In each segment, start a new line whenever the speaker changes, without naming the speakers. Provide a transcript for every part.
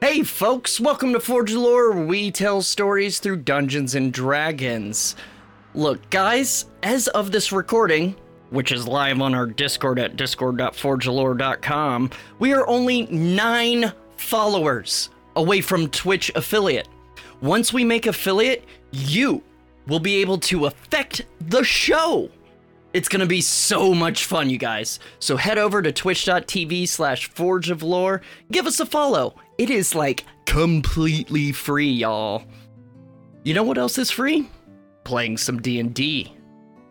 Hey, folks, welcome to Forge Lore, where we tell stories through Dungeons and Dragons. Look, guys, as of this recording, which is live on our Discord at discord.forgelore.com, we are only nine followers away from Twitch affiliate. Once we make affiliate, you will be able to affect the show. It's gonna be so much fun, you guys. So head over to twitch.tv slash forge of lore. Give us a follow. It is like completely free, y'all. You know what else is free? Playing some D&D.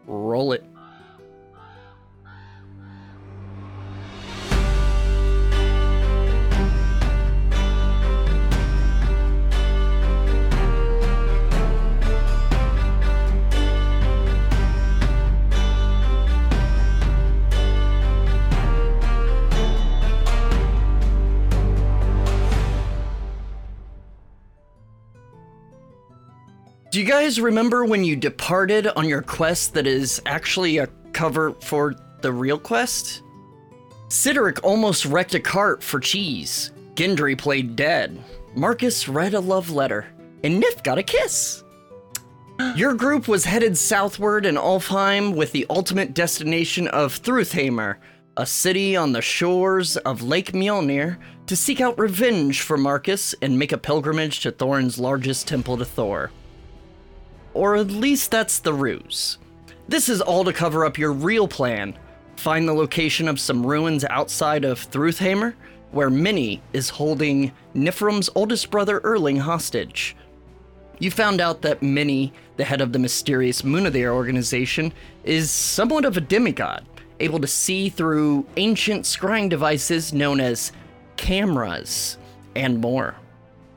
Roll it. Do you guys remember when you departed on your quest that is actually a cover for the real quest? Sideric almost wrecked a cart for cheese. Gendry played dead. Marcus read a love letter. And Nif got a kiss. Your group was headed southward in Ulfheim with the ultimate destination of Thruthamer, a city on the shores of Lake Mjolnir, to seek out revenge for Marcus and make a pilgrimage to Thorin's largest temple to Thor or at least that's the ruse. This is all to cover up your real plan. Find the location of some ruins outside of Thruthamer, where Minnie is holding Nifrim's oldest brother Erling hostage. You found out that Minnie, the head of the mysterious Munadir organization, is somewhat of a demigod, able to see through ancient scrying devices known as cameras and more.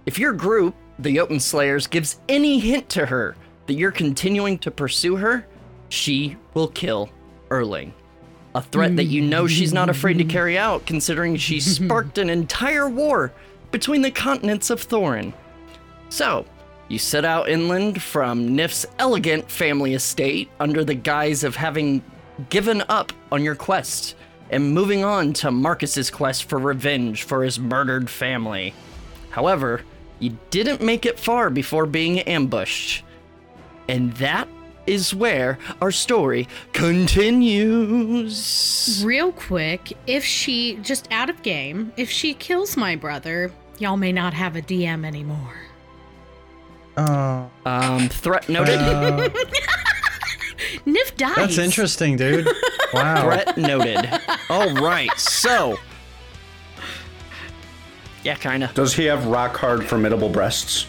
If your group, the Jotun Slayers, gives any hint to her that you're continuing to pursue her, she will kill Erling. A threat that you know she's not afraid to carry out, considering she sparked an entire war between the continents of Thorin. So, you set out inland from Nif's elegant family estate under the guise of having given up on your quest and moving on to Marcus's quest for revenge for his murdered family. However, you didn't make it far before being ambushed. And that is where our story continues.
Real quick, if she, just out of game, if she kills my brother, y'all may not have a DM anymore.
Oh,
Um, threat noted.
uh,
Nif dies.
that's interesting, dude. Wow.
Threat noted. All right, so. Yeah, kinda.
Does he have rock hard, formidable breasts?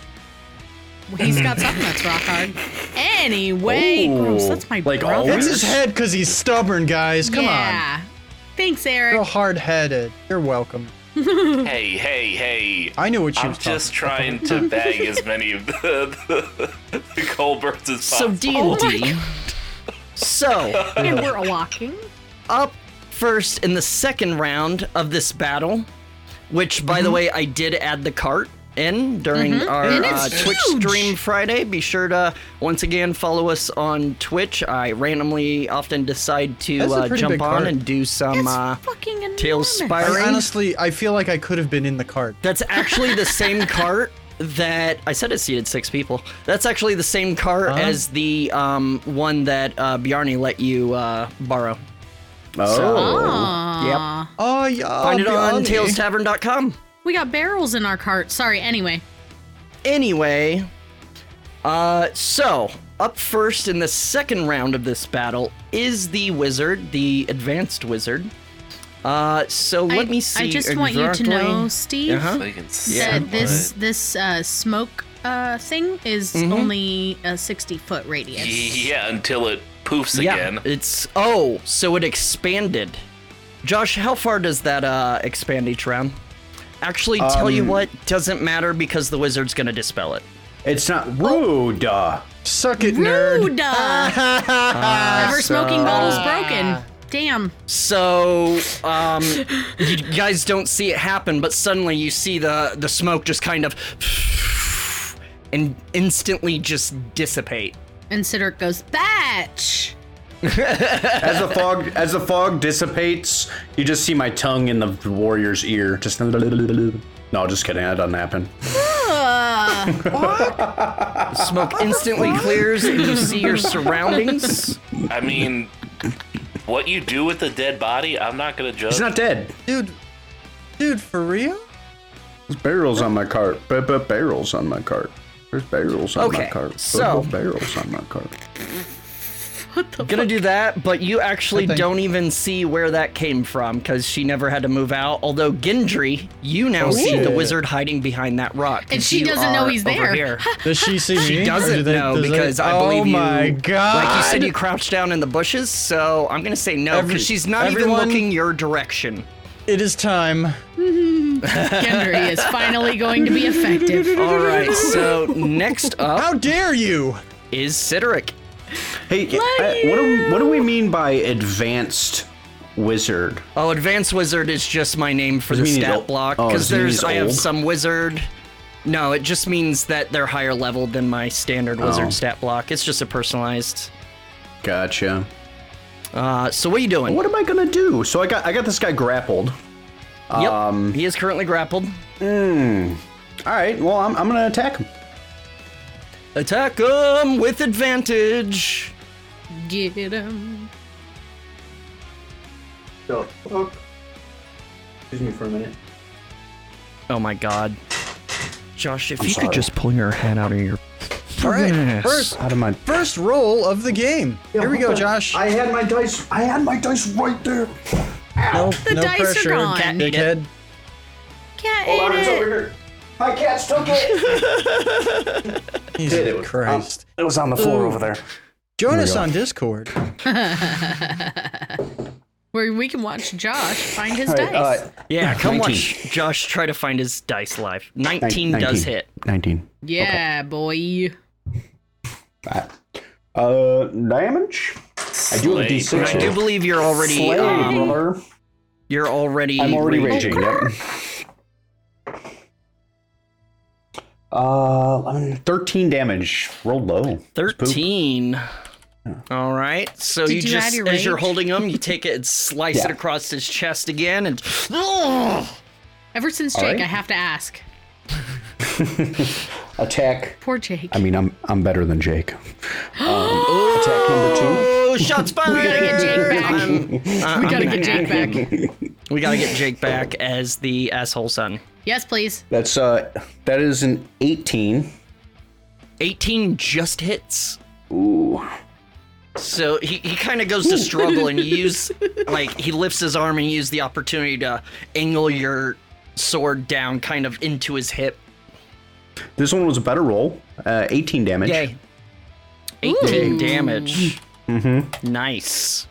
He's got something that's rock hard. Anyway,
Ooh,
gross, that's my
like
brother.
always?
It's his head because he's stubborn, guys.
oh,
Come on.
yeah. Thanks, Eric.
You're hard headed. You're welcome.
Hey, hey, hey.
I knew what you
I'm
was talking
just trying to bag as many of the, the, the Colberts as
So
possible.
D
Oh
and
my
D. So
and we're walking.
up first in the second round of this battle, which, by the way, I did add the cart in during our
Mm-hmm. And
uh,
it's
Twitch
huge.
stream Friday. Be sure to once again follow us on Twitch. I randomly often decide to
That's a
uh,
pretty
jump on
big cart.
and do some.
That's
Uh,
fucking enormous.
Tails Spire-
I honestly, I feel like I could have been in the cart.
that's actually the same cart that I said it seated six people. That's actually the same cart as the um, one that uh, Bjarni let you uh, borrow.
Oh.
Aw.
Yep.
Oh yeah.
Find it on
Bjarni.
tailstavern.com.
We got barrels in our cart. Sorry, anyway.
anyway, uh, so up first in the second round of this battle is the wizard, the advanced wizard. Uh, so let
I,
me see.
I just want you to
exactly-
know, Steve,
Uh-huh.
They can
Yeah.
that this this uh, smoke uh, thing is only a sixty foot radius.
Yeah, until it poofs
Yeah,
again.
it's oh, so it expanded. Josh, how far does that uh, expand each round? Actually, tell you what, doesn't matter because the wizard's gonna dispel it.
It's not rude. uh.
Suck it, nerd.
Rude. Ever smoking bottle's broken. Damn.
So, um, you guys don't see it happen, but suddenly you see the the smoke just kind of and instantly just dissipate.
And Sideric goes, Batch!
As the fog as the fog dissipates, you just see my tongue in the warrior's ear. Just no, just kidding. That doesn't happen.
Smoke instantly clears, and you see your surroundings.
I mean, what you do with the dead body, I'm not gonna judge.
He's not dead.
Dude, dude, for real?
There's barrels on my cart. But but barrels on my cart. There's barrels on
Okay,
my cart.
so-
barrels on my cart.
Gonna do that, but you actually
Good thing.
don't even see where that came from because she never had to move out. Although Gendry, you now see the
Oh, shit.
wizard hiding behind that rock,
And she
you
doesn't know
are
he's
over
there.
here.
Does she see me?
She
Or do
doesn't
they-
know
does they-
because I believe you.
Oh my god!
Like you said, you crouched down in the bushes, so I'm gonna say no
Every-
because she's not
everyone-
even looking your direction.
It is time.
Gendry is finally going to be effective.
All right, so next up
How dare you?
is Sideric.
Hey, I- what do we, what do we mean by advanced wizard?
Oh, advanced wizard is just my name for the
Does it mean he's
stat
ol-
block
oh,
because
does it mean
there's
he's
I have
old?
some wizard. No, it just means that they're higher level than my standard wizard
Oh.
stat block. It's just a personalized.
Gotcha.
Uh, so what are you doing?
What am I gonna do? So I got I got this guy grappled.
Yep,
um,
he is currently grappled.
All right. Well, I'm, I'm gonna attack him.
Attack him with advantage.
Get him.
Excuse me for a minute.
Oh my god. Josh, if you
sorry.
could just pull your head out of your.
All right,
Yes.
first
Out of my.
first roll of the game. Here we go, Josh.
had my dice. I had my dice right there.
no,
The
no
dice are
pressure.
gone.
Cat ate it.
Dickhead.
Cat ate it.
here. My cats took it.
Jesus Christ.
It was on the floor over there.
Join us on Discord.
Where we can watch Josh find his dice.
uh,
Yeah, come
19.
watch Josh try to find his dice live. 19, does hit.
Nineteen.
yeah, boy.
Uh, damage. I do have a
Slay.
D6.
I do
here.
believe you're already
Slay,
um, E
brother.
you're already
I'm already
raging.
raging. Yep. Uh, 11, 13 damage. Roll low.
13. All right. So
Did
you
you
just
add your
as you're
rage?
holding him, you take it and slice it across his chest again and
Ever since
All
Jake,
right.
I have to ask.
Attack.
Poor Jake.
I mean, I'm I'm better than Jake. Um, attack number two.
Oh, shots fired. we
gotta get Jake back. we gotta get Jake back.
We got to get Jake back as the asshole son.
Yes, please.
That's uh, that is an 18.
18 just hits.
Ooh.
So he, he kind of goes to struggle and you use, like, he lifts his arm and you use the opportunity to angle your sword down kind of into his hip.
This one was a better roll. Uh, 18 damage.
Yay. 18 damage. Mm-hmm. Nice.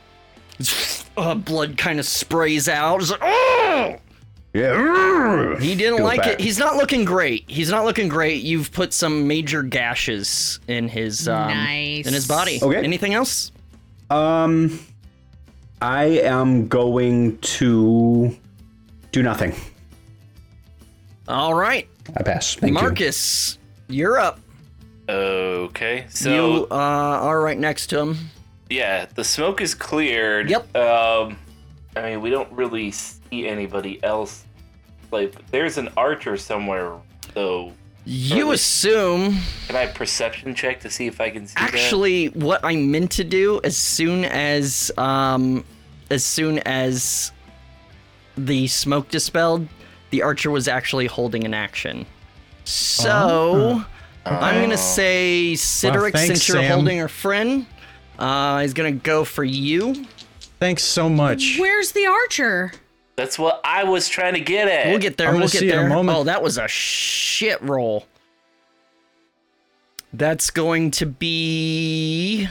It's- Uh, blood kind of sprays out. It's like, oh!
Yeah.
He didn't
Goes
like
back.
it. He's not looking great. He's not looking great. You've put some major gashes in his um,
Nice.
in his body.
Okay.
Anything else?
Um, I am going to do nothing.
All right,
I pass. Thank you.
Marcus, you're up.
Okay, so
you uh, are right next to him.
yeah, the smoke is cleared.
Yep.
Um, I mean, we don't really see anybody else. Like, there's an archer somewhere, though.
You assume.
Can I perception check to see if I can see that?
Actually, what I meant to do as soon as um, as soon as the smoke dispelled, the archer was actually holding an action. So I'm gonna say Sideric,
thanks,
since you're
Sam.
holding her friend, uh, is gonna go for you.
Thanks so much.
Where's the archer?
That's what I was trying to get at.
We'll get there.
I'm gonna
we'll get
see in a
there.
moment.
Oh, that was a shit roll. That's going to be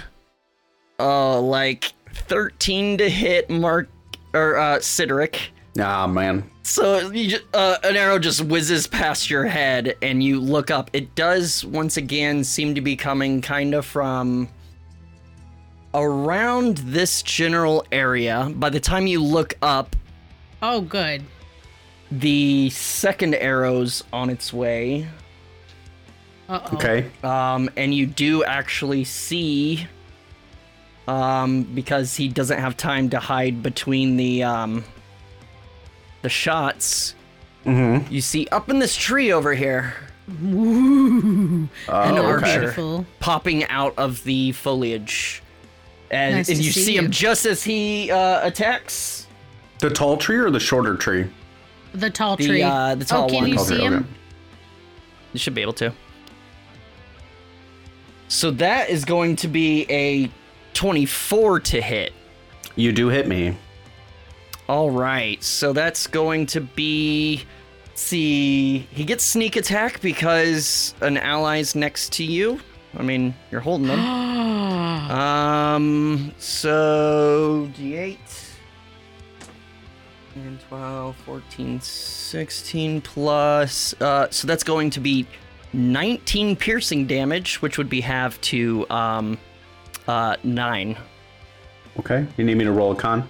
uh like 13 to hit Mark or uh Sideric.
Ah, man.
So you ju- uh, an arrow just whizzes past your head and you look up. It does once again seem to be coming kind of from around this general area. By the time you look up,
Oh, good.
the second arrow's on its way.
Uh oh.
Okay.
Um, and you do actually see um, because he doesn't have time to hide between the um, the shots. Mm-hmm. You see, up in this tree over here,
Ooh. an
Oh,
okay.
beautiful.
popping out of the foliage, and,
Nice
and
to
you
see
see him
you.
just as he uh, attacks.
The tall tree or the shorter tree?
The tall
The,
tree.
uh, the tall
oh, can
one.
you
Tall
tree,
see him?
okay.
You should be able to. So that is going to be a 24 to hit.
You do hit me.
All right, so that's going to be. let's see, he gets sneak attack because an ally's next to you. I mean, you're holding them. um, so d8, and 12, 14, 16 plus. Uh, so that's going to be 19 piercing damage, which would be half to um, uh, nine.
Okay. You need me to roll a con?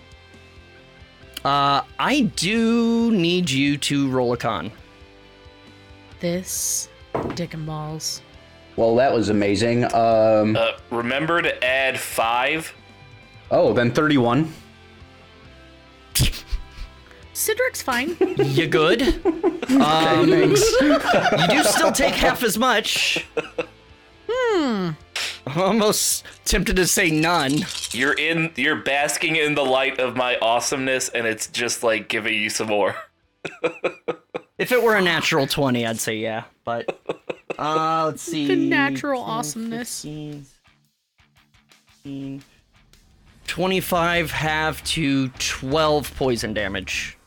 Uh, I do need you to roll a con.
this dick and balls.
Well, that was amazing. Um,
Uh, remember to add five.
oh, then 31.
Sidric's fine.
You good? um, you do still take half as much. Hmm. Almost tempted to say none.
You're in. You're basking in the light of my awesomeness, and it's just like giving you some more.
If it were a natural 20, I'd say yeah, but uh, let's see.
the natural awesomeness.
15, 15, 25 half to 12 poison damage.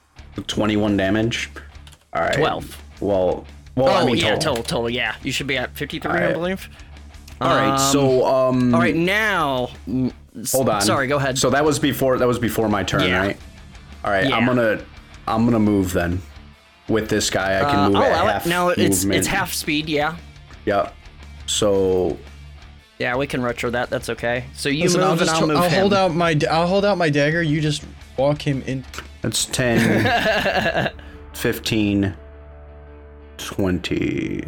21 damage. All right.
12.
Well,
oh,
well, I mean,
yeah,
total.
total, total, yeah. You should be at 53, I
Alright.
believe.
All right. so, um,
All right, now. mm, s-
hold on.
Sorry, go ahead.
So that was before that was before my turn,
Yeah.
right? All right.
Yeah.
I'm gonna I'm gonna move then. With this guy, I can
Uh,
move
I'll
at
allow it.
half
No, it's
movement.
it's half speed. Yeah,
Yep. So
yeah, we can retro that. That's okay. So you
Listen,
move
I'll just
and I'll move
I'll
him.
hold out my d- I'll hold out my dagger. You just walk him in.
that's 10, 15, 20.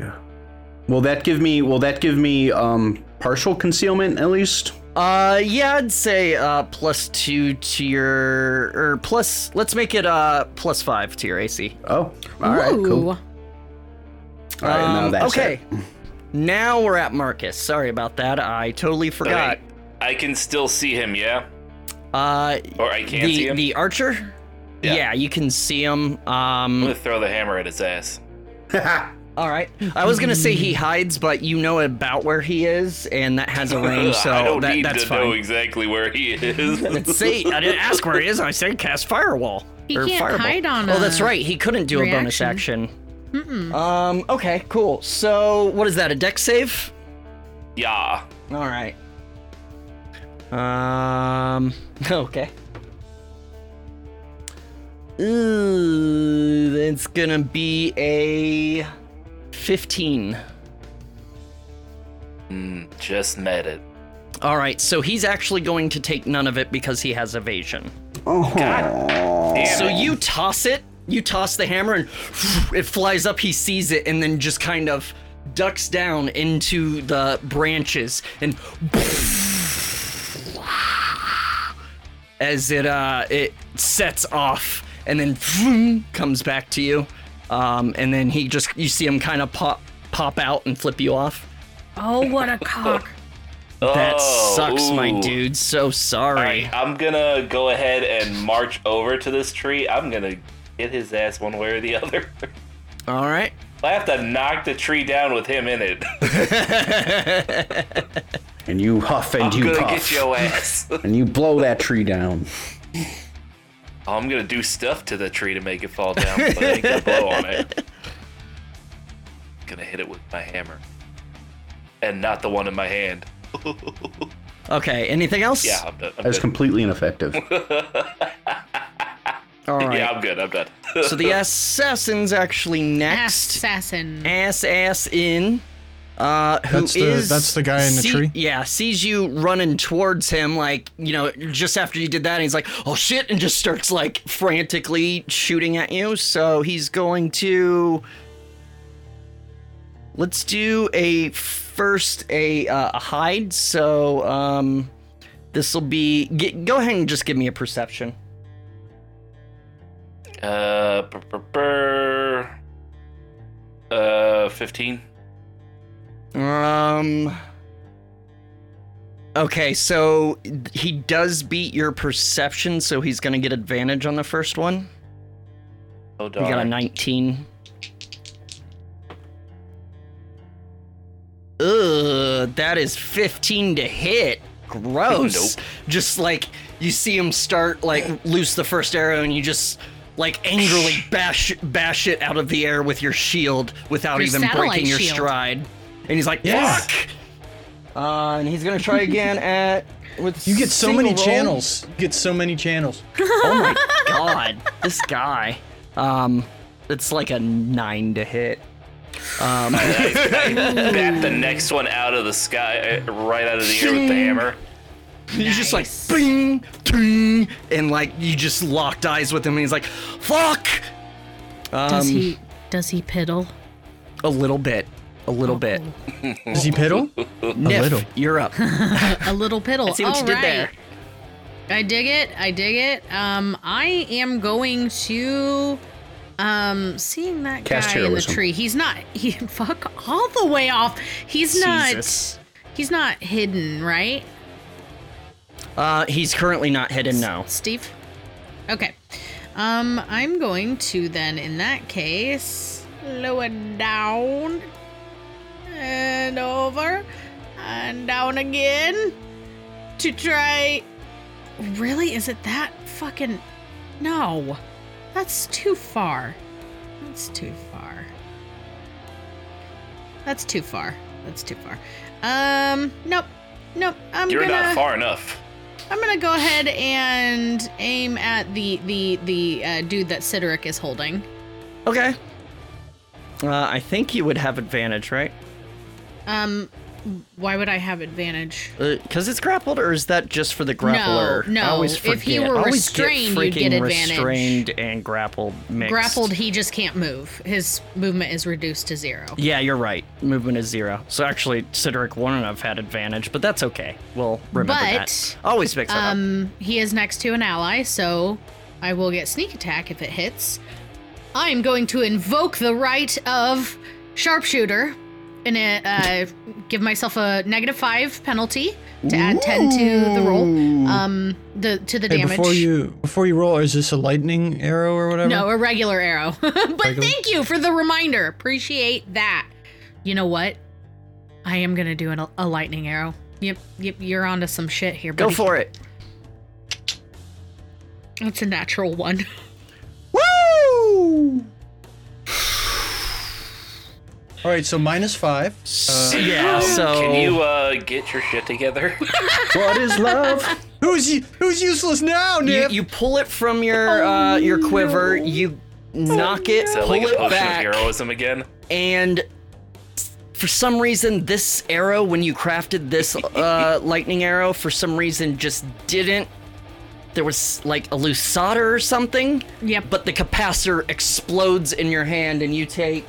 Will that give me? Will that give me um partial concealment at least?
Uh, yeah, I'd say uh plus two to your or plus. Let's make it uh plus five to your AC.
Oh, all right, cool.
Ooh.
All right, now
Um,
that's
okay.
it.
Now we're at Marcus. Sorry about that. I totally forgot.
Okay. I can still see him. Yeah,
Uh,
or I can't see
the
him.
the archer.
Yeah.
you can see him.
I'm
Um,
gonna throw the hammer at his ass.
all right. I was gonna say he hides, but you know about where he is, and that has a range, so
I don't
that,
need
that's
to
fine.
know exactly where he is.
Let's see. I didn't ask where he is. I said cast firewall.
He
or
can't
fireball.
hide on
Oh,
a
that's right. He couldn't do a bonus action.
reaction.
Um. Okay. Cool. So what is that? A deck save?
yeah.
All right. Um. Okay. Ooh, that's gonna be a fifteen.
Mm, just met it.
All right. So he's actually going to take none of it because he has evasion.
Damn
So
it.
you toss it, you toss the hammer, and it flies up. He sees it, and then just kind of ducks down into the branches, and as it uh, it sets off, and then vroom, comes back to you, um, and then he just you see him kind of pop pop out and flip you off.
Oh, what a cock.
That
Oh,
sucks, my
ooh.
dude. So sorry.
All right, I'm gonna go ahead and march over to this tree. I'm gonna get his ass one way or the other.
All right.
I have to knock the tree down with him in it.
And you huff and
I'm
you
gonna
puff,
get your ass. Oh,
and you blow that tree down.
I'm gonna do stuff to the tree to make it fall down, but I ain't gonna blow on it. Gonna hit it with my hammer, and not the one in my hand.
Okay. Anything else?
Yeah, I'm done. I'm
That's
done.
completely ineffective.
All right.
Yeah, I'm good. I'm done.
So the assassin's actually next.
Assassin.
Ass ass in. Uh, who
That's the-
is-
that's the guy in the tree?
Yeah, sees you running towards him, like you know, just after you did that, and he's like, "Oh shit!" and just starts like frantically shooting at you. So he's going to. Let's do a first a, uh, a hide. So um, This will be. G- go ahead and just give me a perception.
Uh, brr, brr, brr. uh, fifteen.
Um. Okay, so he does beat your perception, so he's gonna get advantage on the first one.
Oh
We got a
darn.
19. Ugh, that is 15 to hit. Gross.
Nope.
Just like you see him start like loose the first arrow and you just like angrily bash bash it out of the air with your shield without
Your
even
satellite
breaking your
shield.
stride. And he's like,
Yeah.
fuck. Uh, and he's gonna try again at with
You get so
single
many
roll.
channels. You get so many channels.
Oh my god, this guy. Um, it's like a nine to hit. Um,
Bat the next one out of the sky, uh, right out of the air with the hammer.
you just like
Nice.
bing, ting, and like you just locked eyes with him, and he's like, "Fuck!" Um,
Does he does he piddle?
A little bit, a little bit.
Oh.
Does he piddle?
Nif,
little.
you're up.
A little piddle.
see what you
All
did
right.
there.
I dig it. I dig it. Um, I am going to, um, seeing that
Cast
guy in the
heroism.
tree. He's not. He fuck all the way off. He's
Jesus.
not. He's not hidden, right,
Uh, he's currently not hidden now.
Steve? Okay. Um, I'm going to then, in that case, lower down and over and down again to try. Really? Is it that fucking. No. That's too far. That's too far. That's too far. That's too far. Um, nope. Nope. I'm
You're
gonna.
not far enough.
I'm gonna go ahead and aim at the the the uh, dude that Sideric is holding.
Okay. Uh, I think you would have advantage, right?
Um, why would I have advantage?
Because Uh, it's grappled, or is that just for the grappler?
no,
I always
if he
forget.
were
I always
restrained,
get
you'd get
freaking
advantage.
Restrained and grappled mixed.
Grappled, he just can't move. His movement is reduced to zero.
Yeah, you're right. Movement is zero. So actually, Cedric one and I've had advantage, but that's okay. We'll remember that.
But,
Always mix it up.
Um, he is next to an ally, so I will get sneak attack if it hits. I am going to invoke the right of sharpshooter and uh, give myself a negative five penalty to add ten to the roll. Um, the to the
Hey,
damage.
before you before you roll, is this a lightning arrow or whatever?
No, a regular arrow. but
Regular?
thank you for the reminder. Appreciate that. You know what? I am gonna do an, a lightning arrow. Yep, yep, you're onto some shit here.
Go
Buddy.
for it.
It's a natural one.
Woo!
All right, so minus five.
yeah. So
Can you uh, get your shit together?
What is love?
Who's u- who's useless now,
you,
Nip?
you pull it from your
Oh,
uh, your quiver. You knock it,
Is
pull
that like a
it
potion
back,
of heroism again?
and for some reason this arrow when you crafted this uh, lightning arrow for some reason just didn't there was like a loose solder or something
Yep.
but the capacitor explodes in your hand and you take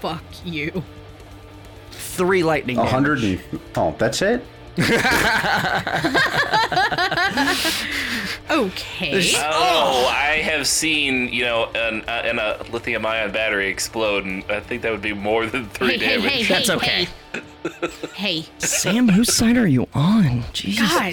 Fuck you.
three lightning
A
damage.
hundred and oh, that's it.
Okay.
I don't
Oh.
know. Oh, I have seen, you know, an, uh, an, a lithium ion battery explode, and I think that would be more than three
Hey, hey,
damage.
hey, hey,
That's okay.
hey. Hey.
sam whose side are you on jesus
God.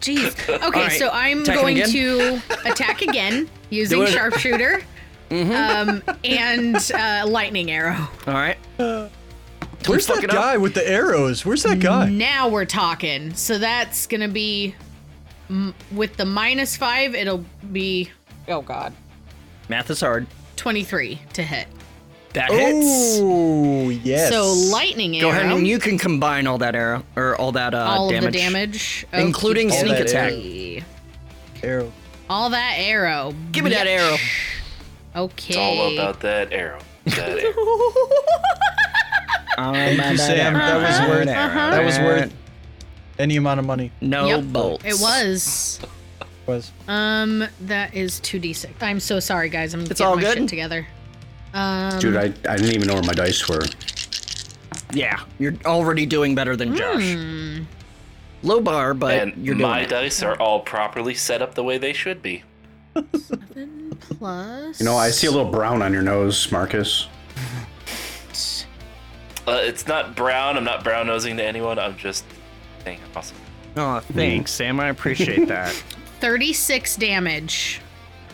Jeez. Okay,
right,
so I'm
attacking
going
again?
to attack again using
it. Mm-hmm.
sharpshooter um, and uh, lightning arrow.
all right
Where's
fuck
that
it up.
guy with the arrows? Where's that guy?
Now we're talking. So that's gonna be m- with the minus five. It'll be oh god,
math is hard
twenty three to hit.
that hits
Oh yes.
So lightning
go
arrow.
ahead and you can combine all that arrow or all that uh,
all
damage
of the damage,
Including
Okey
sneak
attack.
dokey.
arrow.
All that arrow.
give me that arrow
Okay.
It's all about that arrow. That arrow.
Thank
you, Sam. That was
Uh-huh.
worth- That was worth any amount of money.
no
Yep.
bolts.
It was.
Was
Um, that is two d six. I'm so sorry, guys. I'm getting
all
my
good.
shit together.
Dude, I, I didn't even know where my dice were.
Hmm. Yeah, you're already doing better than Josh. Low bar, but
and
you're doing
my
it.
dice are all properly set up the way they should be.
Seven plus.
You know, I see a little brown on your nose, Marcus.
Uh, it's not brown. I'm not brown nosing to anyone. I'm just saying awesome.
Aw, Oh, thanks, Sam. I appreciate that.
36 damage.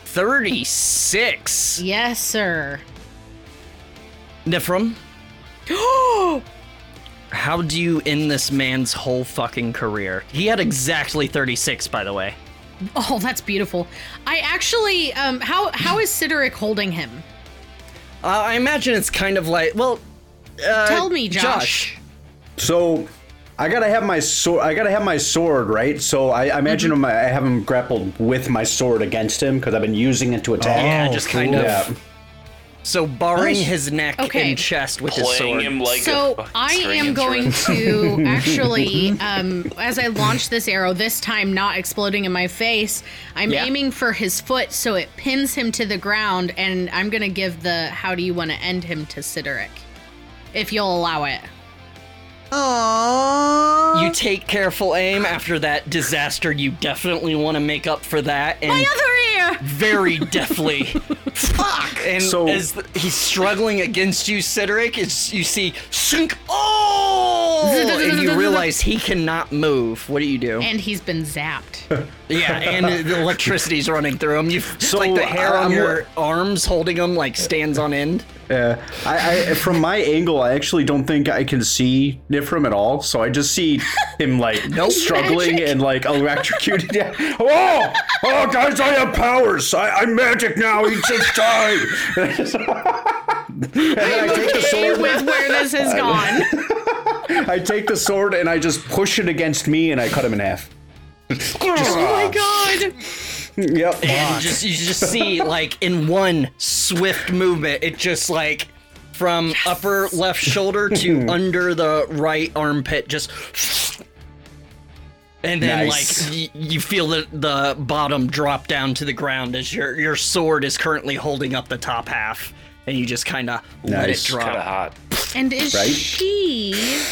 36.
Yes, sir.
Nifrim, how do you end this man's whole fucking career? He had exactly 36, by the way.
Oh, that's beautiful. I actually, um, how how is Sideric holding him?
Uh, I imagine it's kind of like, well, uh,
Tell me, Josh.
Josh.
Oh,
So I gotta have my sword. I gotta have my sword, right? So I, I imagine him- I have him grappled with my sword against him because I've been using it to attack.
Yeah, just kind of.
Yeah.
So barring
Nice.
his neck
Okay.
and chest with his
Playing
sword.
him like a
so
fucking
I
string
am going to
instrument.
actually, um, as I launch this arrow, this time not exploding in my face, I'm
Yeah.
aiming for his foot so it pins him to the ground, and I'm gonna give the how do you want to end him to Sideric, if you'll allow it. Uh,
you take careful aim after that disaster. You definitely want to make up for that. And
My other ear.
very deftly. Fuck! And
So-
as th- he's struggling against you, Cedric, it's, you see, sink, oh! and you realize he cannot move. What do you do?
And he's been zapped.
yeah, and the electricity's running through him. You so,
So, uh,
like the hair on
I'm-
your arms holding him like stands on end.
Yeah. I, I from my angle, I actually don't think I can see Nifrim at all. So I just see him like struggling
Magic.
and like electrocuted. Yeah. Oh, oh, guys, I have powers. I, I'm magic now. He just died. and then I take the
Okay
sword.
with where this has gone.
I take the sword and I just push it against me and I cut him in half.
Oh my god.
Yep.
And just you just see like in one swift movement, it just like from upper left shoulder to under the right armpit, just. And then,
Nice.
like, y- you feel the, the bottom drop down to the ground as your, your sword is currently holding up the top half, and you just kind of let it
Nice.
drop.
Kind of hot.
And is
Right?
she?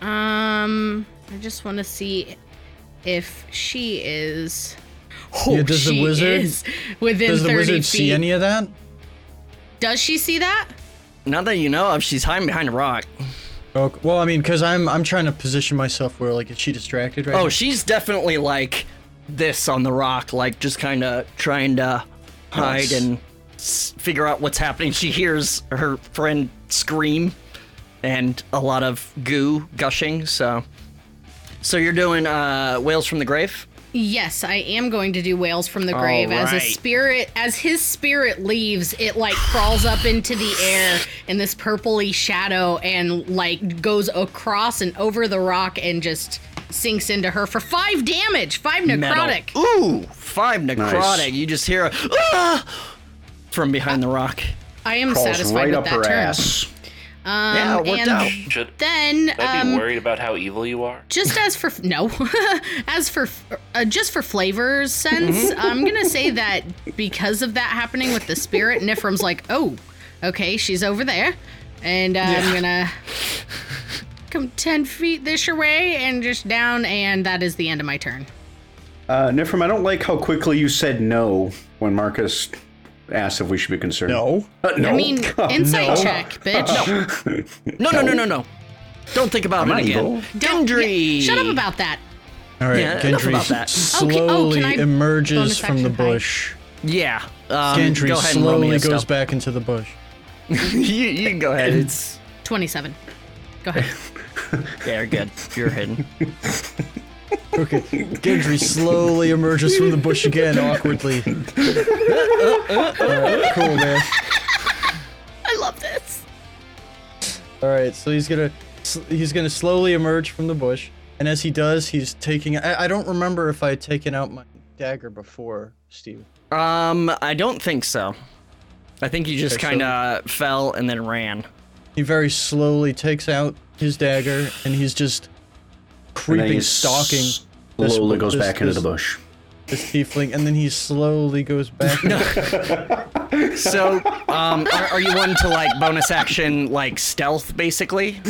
Um, I just want to see if she is. Oh,
Yeah, does the
she
wizard-
is within
Does the
thirty
wizard
feet?
see any of that?
Does she see that?
Not that you know of, she's hiding behind a rock.
Okay. Well, I mean, because I'm I'm trying to position myself where like is she distracted right
Oh,
now?
she's definitely like this on the rock, like just kind of trying to hide
Nice.
and s- figure out what's happening. She hears her friend scream and a lot of goo gushing. So, so you're doing uh, whales from the grave.
Yes, I am going to do whales from the grave as a
right.
spirit. As his spirit leaves, it like crawls up into the air in this purpley shadow and like goes across and over the rock and just sinks into her for five damage, five necrotic.
Metal. Ooh, five necrotic. You just hear a ah! from behind the rock.
I am
Falls
satisfied
right
with
up
that
her
turn.
ass.
Um,
Yeah, it worked
and
out.
Should
Then,
I be
um,
worried about how evil you are?
just as for no, as for uh, just for flavor sense,
Mm-hmm.
I'm gonna say that because of that happening with the spirit, Nifrim's like, oh, okay, she's over there, and uh, I'm gonna come ten feet this your way and just down, and that is the end of my turn.
Uh, Nifrim, I don't like how quickly you said no when Marcus asked if we should be concerned.
No.
Uh, no.
I mean, insight
no.
check, bitch.
No, Oh, no, no, no, no. Don't think about
not
it again.
evil.
Don't
Gendry.
yeah, shut up about that.
All right.
Yeah, enough
Gendry
about that.
Oh, ca- oh,
slowly
can I bonus
emerges from the
action hide?
bush.
Yeah. Um,
Gendry
go ahead and roll me
slowly
a
goes
stealth.
back into the bush.
you, you can go ahead. It's
Twenty-seven. Go ahead.
yeah, you're good. You're hidden.
Okay. Gendry slowly emerges from the bush again, awkwardly. Alright, cool, man.
I love this.
All right, so he's gonna sl- he's gonna slowly emerge from the bush, and as he does, he's taking. I, I don't remember if I had taken out my dagger before, Steve.
Um, I don't think so. I think you just
Okay, so-
kind of fell and then ran.
He very slowly takes out his dagger, and he's just creeping,
he
stalking. this-
Slowly goes
this-
back into the
this-
bush.
This tiefling, and then he slowly goes back.
So, um, are, are you one to like bonus action like stealth basically?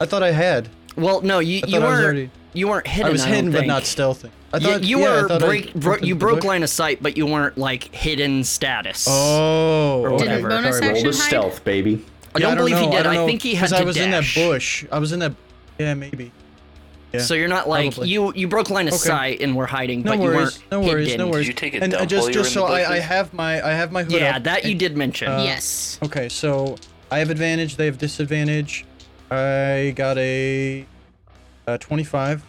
I thought I had.
Well, no, you
I
you
thought I was
were
already-
you weren't hidden.
I was
don't
hidden but
think.
not stealthy. I
Y- you
yeah, I
were
thought I
break, bro-
jumped
you
into the
broke
bush.
line of sight, but you weren't like hidden status.
Oh, okay.
Didn't
bonus
Sorry,
action-
Roll
Wolf.
the
hide?
stealth, baby.
I
Yeah,
don't, believe
know,
he did.
don't
I,
know,
think he had
'cause
to
I was
dash.
in that bush. I was in that. Yeah, maybe. Yeah.
So you're not like
Probably.
you you broke line of
Okay.
sight and were hiding,
no
but you
worries.
weren't
No worries.
hidden.
No worries. uh,
you take a
and I
dump
just
while you
just
were
so
in the
I, I
bushes?
have my I have my hood
Yeah,
up.
that you did mention.
uh,
yes.
Okay, so I have advantage. They have disadvantage. I got a, uh 25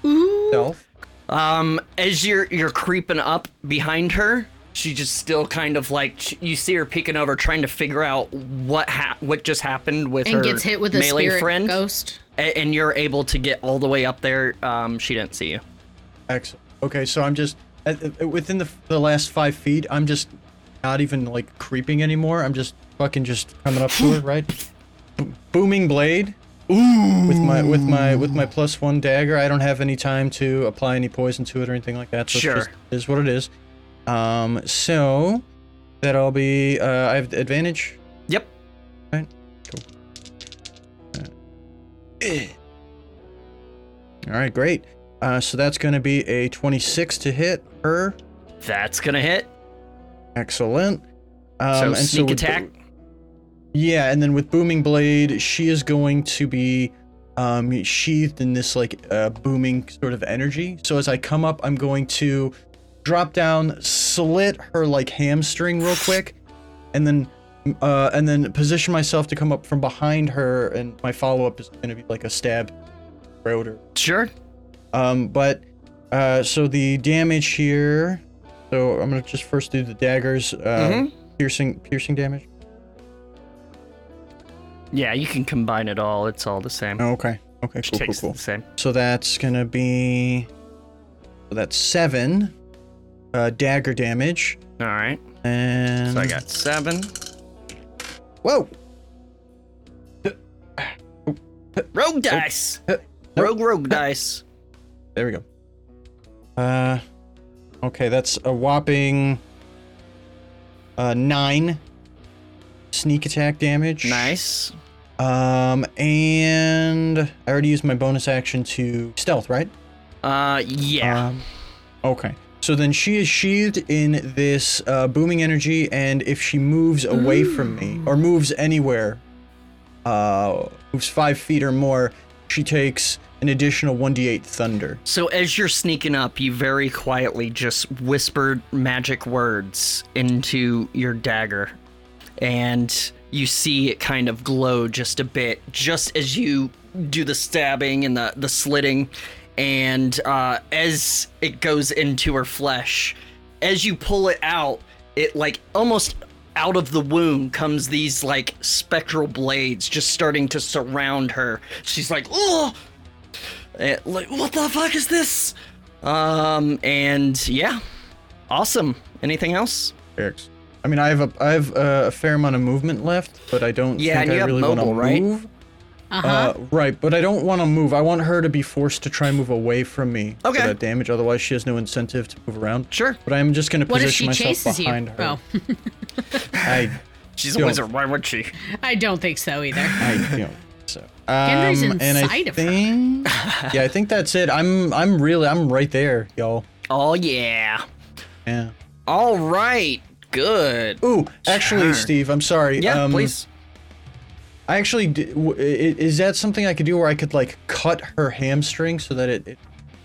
stealth.
Um, as you're you're creeping up behind her, she just still kind of like sh- you see her peeking over, trying to figure out what ha- what just happened with her
And gets hit with a
melee
spirit
friend,
ghost.
a- and you're able to get all the way up there. Um, she didn't see you.
Excellent. Okay, so I'm just at, at- within the the last five feet. I'm just not even like creeping anymore. I'm just fucking just coming up to it, right? B- booming blade. Ooh. With my with my with my plus one dagger, I don't have any time to apply any poison to it or anything like that. So
Sure.
it just is what it is. Um, so that'll be uh, I have advantage.
Yep.
Right. Cool. All right, great. Uh, so that's going to be a 26 to hit her.
That's gonna hit.
Excellent. Um,
So
and
sneak
with-
attack.
yeah, and then with booming blade, she is going to be um, sheathed in this like uh, booming sort of energy. So as I come up, I'm going to drop down, slit her like hamstring real quick, and then uh, and then position myself to come up from behind her. And my follow up is going to be like a stab, throat or
Sure.
um, but uh, so the damage here. So I'm gonna just first do the daggers, uh,
Mhm.
piercing, piercing damage.
Yeah, you can combine it all. It's all the same.
Oh, okay, okay,
She
cool, cool,
takes
cool.
the same.
So that's gonna be, so that's seven, uh, dagger damage,
All right.
oh, and
So I got seven.
whoa, oh,
Rogue dice.
Nope.
Rogue rogue
uh,
dice.
there we go. Uh, okay, that's a whopping, uh, nine sneak attack damage.
Nice.
Um, and I already used my bonus action to stealth, right?
Uh, yeah.
Um, okay. So then she is sheathed in this uh, booming energy, and if she moves away from me
Mm.
or moves anywhere, uh, moves five feet or more, she takes an additional 1d8 thunder.
So as you're sneaking up, you very quietly just whispered magic words into your dagger, and you see it kind of glow just a bit, just as you do the stabbing and the the slitting, and uh, as it goes into her flesh, as you pull it out, it like almost out of the wound comes these like spectral blades just starting to surround her. She's like, oh. Eh, like, what the fuck is this? Um, and yeah, awesome. Anything else?
Erics. I mean, I have a I have a, a fair amount of movement left, but I don't
Yeah,
think
and you
I
have
really want to
mobile, right?
move.
Uh-huh.
Uh, right, but I don't want to move. I want her to be forced to try and move away from me
Okay.
for that damage. Otherwise, she has no incentive to move around.
Sure.
But I'm just going to
what
position
if she
myself
chases you?
behind her.
Oh,
I,
She's
Yo.
a wizard. Why would she?
I don't think so either.
I, you know, so. Um,
Gender's
and I
inside of her.
think, yeah, I think that's it. I'm, I'm really, I'm right there, y'all.
Oh yeah.
Yeah.
All right. Good.
Ooh, actually,
Sure.
Steve, I'm sorry.
Yeah,
um,
please.
I actually, d- w- i- is that something I could do where I could like cut her hamstring so that it, it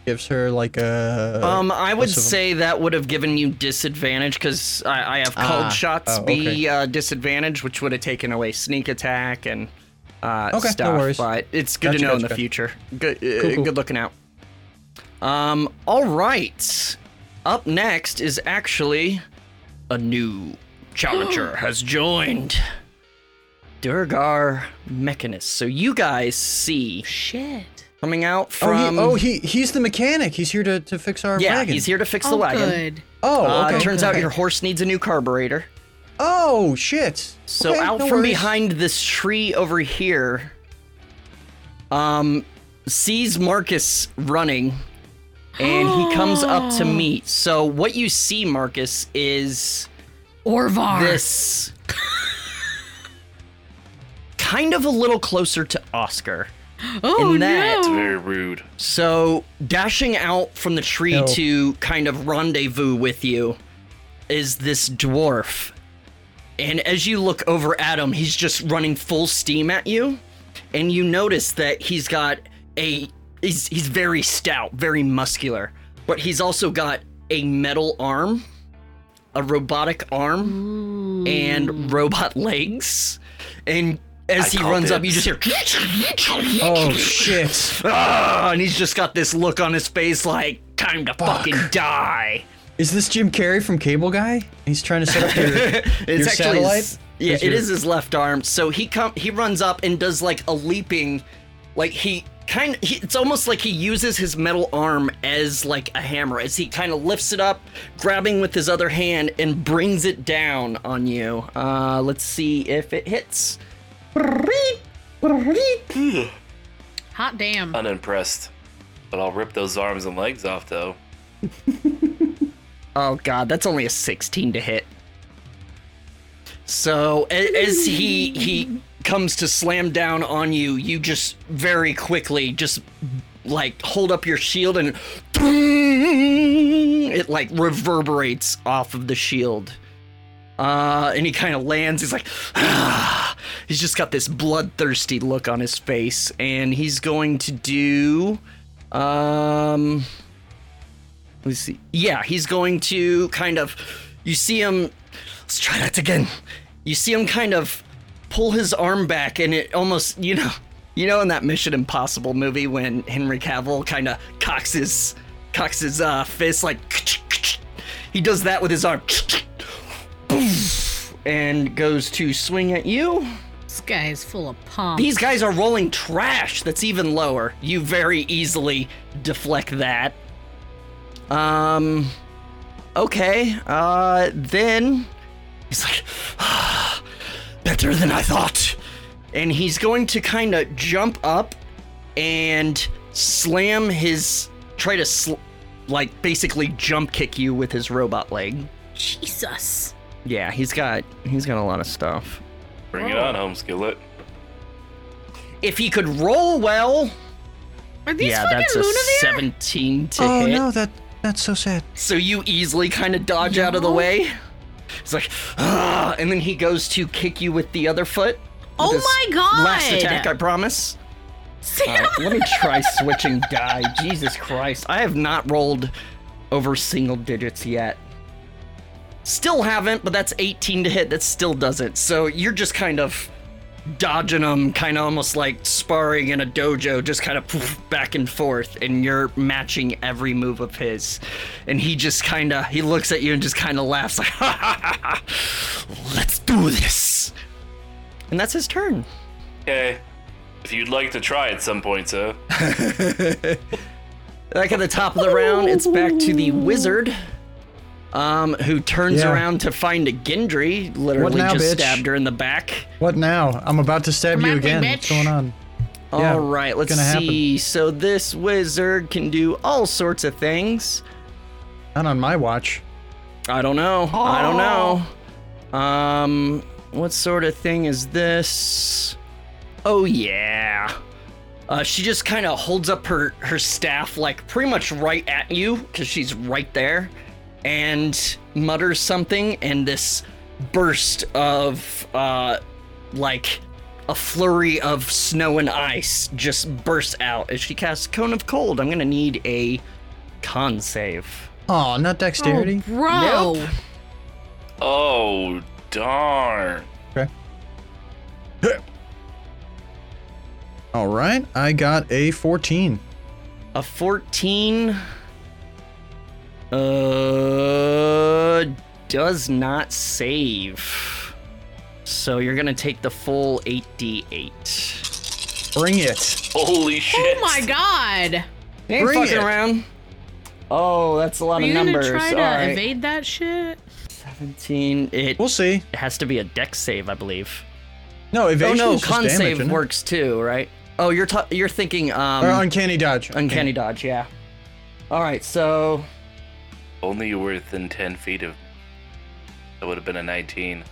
gives her like a
Um, I would
plus of-
say that would have given you disadvantage because I, I have cold
Ah.
shots
Oh, okay.
be uh, disadvantage, which would have taken away sneak attack and uh,
Okay, no
stuff.
worries.
But it's good
Gotcha,
to know in
gotcha,
the
gotcha.
future. Good, uh,
Cool, cool.
good looking out. Um, all right. Up next is actually a new challenger has joined. Durgar Mechanist. So you guys see
Shit.
coming out
Oh,
from.
he, oh, he he's the mechanic. He's here to, to fix our
yeah,
wagon.
he's here to fix the
oh,
wagon.
good.
Oh,
Uh,
okay.
turns out
okay.
your horse needs a new carburetor.
Oh shit.
So
Okay,
out
no
from
worries.
behind this tree over here, um, sees Marcus running, and he comes up to meet. So what you see, Marcus, is
Orvar.
this kind of a little closer to Oscar.
Oh
In that-
no!
Very rude.
So, dashing out from the tree
No.
to kind of rendezvous with you is this dwarf. And as you look over at him, he's just running full steam at you. And you notice that he's got a. He's, he's very stout, very muscular. But he's also got a metal arm, a robotic arm, and robot legs. And as
I
he
called
runs up,
it.
you just hear.
Oh shit!
Ah, and he's just got this look on his face like, time to fucking die.
Is this Jim Carrey from Cable Guy? He's trying to set up your.
It's
Your
actually
satellite?
his, yeah,
Is
it
your-
is his left arm. So he come he runs up and does like a leaping, like he kind of it's almost like he uses his metal arm as like a hammer as he kind of lifts it up, grabbing with his other hand and brings it down on you. Uh, let's see if it hits.
Hot damn!
Unimpressed. But I'll rip those arms and legs off though.
Oh god, that's only a 16 to hit. So a- as he he comes to slam down on you, you just very quickly just like hold up your shield and it like reverberates off of the shield. Uh, and he kind of lands. He's like, ah. he's just got this bloodthirsty look on his face, and he's going to do, um, Let's see. Yeah, he's going to kind of. You see him. Let's try that again. You see him kind of pull his arm back, and it almost, you know, you know, in that Mission Impossible movie when Henry Cavill kind of cocks his cocks his uh, fist like. He does that with his arm. And goes to swing at you.
This guy is full of pomp.
These guys are rolling trash that's even lower. You very easily deflect that. Um okay. Uh then he's like "Ah, better than I thought. And he's going to kind of jump up and slam his try to sl- like basically jump kick you with his robot leg.
Jesus!
Yeah, he's got he's got a lot of stuff.
Bring
Oh.
it on, home skillet.
If he could roll well,
Are these
yeah,
fucking
that's a
Lunavir?
17 to
oh
hit.
no, that that's so sad.
So you easily kind of dodge out of the way. It's like, ah, and then he goes to kick you with the other foot. with
Oh
his
my god!
Last attack, I promise. All right, let me try switching die. Jesus Christ, I have not rolled over single digits yet. Still haven't, but that's 18 to hit. That still doesn't. So you're just kind of dodging them, kind of almost like sparring in a dojo, just kind of poof, back and forth, and you're matching every move of his. And he just kind of he looks at you and just kind of laughs like, ha, ha, ha, ha. "Let's do this." And that's his turn.
Okay. If you'd like to try at some point, sir.
Back at the top of the round, it's back to the wizard, um, who turns
Yeah.
around to find a Gendry, literally
now,
just
bitch?
stabbed her in the back.
What now? I'm about to stab
Come
you
at me,
again.
bitch.
What's going on? Yeah,
All right, let's
gonna happen.
see. So this wizard can do all sorts of things.
Not on my watch.
I don't know. I don't know. Um, what sort of thing is this? Oh yeah. Uh, she just kind of holds up her her staff like pretty much right at you because she's right there, and mutters something, and this burst of uh, like a flurry of snow and ice just bursts out as she casts cone of cold. I'm gonna need a con save.
Oh, not dexterity.
Bro!
Nope.
Oh darn.
All right, I got a 14.
A 14 uh does not save. So you're going to take the full 8d8.
Bring it.
Holy shit.
Oh my god!
They ain't
Bring
fucking
it.
around. Oh, that's a lot
Are
of
you
numbers.
gonna try to
All right.
evade that shit?
17 it
We'll see.
has to be a dex save, I believe.
No,
Oh
evasion
no,
is just
con
damage,
save
isn't it?
works too, right? Oh, you're ta- you're thinking um
Or uncanny dodge.
uncanny dodge, yeah. All right, so
Only you were within ten feet of that would have been a nineteen.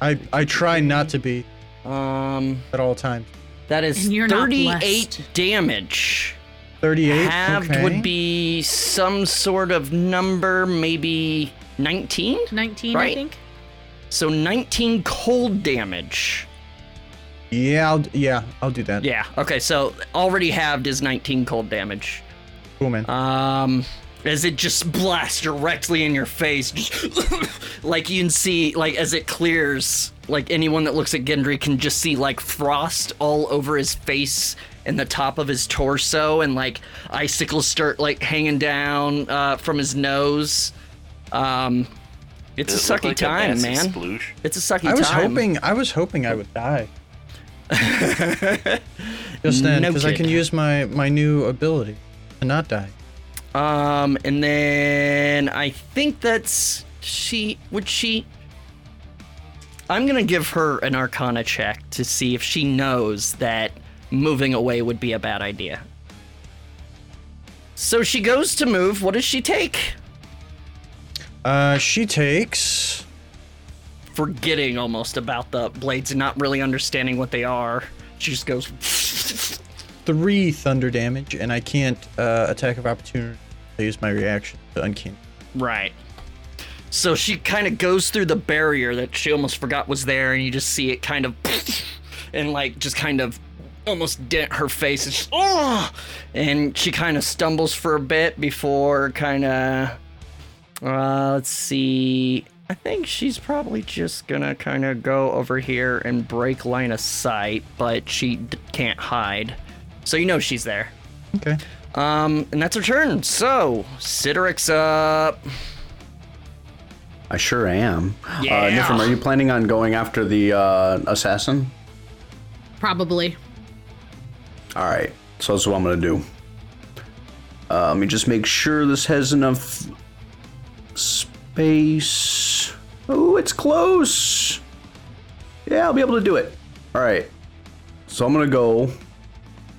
I I try not to be
um
at all times.
That is
And you're not
38
blessed.
damage.
38.
Halved
okay.
would be some sort of number, maybe 19?
19, I
Right.
think.
So 19 cold damage.
Yeah, I'll, yeah, I'll do that.
Yeah, okay, so already halved is 19 cold damage.
Cool, man.
Um, as it just blasts directly in your face, just like you can see, like as it clears, like anyone that looks at Gendry can just see like frost all over his face and the top of his torso, and like icicles start like hanging down uh, from his nose. Um, it's
Does
a
it look
sucky
like
time,
massive
man.
sploosh?
It's a sucky
I was
time.
hoping I was hoping I would die. Just then,
No
because I can
kid.
use my my new ability to not die.
Um, and then I think that's she. Would she? I'm gonna give her an Arcana check to see if she knows that moving away would be a bad idea. So she goes to move. What does she take?
Uh, she takes.
Forgetting almost about the blades and not really understanding what they are. She just goes.
three thunder damage, and I can't uh, attack of opportunity. I use my reaction to uncanny.
Right. So she kind of goes through the barrier that she almost forgot was there, and you just see it kind of, and like just kind of almost dent her face. It's just, oh! And she kind of stumbles for a bit before kind of, uh, let's see. I think she's probably just gonna kind of go over here and break line of sight, but she d- can't hide. So you know she's there.
Okay.
Um, and that's her turn. So, Sidoric's up.
I sure am.
Yeah.
Uh, Nifrim, are you planning on going after the uh, assassin?
Probably.
All right. So that's what I'm gonna do. Uh, let me just make sure this has enough space. Oh, it's close. Yeah, I'll be able to do it. All right. So I'm gonna go.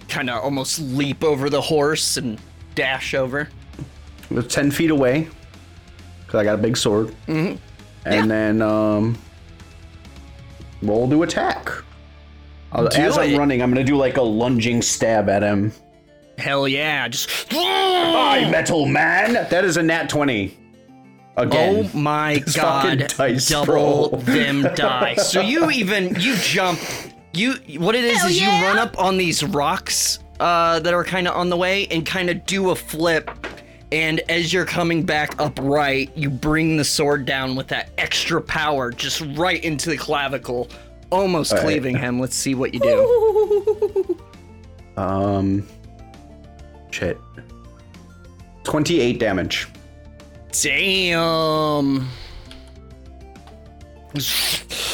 kind of almost leap over the horse and dash over.
It's 10 feet away because I got a big sword. Mm-hmm. And then um, roll to attack. I'll-
Do
As I'm
it.
running, I'm going to do like a lunging stab at him.
Hell yeah! Just Mm.
Hi, Metal Man! That is a nat 20. Again.
oh my
fucking
god!
dice
Double
roll.
them die. So you even you jump. You what it is is you run up on these rocks uh, that are kind of on the way and kind of do a flip. And as you're coming back upright, you bring the sword down with that extra power, just right into the clavicle, almost
All right.
cleaving him. Let's see what you do.
Um. Shit. 28 damage.
Damn.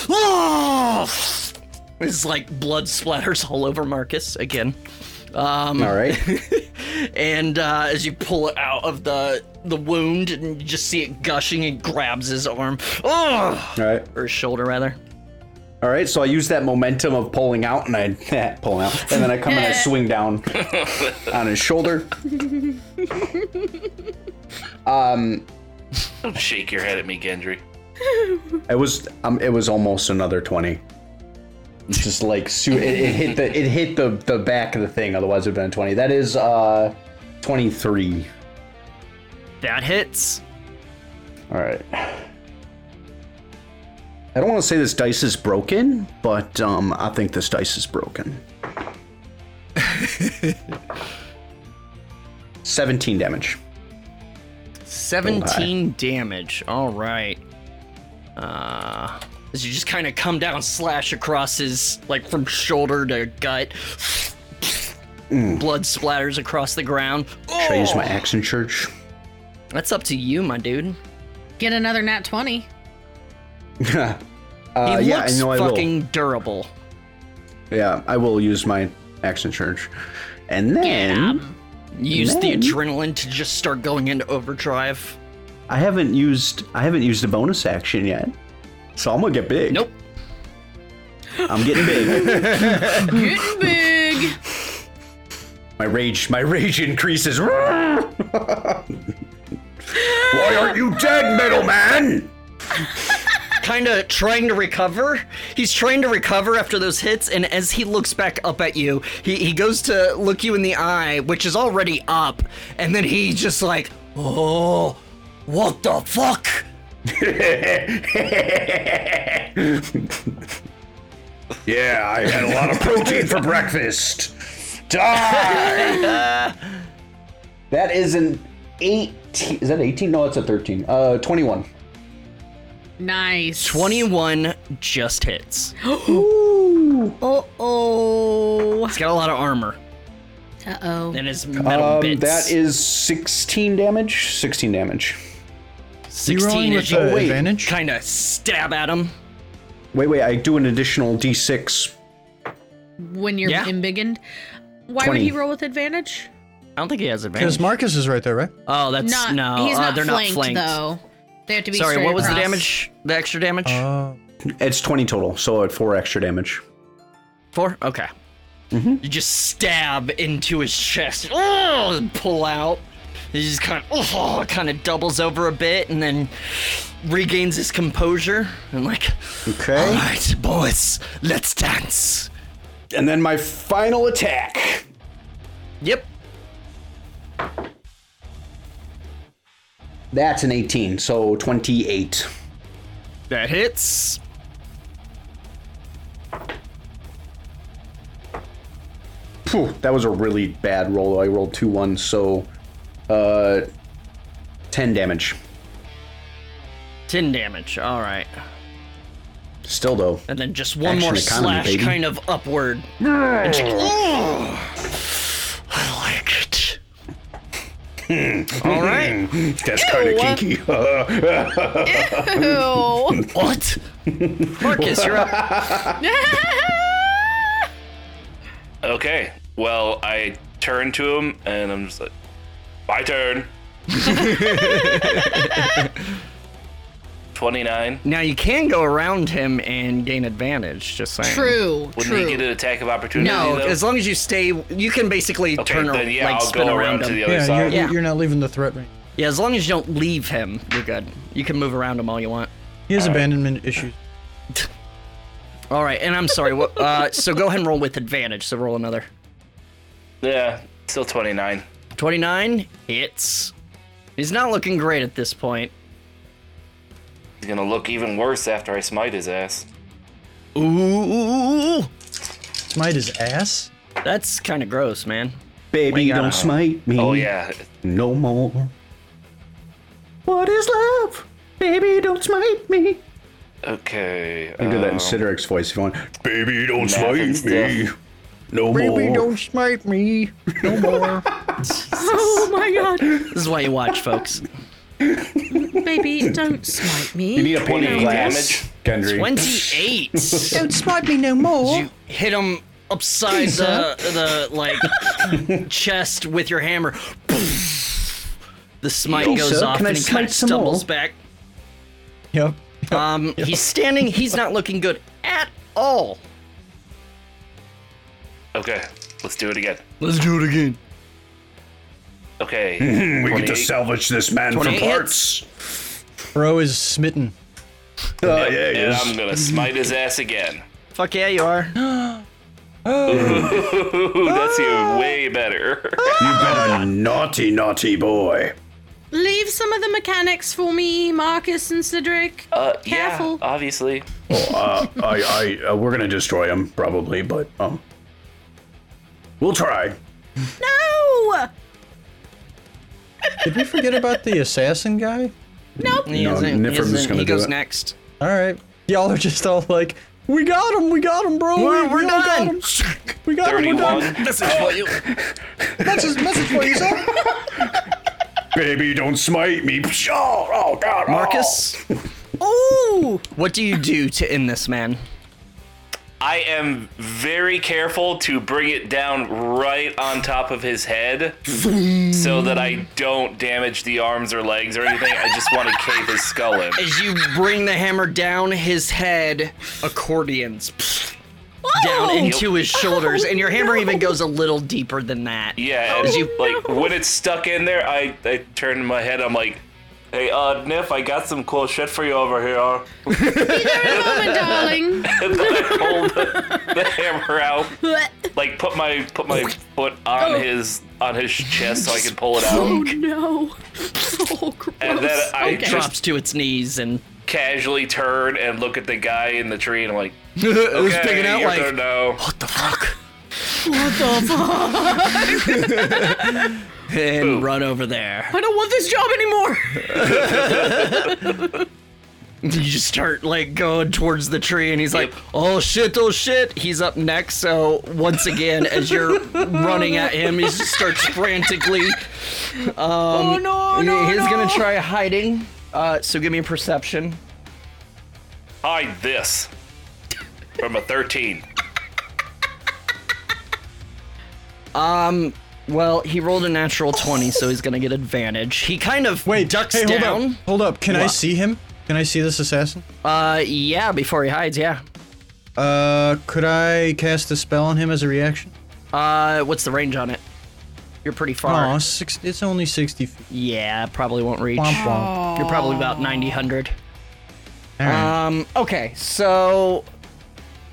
Oh! It's like blood splatters all over Marcus again. Um,
All right.
And uh, as you pull it out of the the wound, and you just see it gushing, and grabs his arm, oh!
All right.
or his shoulder rather.
All right. So I use that momentum of pulling out and I pulling out. And then I come and I swing down on his shoulder.
Don't shake your head at me, Gendry.
It was um, it was almost another twenty. It's Just like su- it, it hit the it hit the the back of the thing. Otherwise, it'd been a twenty. That is uh twenty three.
That hits.
All right. I don't want to say this dice is broken, but um, I think this dice is broken. Seventeen damage.
17 damage. All right. Uh, as you just kind of come down, slash across his, like, from shoulder to gut.
Mm.
Blood splatters across the ground.
Should I use
Oh.
my axe in church?
That's up to you, my dude.
Get another nat 20.
uh,
He looks
yeah, I know I will.
fucking durable.
Yeah, I will use my axe in church, and then.
Use the
Man.
adrenaline to just start going into overdrive.
I haven't used I haven't used a bonus action yet. So I'm gonna get big.
Nope.
I'm getting big.
Getting big.
my rage my rage increases. Why aren't you dead, middleman?
kind of trying to recover. He's trying to recover after those hits, and as he looks back up at you, he, he goes to look you in the eye, which is already up, and then he just like, oh, what the fuck?
yeah, I had a lot of protein for breakfast. Die. that is an 18. Is that 18? No, it's a 13. Uh, 21.
Nice.
21 just hits.
Uh oh.
It's got a lot of armor
Uh oh.
and his metal
Um,
bits.
that is 16 damage. 16 damage.
16 as
with
you
the
wait.
advantage.
Oh, kind of stab at him.
Wait, wait, I do an additional d6.
When you're
Yeah.
embiggened. Why would
20.
he roll with advantage?
I don't think he has advantage.
Because Marcus is right there, right?
oh, that's
Not,
no.
he's
uh,
not
they're
flanked,
not flanked.
though. They have to be
Sorry,
straight
what was the
across.
damage? The extra damage?
Uh,
Oh,
It's 20 total, so at 4 extra damage.
Four? Okay.
Mm-hmm.
You just stab into his chest. Oh, and pull out. He just kind of, oh, kind of doubles over a bit and then regains his composure and like,
Okay.
all right, boys, let's dance.
And then my final attack.
Yep.
That's an 18, so 28.
That hits.
Phew, that was a really bad roll. I rolled two ones, so uh, 10 damage.
10 damage. All right.
Still, though.
And then just one
Action
more
economy,
slash
baby.
kind of upward. And she- Oh, I like it. Hmm. All right.
That's kind of kinky.
Ew.
What? Marcus, you're up.
Okay. Well, I turn to him and I'm just like, my turn. 29.
Now you can go around him and gain advantage. Just saying.
True.
Wouldn't
true.
he get an attack of opportunity?
No,
though?
as long as you stay, you can basically
Okay,
turn
then
around,
yeah,
like
I'll
spin
go
around
around to
him.
the other
yeah, you're,
side.
Yeah.
you're not leaving the threat range.
yeah, as long as you don't leave him, you're good. You can move around him all you want.
He has abandonment issues.
All right, and I'm sorry. What? Uh, so go ahead and roll with advantage. So roll another.
Yeah, still 29.
29 hits. He's not looking great at this point.
He's gonna look even worse after I smite his ass.
Ooh,
Smite his ass.
that's kind of gross, man.
Baby,
God.
don't smite me.
Oh yeah,
No more. What is love? Baby, don't smite me.
Okay.
You can do that in
Oh.
um,
Sidoric's voice if you want. Baby, don't
Nothing
smite me.
stiff.
No more.
smite me. No more.
oh my god.
This is why you watch, folks.
Baby, don't smite me.
You need a pane of
20
glass, Gendry.
28.
Don't smite me no more.
you hit him upside the the like chest with your hammer. The smite
Hey,
goes
sir,
off
can I
and he kind
smite
of
some more?
stumbles back.
Yep.
Um, he's standing. He's not looking good at all.
Okay, let's do it again.
Let's do it again.
Okay.
We get
28.
to salvage this man for
28 hits. Uh,
parts.
Bro is smitten.
Oh, yeah, he
uh, and
is.
I'm gonna smite his ass again.
Fuck yeah, you are.
Ooh, that's
Ah!
even way better.
You've been a naughty, naughty boy.
Leave some of the mechanics for me, Marcus and Cedric.
Uh,
Careful.
Yeah, obviously.
Uh, I, I, uh, we're gonna destroy him probably, but um, we'll try.
No!
Did we forget about the assassin guy?
He,
No,
isn't- he,
Nifrim's
isn't-
gonna
he
do
goes
it.
next.
All right. Y'all are just all like, we got him, we got him, bro.
We're,
we
we're
all got
done.
him. We got him, we're done.
31.
This is what you.
That's his message for you, sir.
Baby, don't smite me. Pshaw! Oh, God, oh.
Marcus. Ooh. What do you do to end this man?
I am very careful to bring it down right on top of his head so that I don't damage the arms or legs or anything. I just want to cave his skull in.
As you bring the hammer down his head, accordions
Oh,
down into his shoulders, and your hammer even goes a little deeper than that.
Yeah, and
Oh,
like when it's stuck in there, I, I turn my head. I'm like, Hey, uh, Niff, I got some cool shit for you over here.
Every moment, darling.
And then I pulled the, the hammer out,
Oh,
like put my put my foot
Oh.
on his on his chest so I could pull it
Oh
out.
no. Oh, gross.
And uh, then I
okay.
just-
Drops to its knees and
Casually turn and look at the guy in the tree and I'm like,
it was
okay,
picking out
you're
like
gonna know.
what the fuck,
What the fuck?
and run over there.
I don't want this job anymore.
You just start like going towards the tree, and he's like,
Yep.
"Oh shit! Oh shit!" He's up next, so once again, as you're running at him, he just starts frantically.
oh no, no.
he's
no.
gonna try hiding. Uh, so give me a perception.
Hide this from a 13.
Well, he rolled a natural 20, so he's gonna get advantage. He kind of
Wait,
ducks
hey, hold
down.
up. Hold up. Can I
What?
see him? Can I see this assassin?
Uh, yeah, before he hides, yeah.
Uh, could I cast a spell on him as a reaction?
Uh, what's the range on it? You're pretty far.
Aw, six, it's only 60 feet.
Yeah, probably won't reach.
Womp womp.
You're probably about 90, 100.
All right.
Um, okay, so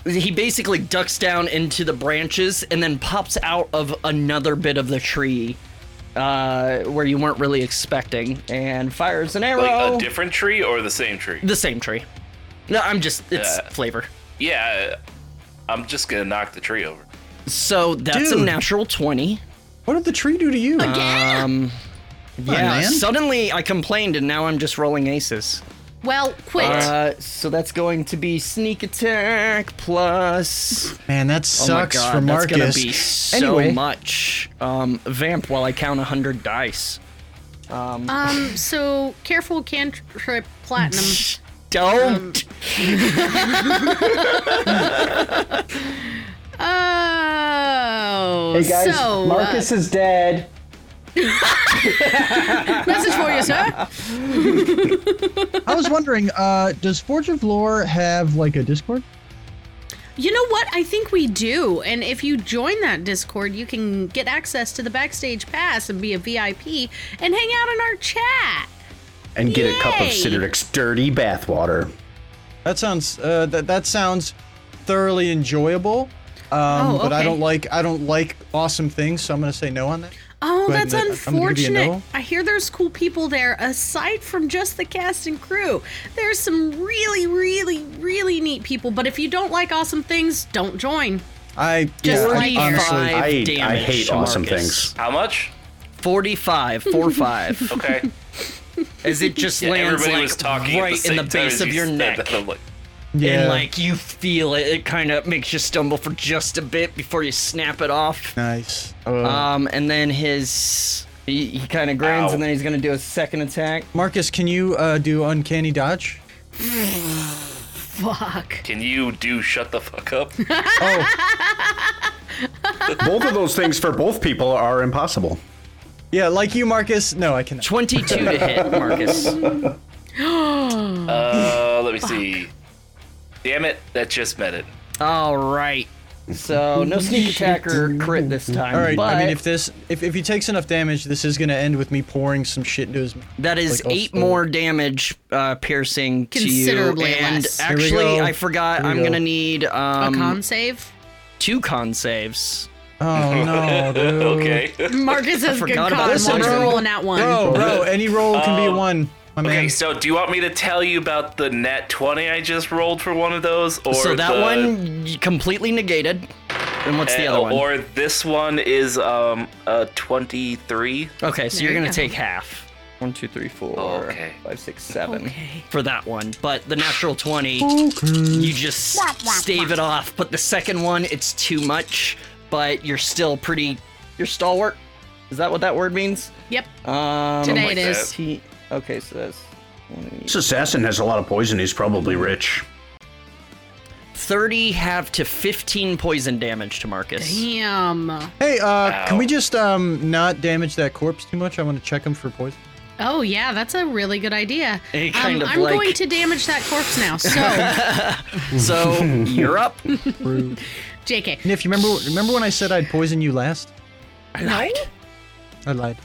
he basically ducks down into the branches and then pops out of another bit of the tree uh, where you weren't really expecting and fires an arrow.
Like a different tree or the same tree?
the same tree. No, I'm just, it's
Uh.
flavor.
Yeah, I'm just gonna knock the tree over.
So that's a
Dude.
natural 20.
what did the tree do to you?
Um, yeah,
man.
suddenly I complained and now I'm just rolling aces.
Well, quit.
Uh, so that's going to be sneak attack plus.
Man, that sucks
oh my God,
for Marcus.
That's gonna be so
anyway,
much. Um, vamp while I count hundred dice.
um, so careful cantrip platinum.
Don't.
Um,
Oh,
Hey guys,
so
Marcus is dead.
uh, message for you, sir.
I was wondering, uh, does Forge of Lore have like a Discord?
You know what? I think we do. And if you join that Discord, you can get access to the backstage pass and be a VIP and hang out in our chat.
And get a cup of
Yay.
Sidoric's dirty bathwater.
that sounds uh, that that sounds thoroughly enjoyable. Um,
Oh,
but I
okay.
don't like I don't like awesome things, so I'm gonna say no on that.
Oh,
Go ahead
that's
and let- I'm gonna give you a
unfortunate.
no.
I hear there's cool people there aside from just the cast and crew. There's some really, really, really neat people, but if you don't like awesome things, don't join.
I yeah, I-
like
honestly,
Five
I- I
damage,
hate awesome
Marcus.
How much?
Forty-five, four five.
Okay.
As it just
Yeah,
lands
everybody
like
was talking at
right
the
in the
same time
base
as
of
you
your
said
neck,
that. I'm like,
yeah.
and like you feel it. It kind of makes you stumble for just a bit before you snap it off.
nice. Uh,
Um, and then his he, he kind of grins,
Ow.
and then he's gonna do a second attack.
Marcus, can you uh, do uncanny dodge?
Fuck.
Can you do shut the fuck up?
Oh,
Both of those things for both people are impossible.
yeah, like you, Marcus. No, I cannot.
Twenty-two to hit, Marcus.
Uh, let me see. Damn it, that just met it.
All right. So no sneak attacker crit this time.
All right.
but
I mean, if this, if, if he takes enough damage, this is gonna end with me pouring some shit into his.
that is
like, I'll
eight
still-
more damage uh, piercing to you.
Considerably
And
less. Here
we
actually,
go.
I forgot.
Here we
I'm
go.
gonna need
A
um,
con save?
two con saves.
Oh no, dude.
Okay.
Marcus has good
forgot
con.
about
Marcus
that. Listen,
rolling that one.
Bro, bro, any roll can be a one. My man.
Okay, so do you want me to tell you about the net 20 I just rolled for one of those? Or uh,
so that
the-
one y- completely negated. And what's the
eh,
other one?
Or this one is um a 23.
okay, so
There
you're
you
gonna
go.
take half. One, two, three, four, Oh,
Okay.
five, six, seven
Okay.
for that one. But the natural twenty, you just stave it off. But the second one, it's too much. But you're still pretty. You're stalwart. Is that what that word means?
Yep.
Um,
Today
like
it is.
T- okay, so that's
This assassin has a lot of poison. He's probably rich.
thirty have to fifteen poison damage to Marcus.
Damn.
Hey, uh,
Ow.
can we just um not damage that corpse too much? I want to check him for poison.
Oh yeah, that's a really good idea. Um,
Any kind of
I'm
like-
going to damage that corpse now. So,
So you're up.
JK.
Niff, you remember remember when I said I'd poison you last?
No?
I lied.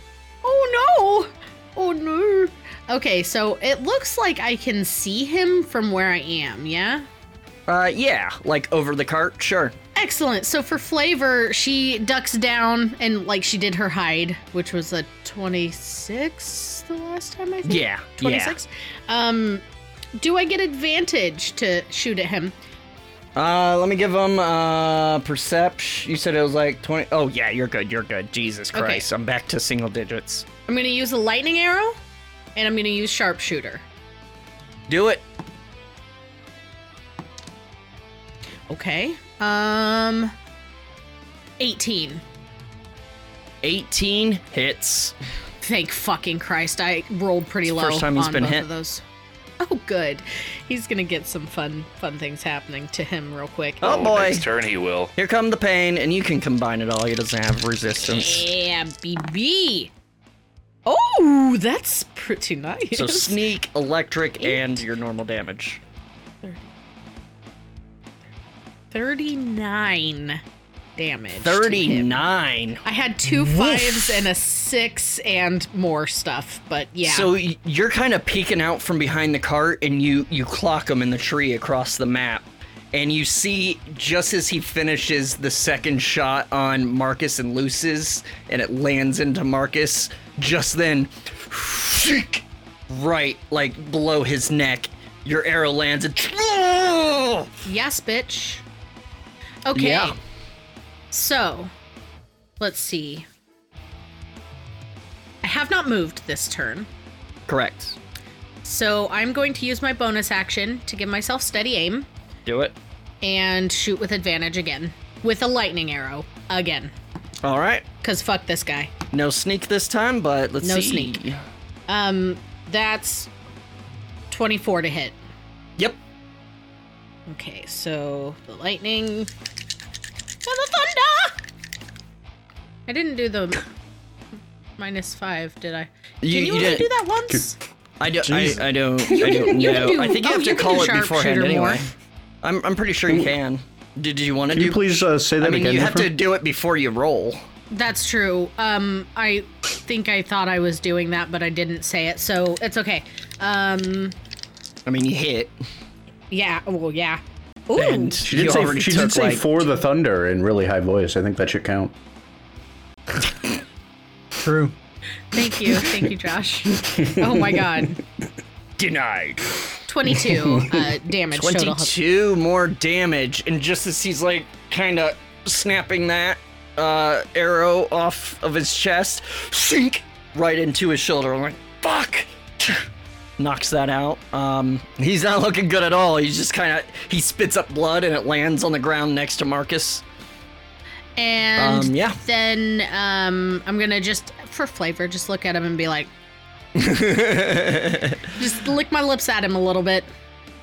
Oh no! Oh no! Okay, so it looks like I can see him from where I am, yeah?
Uh, yeah, like over the cart, sure.
Excellent. So for flavor, she ducks down and like she did her hide, which was a 26 the last time I think.
Yeah, yeah.
26. Um do I get advantage to shoot at him?
Uh, let me give him uh perception. You said it was like twenty. Oh yeah, you're good. You're good. Jesus
Okay.
Christ, I'm back to single digits.
I'm going to use a lightning arrow and I'm going to use sharpshooter.
Do it.
Okay. Um 18.
18 hits.
Thank fucking Christ. I rolled pretty
It's the
low
first time he's
on
been
both
hit.
of those. Oh good. He's going to get some fun fun things happening to him real quick.
Oh, boy.
Next turn he will.
Here come the pain, and you can combine it all. He doesn't have resistance.
Yeah, BB. Oh, that's pretty nice.
So sneak, electric, and your normal damage.
39 damage. to him.
39.
I had two fives and a six and more stuff, but yeah.
So y- you're kind of peeking out from behind the cart, and you you clock him in the tree across the map, and you see just as he finishes the second shot on Marcus and Luce's, and it lands into Marcus. Just then, right like below his neck, your arrow lands. And
yes, bitch. Okay.
Yeah.
So, let's see. I have not moved this turn.
correct.
So, I'm going to use my bonus action to give myself steady aim.
Do it.
and shoot with advantage again with a lightning arrow again
All right.
because fuck this guy
No sneak this time, but let's
No
see.
sneak. um that's 24 to hit
Yep.
okay so the lightning and the thunder i didn't do the minus five did i can
You-
you,
you
only
did-
do that once
I don't. I,
Jeez.
I don't. I don't
you can
know.
do-
I think you
oh,
have
you
to call
can do
it beforehand
sharpshooter more.
anyway. I'm, I'm pretty sure you can. Did, did you want to
Can
do?
you please uh, say that
I mean,
again?
you have to
Efren?
do it before you roll.
that's true um i think i thought i was doing that but i didn't say it so it's okay um
I mean, you hit,
yeah oh, well yeah Ooh.
and
She
you
did say,
already
she
took
did say
like.
for the thunder in really high voice. I think that should count.
True.
Thank you. Thank you, Josh. Oh my god.
Denied.
22 uh, damage total.
Twenty-two more damage, and just as he's like kind of snapping that uh, arrow off of his chest, sink right into his shoulder. I'm like, fuck. Knocks that out. Um, he's not looking good at all. He's just kind of he spits up blood, and it lands on the ground next to Marcus.
And
Um, yeah.
then um, I'm going to just, for flavor, just look at him and be like, just lick my lips at him a little bit.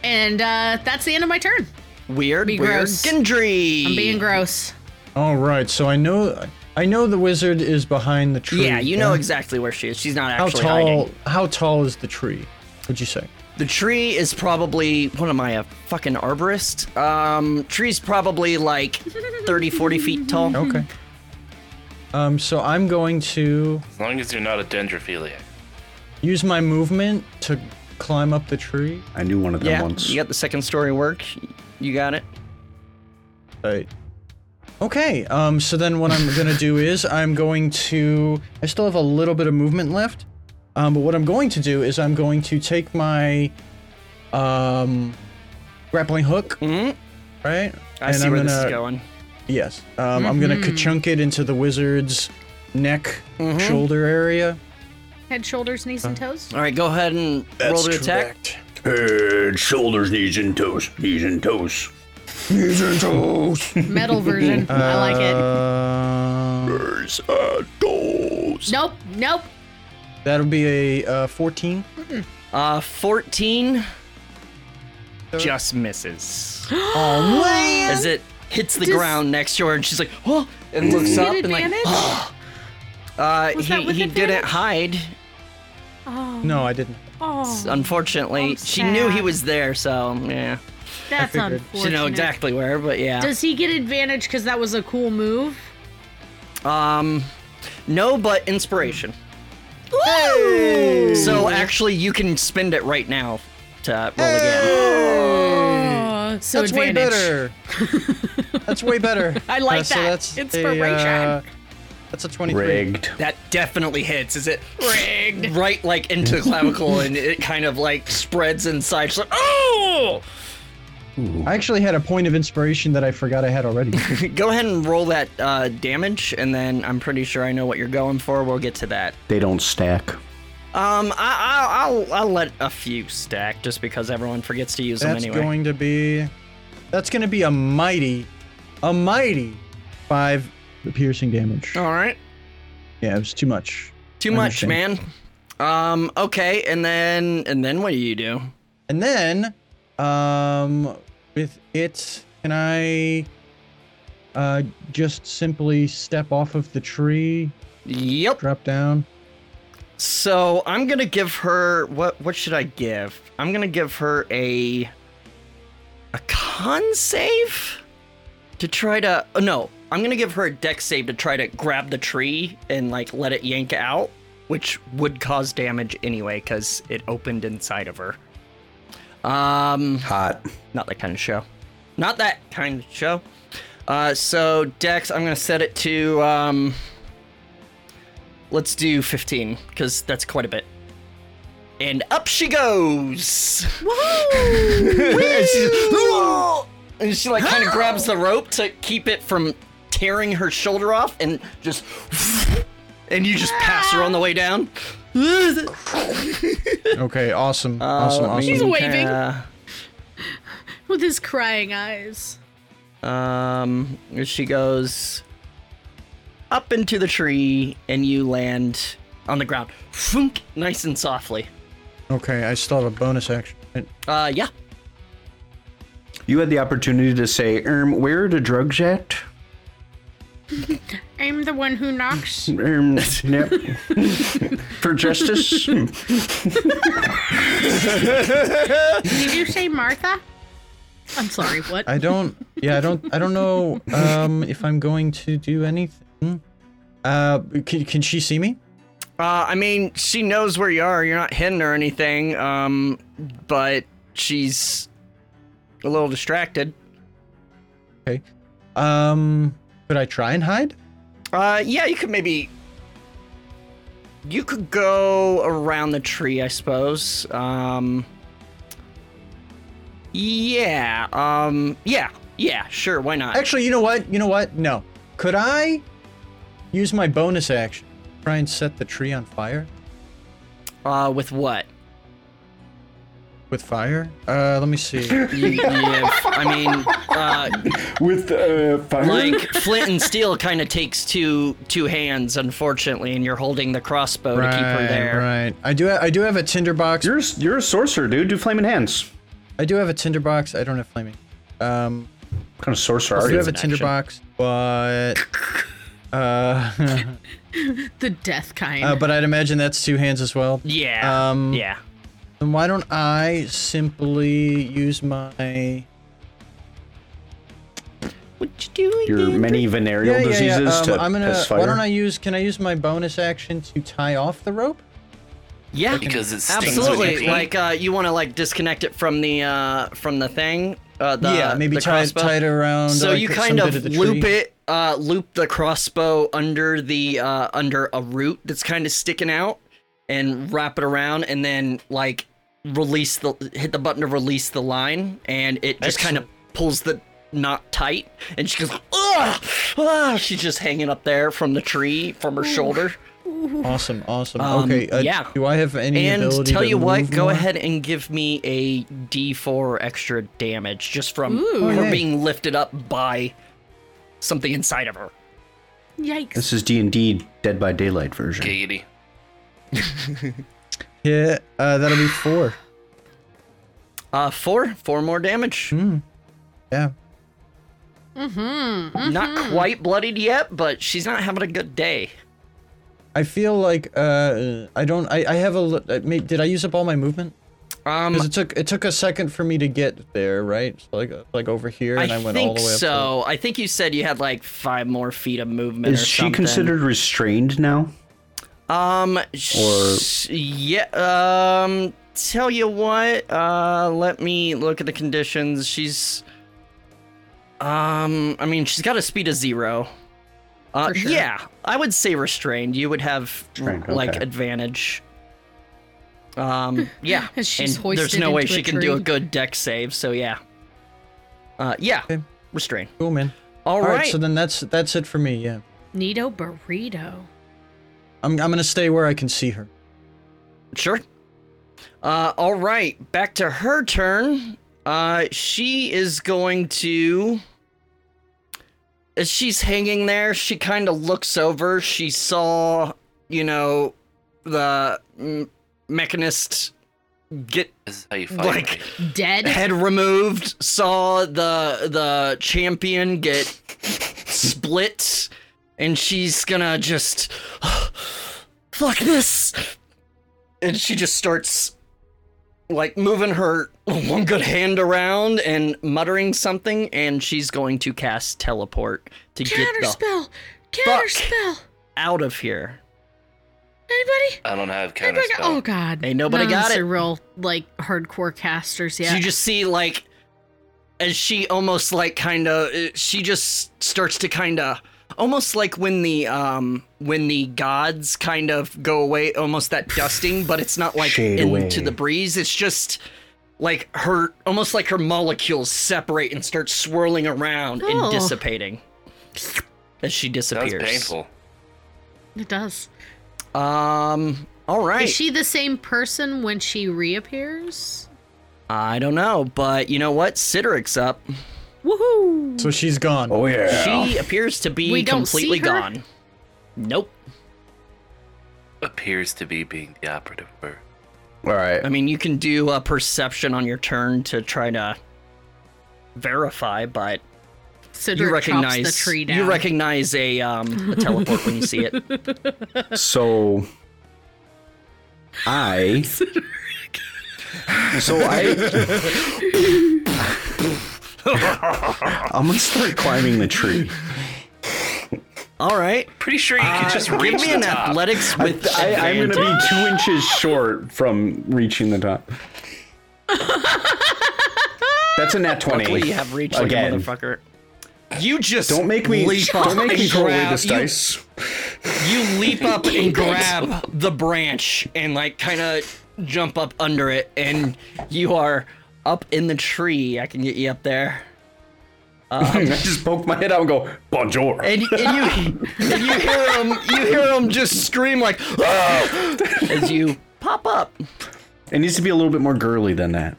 And uh, that's the end of my turn.
Weird,
Be
weird.
gross.
Gendry.
I'm being gross.
All right. So I know I know the wizard is behind the tree.
Yeah, you know exactly where she is. She's not
How
actually
tall
hiding.
how tall is the tree? Would you say?
The tree is probably what am I a fucking arborist? Um, tree's probably like 30, 40 feet tall.
Okay. Um so I'm going to
As long as you're not a dendrophiliac.
use my movement to climb up the tree.
I knew one of them
Yeah,
once.
you got the second story work. You got it.
Right. Okay. Um so then what I'm going to do is I'm going to I still have a little bit of movement left. Um but what I'm going to do is I'm going to take my um grappling hook,
hmm
right?
I
And
see
I'm
where this
gonna-
is going.
Yes. Um, I'm going to chunk it into the wizard's neck,
Mm-hmm.
shoulder area.
Head, shoulders, knees, and toes.
All right, go ahead and roll to attack.
Head, shoulders, knees, and toes. Knees and toes. Knees and toes.
Metal version. I like it.
Um,
Knees and toes.
Nope. Nope.
that'll be a uh, 14.
Uh, fourteen. Just misses.
Oh, man.
As it hits the
Does-
ground next to her, and she's like, "Oh!" and looks up
Get
and like,
advantage?
uh,
Was that
he
with
he didn't
advantage?
hide.
Oh,
No, I didn't.
oh,
Unfortunately,
I'm
she knew he
sad.
was there, so yeah.
that's
figured.
She didn't know
unfortunate.
exactly where, but yeah.
Does he get advantage because that was a cool move?
um, no, but inspiration. So actually, you can spend it right now to roll again.
Oh, so
Mm. that's way
advantage.
better. that's way better.
I like
so
that.
that's a,
Inspiration.
uh, that's a 23.
Rigged.
That definitely hits. Is it
Rigged.
right like into the clavicle and it kind of like spreads inside? So, oh!
I actually had a point of inspiration that I forgot I had already.
Go ahead and roll that uh, damage, and then I'm pretty sure I know what you're going for. We'll get to that.
They don't stack.
Um, I, I'll, I'll I'll let a few stack just because everyone forgets to use them
That's
anyway.
going to be. That's going to be a mighty, a mighty five Oh.
Piercing damage.
All right.
Yeah, it was too much.
Too much, man. Um, okay, and then and then what do you do?
And then, um, with it, can I uh, just simply step off of the tree,
Yep.
drop down?
So I'm gonna give her what what should I give? I'm gonna give her a a con save to try to oh, no, I'm gonna give her a deck save to try to grab the tree and like let it yank out, which would cause damage anyway, because it opened inside of her. Um
Hot.
not that kind of show. Not that kind of show. Uh, so Dex, I'm gonna set it to um, let's do 15 because that's quite a bit. And up she goes. and, she's, "Whoa!" And she like kind of grabs the rope to keep it from tearing her shoulder off, and just and you just pass her on the way down.
Okay, awesome, awesome, awesome.
She's waving
Uh,
with his crying eyes.
Um, she goes up into the tree, and you land on the ground, Funk, nice and softly.
Okay, I still have a bonus action.
Uh, yeah.
You had the opportunity to say, um, where are the drugs at?
I'm the one who knocks.
Um, yep. For justice?
Did you say Martha? I'm sorry, what?
I don't. Yeah, I don't. I don't know um, if I'm going to do anything. Uh, can, can she see me?
Uh, I mean, she knows where you are. You're not hidden or anything. Um, but she's a little distracted.
Okay. Um, could I try and hide?
Uh, yeah, you could maybe. You could go around the tree, I suppose. Um. Yeah. Um. Yeah. Yeah. Sure. Why not?
Actually, you know what? You know what? No. Could I use my bonus action? Try and set the tree on fire
Uh, with what?
with fire. Uh, let me see.
You, you have- I mean, uh,
With uh, fire?
like flint and steel kind of takes two two hands, unfortunately, and you're holding the crossbow to keep her there.
right. I do. Ha- I do have a tinderbox.
You're, you're a sorcerer, dude. Do flaming hands.
I do have a tinderbox. I don't have flaming. Um,
What kind of sorcerer
I
are
do
you?
have a tinderbox, but uh,
the death kind.
uh, but I'd imagine that's two hands as well.
Yeah.
Um,
yeah.
Then why don't I simply use my
What you doing?
Your
Andrew?
many venereal diseases
um,
to
I'm gonna.
piss fire.
Why don't I use? Can I use my bonus action to tie off the rope?
Yeah.
because it stings when you
Absolutely.
pee.
Like uh, you want to like disconnect it from the uh, from the thing. Uh, the,
yeah, maybe
the
tie,
crossbow.
tie it around.
So
like,
you
some
kind
bit
of,
the
loop
tree.
it, uh, loop the crossbow under the uh, under a root that's kind of sticking out, and wrap it around, and then like release the hit the button to release the line, and it just kind of pulls the knot tight, and she goes, Ugh! ah, she's just hanging up there from the tree from her shoulder.
Awesome, awesome.
Um,
okay, uh,
yeah.
Do I have any
And
ability
tell
to
you what,
move
go
more?
ahead and give me a D4 extra damage just from her
hey.
being lifted up by something inside of her.
Yikes.
This is D&D Dead by Daylight version.
Giggity.
Yeah, uh, that'll be four.
Uh, four, four more damage.
Yeah.
Not quite bloodied yet, but she's not having a good day.
I feel like uh, I don't. I, I have a. li- uh, may- Did I use up all my movement?
Um,
Because it took it took a second for me to get there, right? So like like over here,
I,
and I, went all
think
the way up. to-
so. I think you said you had like five more feet of movement.
Is
or
she
something.
considered restrained now?
Um, sh- yeah, um, tell you what, uh, let me look at the conditions. She's, um, I mean, she's got a speed of zero. Uh,
For sure.
yeah, I would say restrained. You would have,
Restrained,
like,
okay.
advantage. Um, yeah.
As she's
and there's
hoisted
no way
into a
she can do a
tree.
good deck save, so yeah. Uh, yeah,
Okay.
restrain.
Cool, man.
All
All right.
right.
So then that's that's it for me. Yeah.
Nito burrito.
I'm I'm gonna stay where I can see her.
Sure. Uh, all right, back to her turn. Uh, she is going to. As she's hanging there, she kind of looks over. She saw, you know, the m- mechanist get
This is how you fight.
like
Dead.
head removed. Saw the the champion get split, and she's gonna just fuck this, and she just starts like moving her one good hand around and muttering something, and she's going to cast teleport to get the
Counterspell. Counterspell.
out of here.
Anybody?
I don't have counter
Anybody? got- Oh
spell.
god.
Ain't nobody got it.
Real like hardcore casters. Yeah.
So you just see like as she almost like kind of she just starts to kind of almost like when the um when the gods kind of go away almost that dusting but it's not like
Shade
into
away.
the breeze it's just like her almost like her molecules separate and start swirling around
Oh.
and dissipating as she
Sounds
disappears
painful.
it does.
um all right
Is she the same person when she reappears?
i don't know but you know what sidoric's up
Woohoo!
So she's gone.
Oh yeah.
she appears to be
We don't see
completely
her?
gone nope
Appears to be being the operative word.
All right.
I mean, you can do a perception on your turn to try to verify, but
Sidra
you recognize
chops the tree down.
you recognize a um a teleport when you see it.
So I So I I'm gonna start climbing the tree.
All right,
Pretty sure you can just
Uh, give
reach
me
the
an
top.
athletics with
Ah. I, I'm
advantage.
gonna be two inches short from reaching the top. That's a nat twenty.
Luckily, you have reached
again.
like a motherfucker. You just
Don't make me
leap
don't
up
make me
and
throw away
grab-
this
you-
dice.
You leap up and grab the branch and like kind of jump up under it, and you are up in the tree. I can get you up there.
I just poke my head out and go, Bonjour.
and, and you and you hear him you hear him just scream like "Ah!" as you pop up.
It needs to be a little bit more girly than that.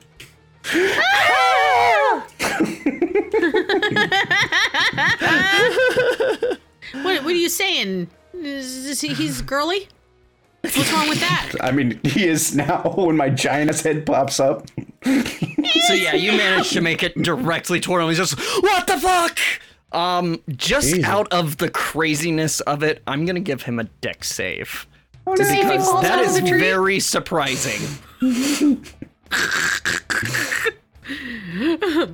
What, what are you saying? Is, is he, he's girly? What's wrong with that?
I mean, he is now when my giant's head pops up.
So yeah, you manage to make it directly toward him. He's just what the fuck. Um, just out of the craziness of it, I'm gonna give him a deck save
See if he falls
that
out of
is
the tree.
very surprising.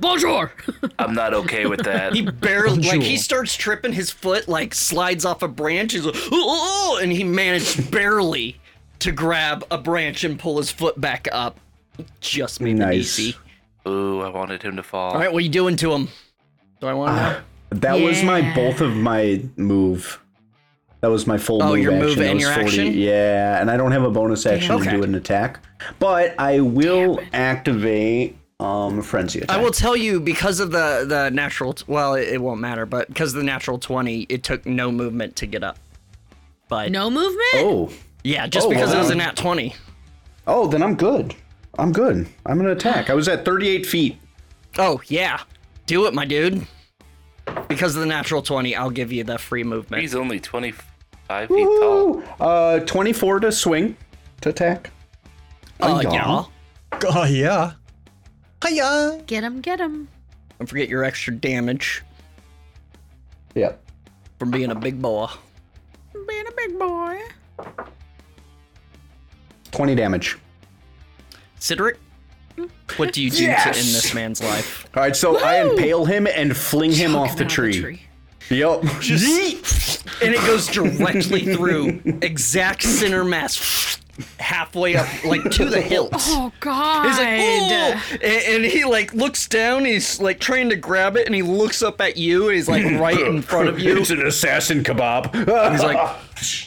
Bonjour.
I'm not okay with that.
He barely like he
Bonjour.
starts tripping, his foot like slides off a branch. He's like, oh, and he managed barely to grab a branch and pull his foot back up. Just made it
Nice.
easy.
Ooh, I wanted him to fall.
All right, what are you doing to him? Do I
Ah,
want to know?
That was my
Yeah.
both of my move. That was my full
Oh,
move
your
action.
move
That
and
was
your action?
Yeah, and I don't have a bonus action
Okay.
to do an attack, but I will activate um frenzy attack.
I will tell you because of the the natural. T- well, it, it won't matter, but because of the natural twenty, it took no movement to get up. But
No movement?
Oh,
yeah, just
Oh,
because it was
wow.
a nat twenty.
oh, then I'm good. I'm good. I'm gonna attack. I was at 38 feet.
Oh yeah, do it, my dude. Because of the natural twenty, I'll give you the free movement.
He's only 25 feet tall.
Ooh, uh, 24 to swing to attack.
Oh
yeah.
yeah.
Oh yeah. Hiya.
Get him, get him.
Don't forget your extra damage
Yep.
from being a big boa.
Being a big boy.
20 damage.
Sidric, what do you do to end this man's life?
All right, so I impale him and fling him off the
Out of
tree. Yep.
Yeet! and it goes directly through exact center mass halfway up like to the hilt
Oh God!
He's like, "Ooh!" And, and he like looks down. He's like trying to grab it, and he looks up at you, and he's like right in front of you.
It's
He's
an assassin kebab.
like,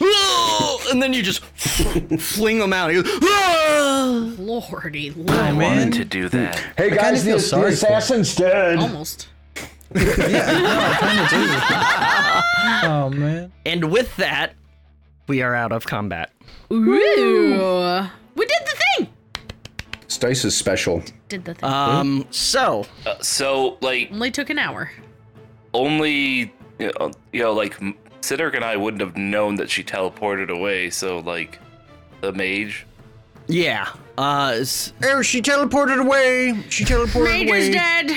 "Ooh!" and then you just fling him out. He goes, "Ooh!"
Lordy,
Oh,
Lord,
man.
to do that.
Hey guys, the,
feel
the
sorry for
assassin's dead.
almost.
Oh man.
and with that, we are out of combat.
Ooh. We did the thing.
This dice is special.
Did the thing.
Um, so
Uh, so like
Only took an hour.
only you know, you know like M- Sidork and I wouldn't have known that she teleported away. So like the mage.
yeah, uh, s-
Oh, she teleported away. She teleported
Mage is dead.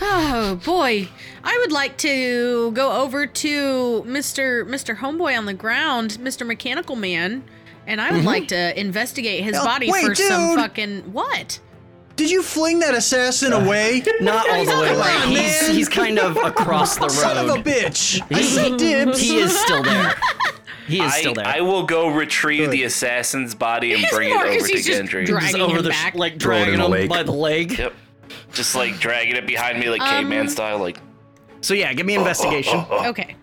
oh boy, I would like to go over to Mister Mister Homeboy on the ground, Mister Mechanical Man, and I would like to investigate his
Oh,
body
wait,
for some
dude.
fucking what?
Did you fling that assassin away?
not all the way away.
ground,
He's
man.
he's kind of across the
Son of a
road.
bitch. I said dibs.
He is still there. He is
I,
still there.
I will go retrieve the assassin's body and
He's
bring it
more-
over to
he's just
Gendry.
dra-
Just
dragging
over
him
the sh-
back.
like
Throw it in
dragging
the
him
lake.
by the leg.
yep. Just like dragging it behind me like
Um,
caveman style. Like
So yeah, give me investigation.
Okay.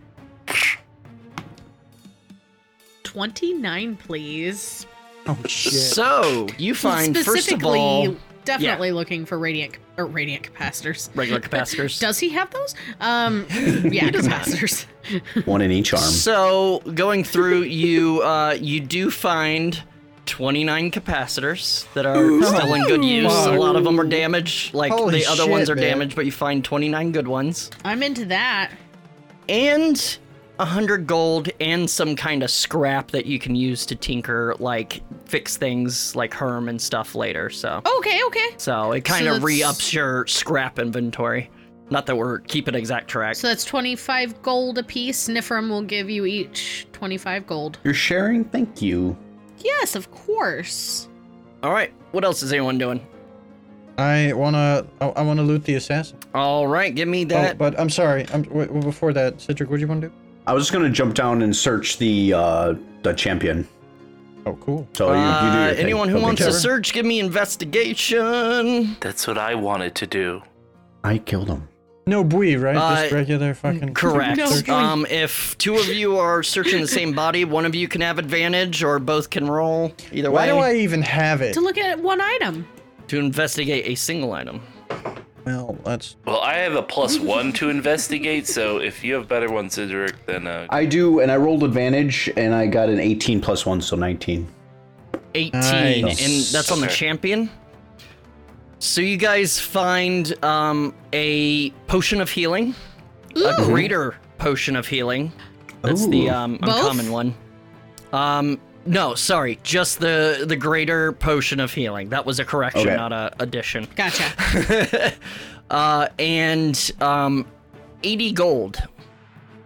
29, please.
Oh shit.
So you find first of
Specifically,
all
definitely looking for radiant or radiant capacitors.
regular capacitors.
Does he have those? Um, yeah, capacitors.
One in each arm.
so going through, you uh, you do find 29 capacitors that are still in good use. A lot of them are damaged. Like
Holy
the other ones
shit,
are
man.
damaged, but you find 29 good ones
I'm into that.
and 100 gold and some kind of scrap that you can use to tinker, like fix things like Herm and stuff later. So.
Okay, okay.
So it kind of
that's-
re-ups your scrap inventory. Not that we're keeping exact track.
So that's 25 gold apiece. Nifrim will give you each 25 gold.
You're sharing? Thank you.
Yes, of course.
All right, what else is anyone doing?
I wanna. I, I wanna loot the assassin.
All right, give me
Oh,
that.
but I'm sorry. I'm w- w- before that, Citric. What do you want to do?
I was gonna jump down and search the uh the champion.
Oh, cool.
So you, you do
Uh,
your thing.
anyone who
Okay,
wants to
Trevor.
search, give me investigation.
that's what I wanted to do.
I killed him.
No bui, right? Just
Uh,
regular fucking.
Correct.
No, please.
um, if two of you are searching the same body, one of you can have advantage, or both can roll. Either
Why
way,
do I even have it?
To look at one item.
to investigate a single item.
Well, that's.
Well, I have a plus one to investigate. So if you have better ones, Sidork, then uh,
I do, and I rolled advantage, and I got an 18 plus one, so 19.
18
Nice.
and that's on the
Okay.
champion so you guys find um, a potion of healing a greater potion of healing that's the
Ooh.
um,
Both?
uncommon one um, no sorry just the the greater potion of healing that was a correction
Okay.
not a addition
Gotcha.
Oh.
uh, and um, 80 gold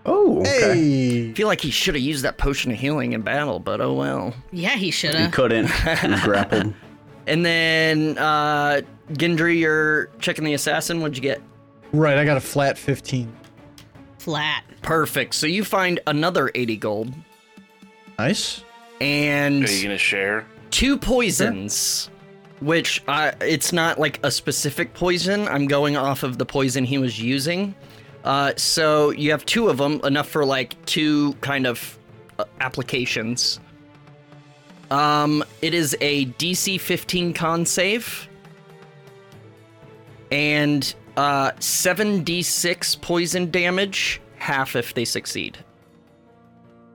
Oh, okay.
I
Hey.
feel like he should have used that potion of healing in battle but oh well
Yeah, he should
You
have.
couldn't. You grappled.
And then uh Gendry, you're checking the assassin. What'd you get?
Right. I got a flat 15.
Flat.
Perfect. So you find another 80 gold
Nice.
and
are you gonna share?
two poisons, which I, it's not like a specific poison. I'm going off of the poison he was using. Uh, so you have two of them, enough for like two kind of uh, applications. Um, it is a DC 15 con save and uh, 7d6 poison damage, half if they succeed.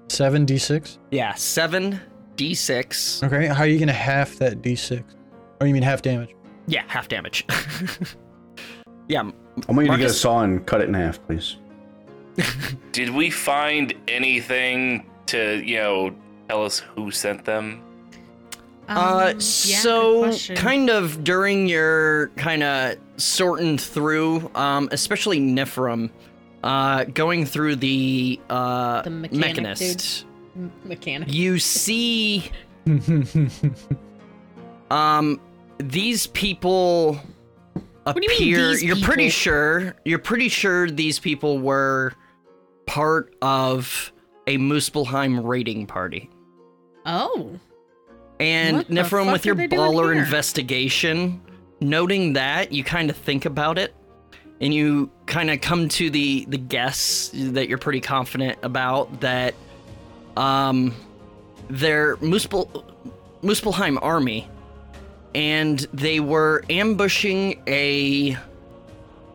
7d6.
Yeah, 7d6.
Okay. How are you gonna half that d6? Or you mean half damage?
Yeah, half damage. yeah, m-
I want you to get a
Marcus-
saw and cut it in half, please.
Did we find anything to you know tell us who sent them?
Uh,
Um, yeah, good
so
question.
kind of during your kind of sorting through, um, especially Nifrim, uh, going through the uh,
The mechanic
mechanist,
M- mechanic.
you see um, these people appear.
do you mean these
are pretty
people?
sure. You're pretty sure these people were part of a Muspelheim raiding party.
Oh.
And
What the
Nephron,
fuck
with
are
your
they doing
baller
here?
investigation, noting that, you kind of think about it, and you kind of come to the the guess that you're pretty confident about that, um, their Muspel Muspelheim army, and they were ambushing a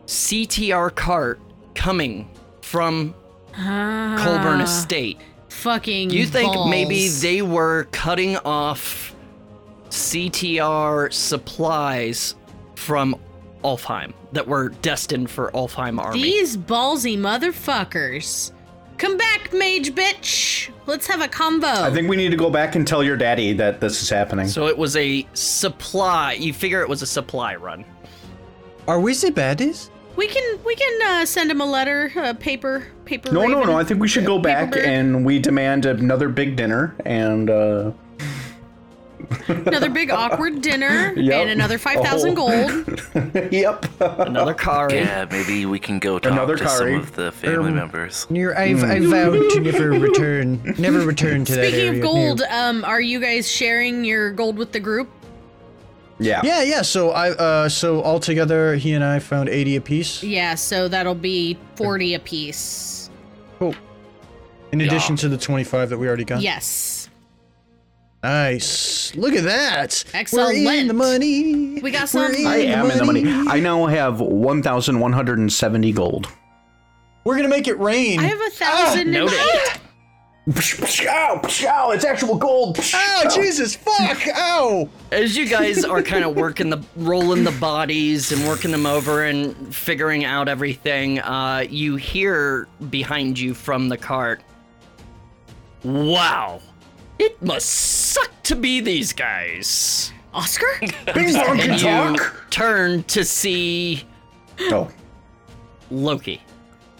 CTR cart coming from Colburn
Ah,
Estate.
Fucking.
You think maybe
balls.
they were cutting off CTR supplies from Ulfheim that were destined for Ulfheim Army?
These ballsy motherfuckers. Come back, mage bitch. Let's have a combo.
I think we need to go back and tell your daddy that this is happening.
so it was a supply. You figure it was a supply run.
Are we the baddies?
we can we can uh, send him a letter, a paper paper.
no, no,
raven.
no. I think we should go back
bird.
and we demand another big dinner and uh
another big awkward dinner
Yep. Oh.
and another five thousand gold.
yep.
Another car.
Yeah, maybe we can go talk
Another
to some
Kari. Um,
of the family members.
Near, I've
Hmm.
I vowed to never return, never return to that area.
Speaking of
near-
gold, um, are you guys sharing your gold with the group?
yeah.
Yeah, yeah. So I, uh, so altogether, he and I found eighty apiece.
Yeah, so that'll be forty apiece.
In addition to the twenty-five that we already got.
Yes,
Nice. Look at that. We're in
Excellent.
the money.
we got
We're
some.
I am in the money. I now have 1170 gold.
We're gonna make it rain. Ah!
I have a thousand and
noted.
eight.
Psh, psh, ow, psh, ow, it's actual gold. Psh,
Oh, Jesus! Fuck! Ow!
As you guys are kind of working the rolling the bodies and working them over and figuring out everything, uh, you hear behind you from the cart. Wow, it must suck to be these guys.
Oscar,
Bing
And
bong can
you
talk.
turn to see
Oh,
Loki,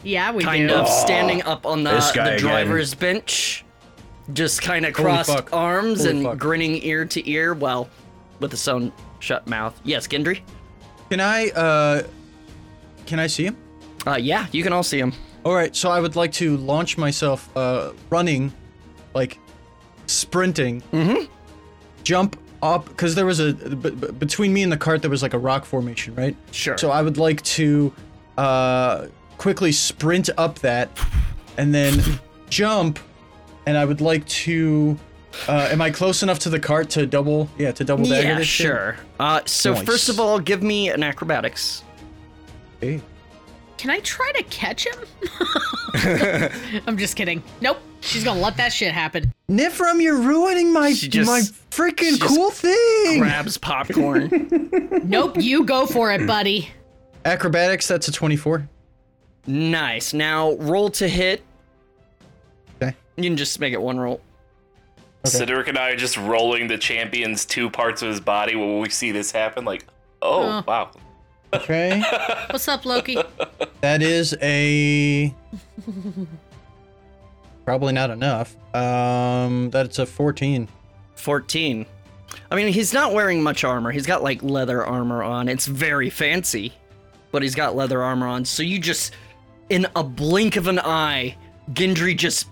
yeah, we
kind
do.
of standing up on the,
this guy
the
again.
driver's bench, just kind of
Holy
crossed
fuck.
arms
Holy
and
fuck.
grinning ear to ear, well, with his own shut mouth. Yes, Gendry.
Can I, uh, can I see him?
Uh, yeah, you can all see him.
All right, so I would like to launch myself, uh, running, like, sprinting. Mm-hmm. Jump up because there was a b- b- between me and the cart there was like a rock formation, right?
Sure.
So I would like to, uh, quickly sprint up that, and then jump, and I would like to. Uh, am I close enough to the cart to double? Yeah, to double dagger
yeah,
this shit?
sure. Uh, so
Nice.
first of all, give me an acrobatics.
Hey.
Can I try to catch him? I'm just kidding. Nope, she's gonna let that shit happen.
Nifram, you're ruining my
She just-
my
she
freaking
just
cool thing.
Grabs popcorn.
Nope, you go for it, buddy.
Acrobatics, that's a 24.
nice. Now roll to hit.
Okay.
You can just make it one roll.
Cedric and I are just rolling the champion's two parts of his body when we see this happen. Like, oh
Uh.
wow,
Okay.
What's up, Loki?
that is a probably not enough. Um that's a 14.
14. I mean, he's not wearing much armor. He's got like leather armor on. It's very fancy, but he's got leather armor on. So you just, in a blink of an eye, Gendry just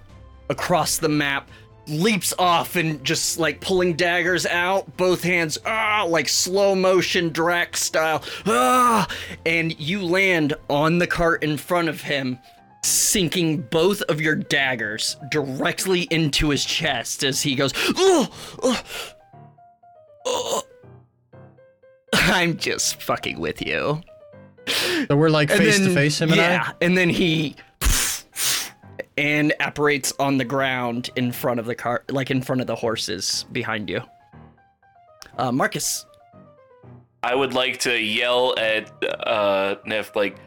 across the map leaps off and just like pulling daggers out, both hands, ah, like slow motion Drax style, ah, and you land on the cart in front of him sinking both of your daggers directly into his chest as he goes, "Oh, oh, oh." I'm just fucking with you.
So we're like face to face him and
yeah,
I.
and then he and apparates on the ground in front of the car, like in front of the horses behind you. Uh, Marcus,
I would like to yell at uh, Nif like,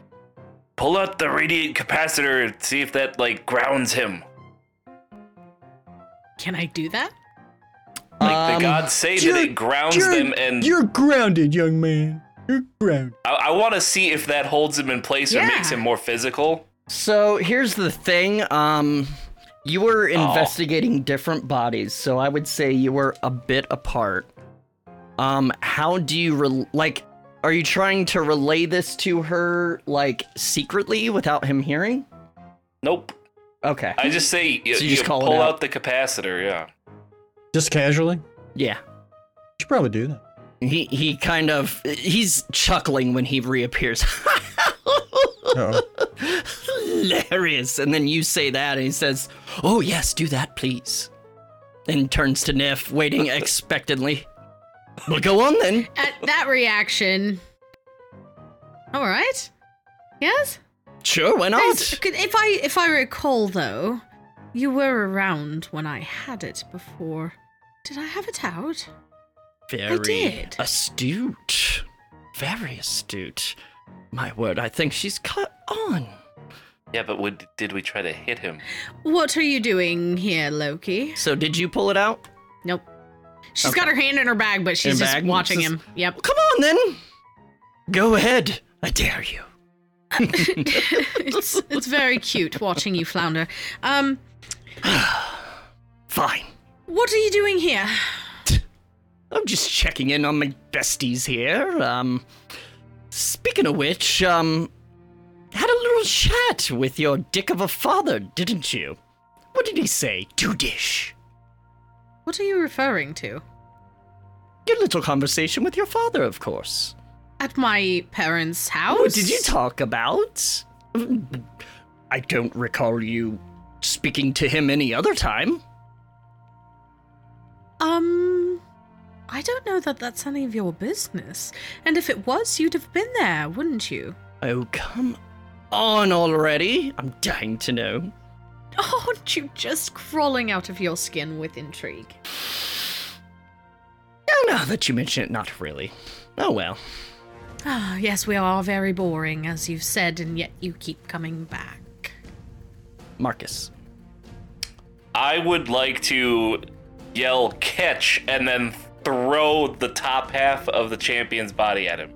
pull out the radiant capacitor and see if that like grounds him.
Can I do that?
Like the
Um,
gods say that
you're-
it grounds
you're-
them, and
You're grounded, young man. You're grounded.
I, I want to see if that holds him in place or
Yeah.
makes him more physical.
So here's the thing. Um, you were investigating different bodies, so I would say you were a bit apart. Um, how do you re- like? Are you trying to relay this to her, like, secretly without him hearing?
Nope.
Okay.
I just say you,
So you
you
just call it
pull
out.
out the capacitor. Yeah.
Just casually? You
Yeah.
should probably do that.
He he kind of he's chuckling when he reappears.
Uh-oh.
Hilarious. And then you say that and he says, "Oh, yes, do that, please." And turns to Niff, waiting expectantly. Well, go on then.
At that reaction. All right. Yes.
Sure, why
Yes,
not?
could- If I if I recall though, you were around when I had it before. Did I have it out?
Very
did.
astute. Very astute. My word, I think she's cut on.
Yeah, but would, did we try to hit him?
What are you doing here, Loki?
So did you pull it out?
Nope. She's got her hand in her bag, but she's
In
just
bag?
watching
This is-
him. Yep.
Come on then. Go ahead. I dare you.
it's, it's very cute watching you flounder. Um,
Fine.
what are you doing here?
I'm just checking in on my besties here. Um, speaking of which, um, had a little chat with your dick of a father, didn't you? What did he say? Do dish.
What are you referring to?
Your little conversation with your father, of course.
At my parents' house?
What Oh, did you talk about? I don't recall you speaking to him any other time.
Um, I don't know that that's any of your business. And if it was, you'd have been there, wouldn't you?
Oh, come on already. I'm dying to know.
Aren't you just crawling out of your skin with intrigue?
Oh, now that you mention it, not really. Oh, well.
Ah, yes, we are very boring, as you've said, and yet you keep coming back.
Marcus.
I would like to yell catch and then throw the top half of the champion's body at him.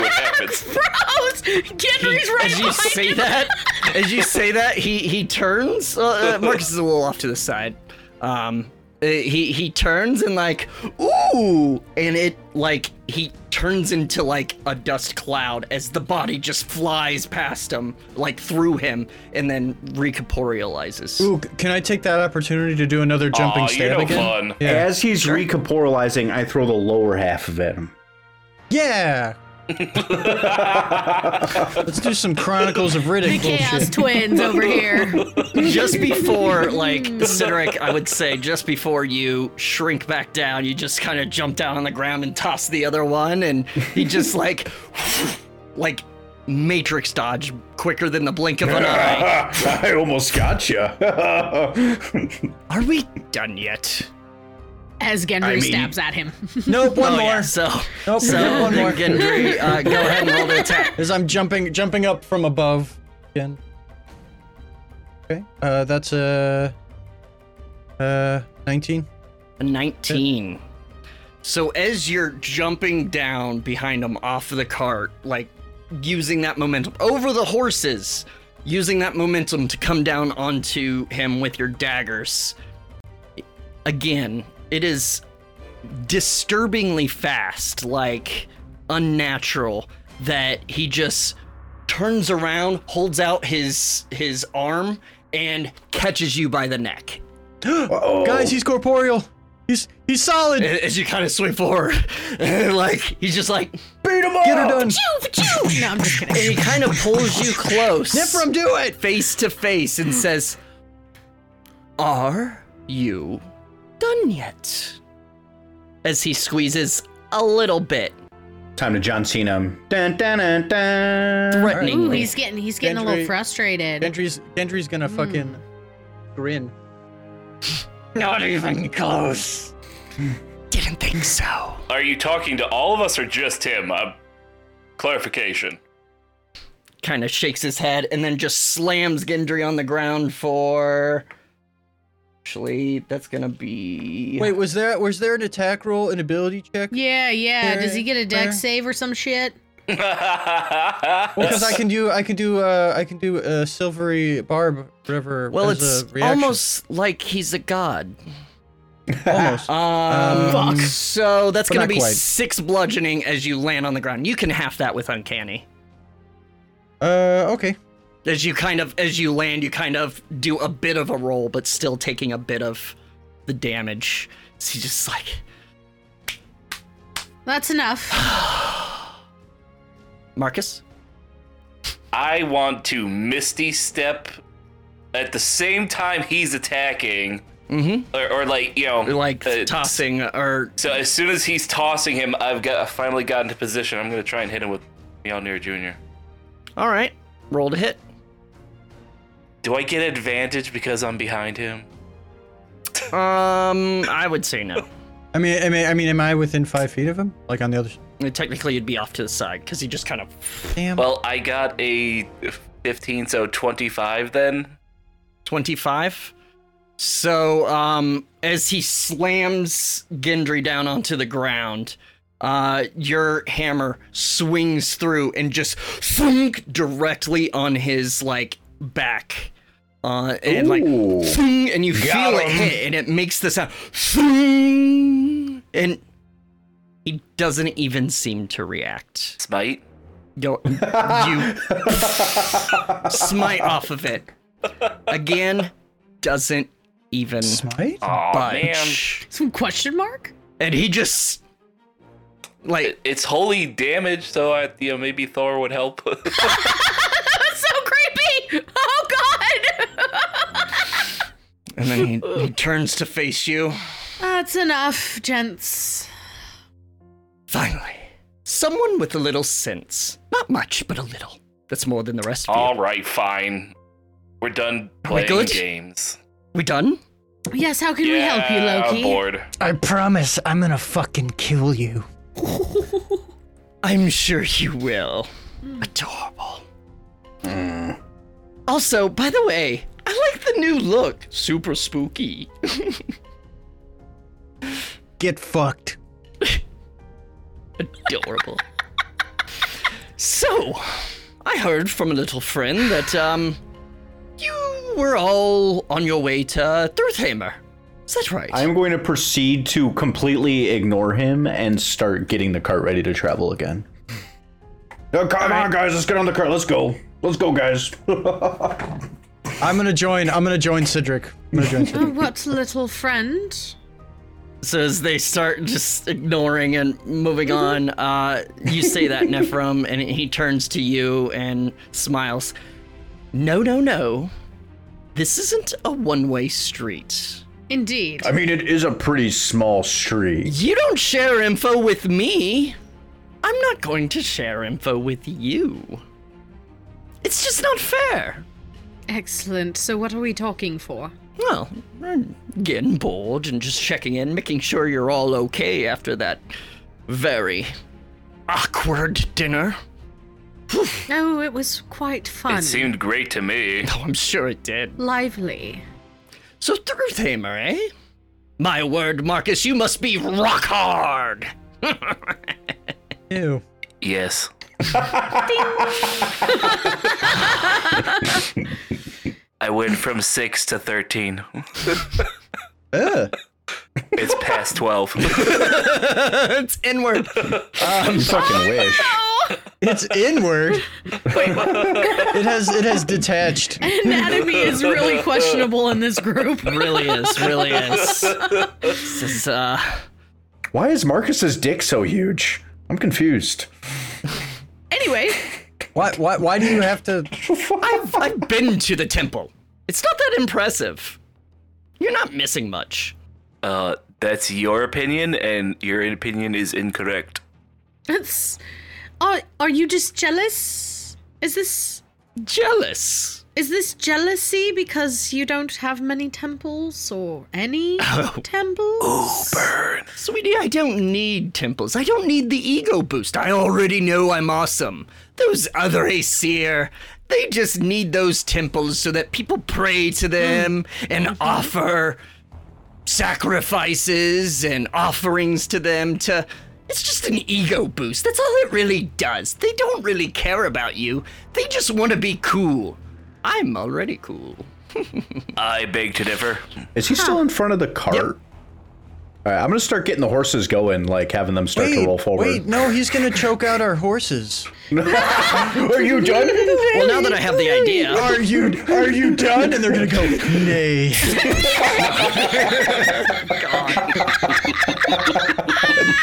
what happens.
Gross! Gendry's right
as you
behind
say
you.
that, as you say that, he he turns. Uh, uh, Marcus is a little off to the side. Um, uh, he he turns and like ooh, and it like he turns into like a dust cloud as the body just flies past him, like through him, and then recorporealizes.
Ooh, c- can I take that opportunity to do another jumping
Aw,
stab
you're no
again?
fun.
Yeah.
As he's recorporalizing, I throw the lower half of it.
Yeah. Let's do some Chronicles of
The
Riddick
Chaos
bullshit.
Twins over here.
just before, like, Cedric, I would say, just before you shrink back down, you just kind of jump down on the ground and toss the other one, and he just, like, like, matrix dodge quicker than the blink of an eye.
I almost got you.
Are we done yet?
As Gendry stabs at him.
Nope, one
oh,
more.
yeah, so,
Nope,
so
nope, one
the
more.
Gendry, uh, go ahead and roll the attack.
As I'm jumping, jumping up from above again. Okay, uh, that's a uh, uh, 19.
A 19. So as you're jumping down behind him off of the cart, like using that momentum over the horses, using that momentum to come down onto him with your daggers. Again, it is disturbingly fast, like unnatural that he just turns around, holds out his his arm and catches you by the neck.
Guys, he's corporeal. He's he's solid.
as you kind of swing forward, like he's just like,
Get her
no, I'm
done.
just
and
kidding.
he kind of pulls you close,
Nifram, do it.
face to face, and says, "Are you done yet?" As he squeezes a little bit,
Time to John Cena. Dun, dun, dun, dun.
Ooh,
threateningly.
he's getting he's getting a little
Gendry-
frustrated.
Gendry's Gendry's gonna fucking grin.
Not even close. Didn't think so.
Are you talking to all of us or just him? Uh, clarification.
Kind of shakes his head and then just slams Gendry on the ground for. Actually, that's gonna be.
Wait, was there was there an attack roll, an ability check?
Yeah, yeah. Does he get a deck
Fair.
save or some shit?
Well, because I can do I can do uh I can do uh, silvery barb whatever.
Well,
as
it's
a reaction.
almost like he's a god.
Almost.
Um, So that's
But
going
not
to be
quite.
six bludgeoning as you land on the ground. You can half that with uncanny.
uh, okay.
As you kind of as you land, you kind of do a bit of a roll, but still taking a bit of the damage. So you just like
That's enough.
Marcus.
I want to Misty Step at the same time he's attacking. Mm-hmm. Or, or like, you know.
Like
uh,
tossing or
So as soon as he's tossing him, I've got I finally got into position. I'm gonna try and hit him with Mjolnir Jr.
all right, roll to hit.
Do I get advantage because I'm behind him?
Um, I would say no.
I mean, I mean, I mean, am I within five feet of him? Like on the other? s-
Technically, you'd be off to the side because he just kind of
Damn.
Well, I got a 15, so 25 then.
25. So, um, as he slams Gendry down onto the ground, uh, your hammer swings through and just thunk directly on his like back. Uh, and like
Ooh.
thung, and you feel it hit, and it makes the sound thung, and he doesn't even seem to react.
Smite.
Yo, you smite off of it again. Doesn't even
Smite.
Aw, man.
budge,
Some question mark?
and he just like
It's holy damage, so I, you know, maybe Thor would help.
That's so creepy! Oh god!
and then he, he turns to face you.
That's enough, gents.
Finally, someone with a little sense. Not much, but a little. That's more than the rest of
All
you.
right, fine. We're done
Are we
playing
good?
games.
We done?
Yes, how can we help you,
Yeah,
Loki?
I'm bored.
I promise I'm gonna fucking kill you.
I'm sure you will. Adorable. Also, by the way, I like the new look. Super spooky.
Get fucked.
Adorable. so, I heard from a little friend that um, you were all on your way to Thurthammer. Is that right?
I'm going to proceed to completely ignore him and start getting the cart ready to travel again.
Uh, come on, guys, let's get on the cart. Let's go. Let's go, guys.
I'm gonna join. I'm gonna join Cedric. I'm gonna join. Cedric.
Oh, what little friend?
So as they start just ignoring and moving on, uh, you say that Nephram, and he turns to you and smiles. No, no, no. This isn't a one-way street.
Indeed.
I mean, it is a pretty small street.
You don't share info with me. I'm not going to share info with you. It's just not fair.
Excellent. So, what are we talking for?
Well, I'm getting bored and just checking in, making sure you're all okay after that very awkward dinner.
Oh, it was quite fun.
It seemed great to me.
Oh, I'm sure it did.
Lively.
So, Thurthamer, eh? My word, Marcus, you must be rock hard!
Ew.
Yes. I went from six to thirteen.
Ugh.
It's past twelve.
it's inward.
You fucking wish.
It's inward. it has. It has detached.
Anatomy is really questionable in this group.
really is, really is. This is, uh.
Why is Marcus's dick so huge? I'm confused.
Anyway,
Why? Why? Why do you have to?
I've, I've been to the temple. It's not that impressive. You're not missing much.
Uh, that's your opinion, and your opinion is incorrect.
that's. Are, are you just jealous? Is this.
Jealous.
Is this jealousy because you don't have many temples or any temples?
Sweetie, I don't need temples. I don't need the ego boost. I already know I'm awesome. Those other Aesir, they just need those temples so that people pray to them and offer sacrifices and offerings to them to. It's just an ego boost. That's all it really does. They don't really care about you, they just want to be cool. I'm already cool.
I beg to differ.
Is he still in front of the cart? All right, I'm gonna start getting the horses going, like having them start to roll forward.
wait, no, he's gonna choke out our horses.
Are you done?
Well, now that I have the idea,
Are you are you done? And they're gonna go, nay.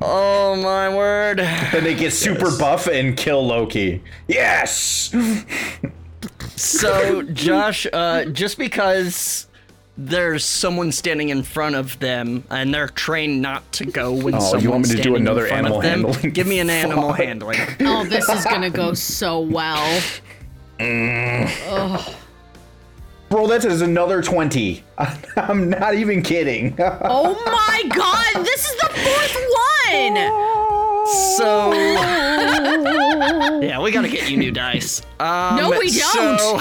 oh my word,
then they get super buff and kill Loki. Yes.
So, Josh, uh, just because there's someone standing in front of them and they're trained not to go when
Oh, you
someone's
want me to do
standing in
another
front of
animal
them,
handling?
Give me an animal handling.
Oh, this is gonna go so well.
Bro, that is another 20. I'm not even kidding.
Oh my god, this is the fourth
So, yeah, we gotta get you new dice. Um,
No, we don't.
so-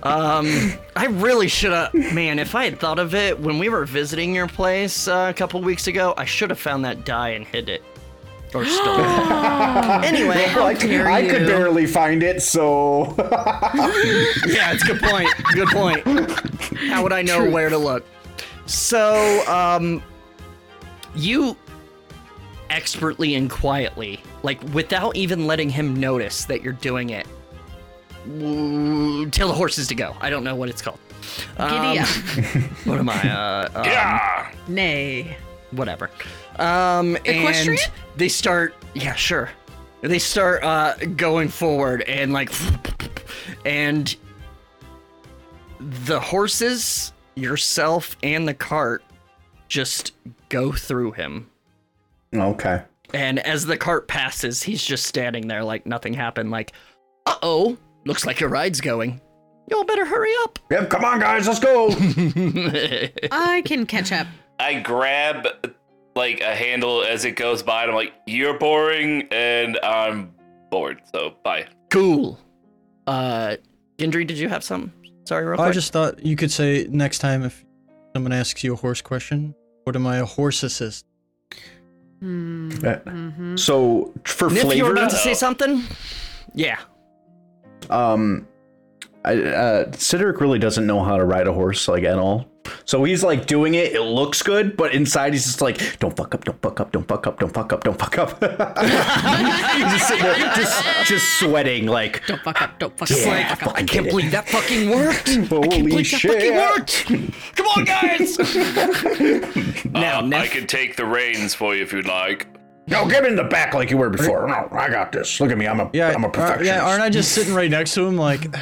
um, I really should have. Man, if I had thought of it when we were visiting your place uh, a couple weeks ago, I should have found that die and hid it or stolen it. anyway,
Like, I could barely find it, so
Yeah, it's a good point. Good point. How would I know where to look? So, um, you expertly and quietly, like without even letting him notice that you're doing it, w- tell the horses to go. I don't know what it's called.
one. Giddy
Um,
up.
What am I? Uh, uh,
Yeah.
Nay.
whatever. Um, and
Equestrian?
they start, yeah, sure. They start uh, going forward and like, and the horses, yourself, and the cart just go through him.
Okay.
And as the cart passes, he's just standing there like nothing happened. Like, uh oh, looks like your ride's going. Y'all better hurry up.
Yep, come on guys, let's go.
I can catch up.
I grab like a handle as it goes by, and I'm like, "You're boring," and I'm bored. So bye.
cool. Uh, Gendry, did you have something? Sorry, real quick.
I just thought you could say next time if someone asks you a horse question, what am I a horse assist?
Hmm.
So for
Nick, you were
flavor,
about to say something? Yeah.
um I, uh Cedric really doesn't know how to ride a horse like at all. So he's like doing it, it looks good, but inside he's just like, don't fuck up, don't fuck up, don't fuck up, don't fuck up, don't fuck up. he's just sitting there, just just sweating like
Don't fuck up. Don't fuck
Yeah,
up. Fuck up.
I
I can't
did it.
believe that fucking worked. I
Holy
can't believe
shit.
that fucking worked. Come on, guys. now,
Um, I
Neff,
can take the reins for you if you'd like.
No, get in the back like you were before. No, I got this. Look at me. I'm a
Yeah,
am a
ar-
perfectionist.
yeah, aren't I just sitting right next to him? Like,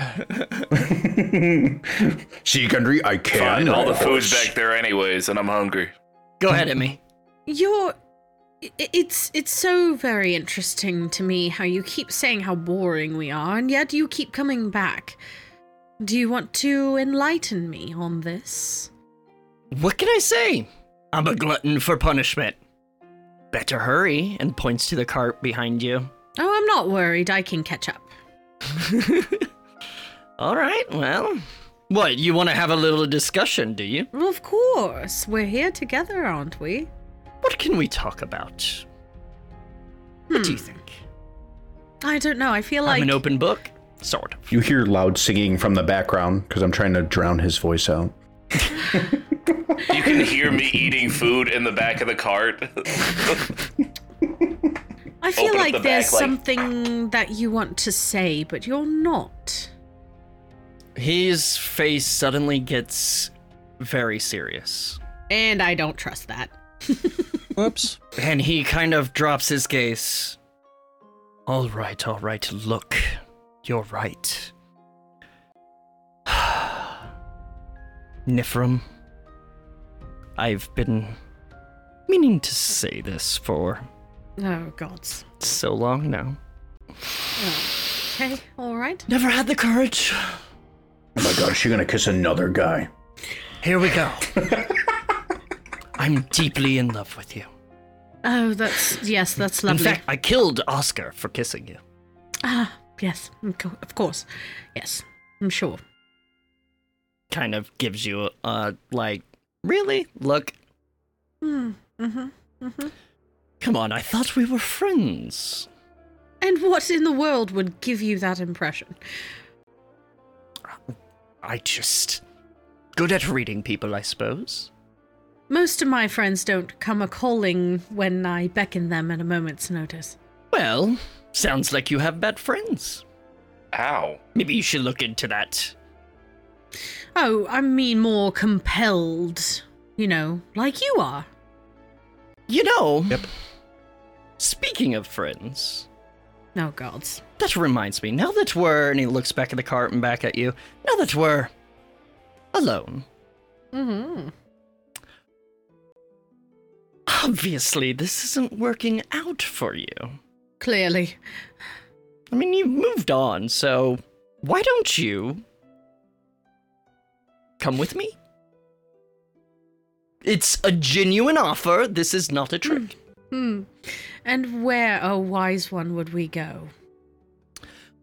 See, Gundry, I can.
Fine, all
ride
the
a
food's
horse.
back there anyways, and I'm hungry.
go ahead, Emmy.
You're. i- It's it's so very interesting to me how you keep saying how boring we are, and yet you keep coming back. Do you want to enlighten me on this?
What can I say? I'm a glutton for punishment. Better hurry, and points to the cart behind you.
Oh, I'm not worried. I can catch up.
All right, well. What, you want to have a little discussion, do you?
Well, of course, we're here together, aren't we?
What can we talk about? What do you think?
I don't know. I feel like
I'm an open book? Sort of.
You hear loud singing from the background because I'm trying to drown his voice out.
You can hear me eating food in the back of the cart.
I feel
Open up
like
the back,
there's
like-
something that you want to say, but you're not.
His face suddenly gets very serious.
And I don't trust that.
whoops.
And he kind of drops his gaze. All right, all right, look. You're right. Nifrim, I've been meaning to say this for
Oh, gods.
so long now.
Okay, all right.
Never had the courage.
Oh my gosh, you're gonna kiss another guy.
Here we go. I'm deeply in love with you.
Oh, that's yes, that's
In
lovely.
fact, I killed Oscar for kissing you.
ah, yes, of co- of course. Yes, I'm sure.
kind of gives you a uh, like really look
Mm, hmm
come on i thought we were friends
And what in the world would give you that impression?
i just good at reading people, I suppose.
Most of my friends don't come a calling when I beckon them at a moment's notice.
Well, sounds like you have bad friends.
Ow.
Maybe you should look into that.
Oh, I mean more compelled, you know, like you are.
You know.
Yep.
Speaking of friends,
Oh, gods.
that reminds me. Now that we're and he looks back at the cart and back at you. Now that we're alone,
Mm-hmm.
obviously this isn't working out for you.
Clearly.
I mean, you've moved on, so why don't you come with me? It's a genuine offer. This is not a trick.
Hmm. And where, oh wise one, would we go?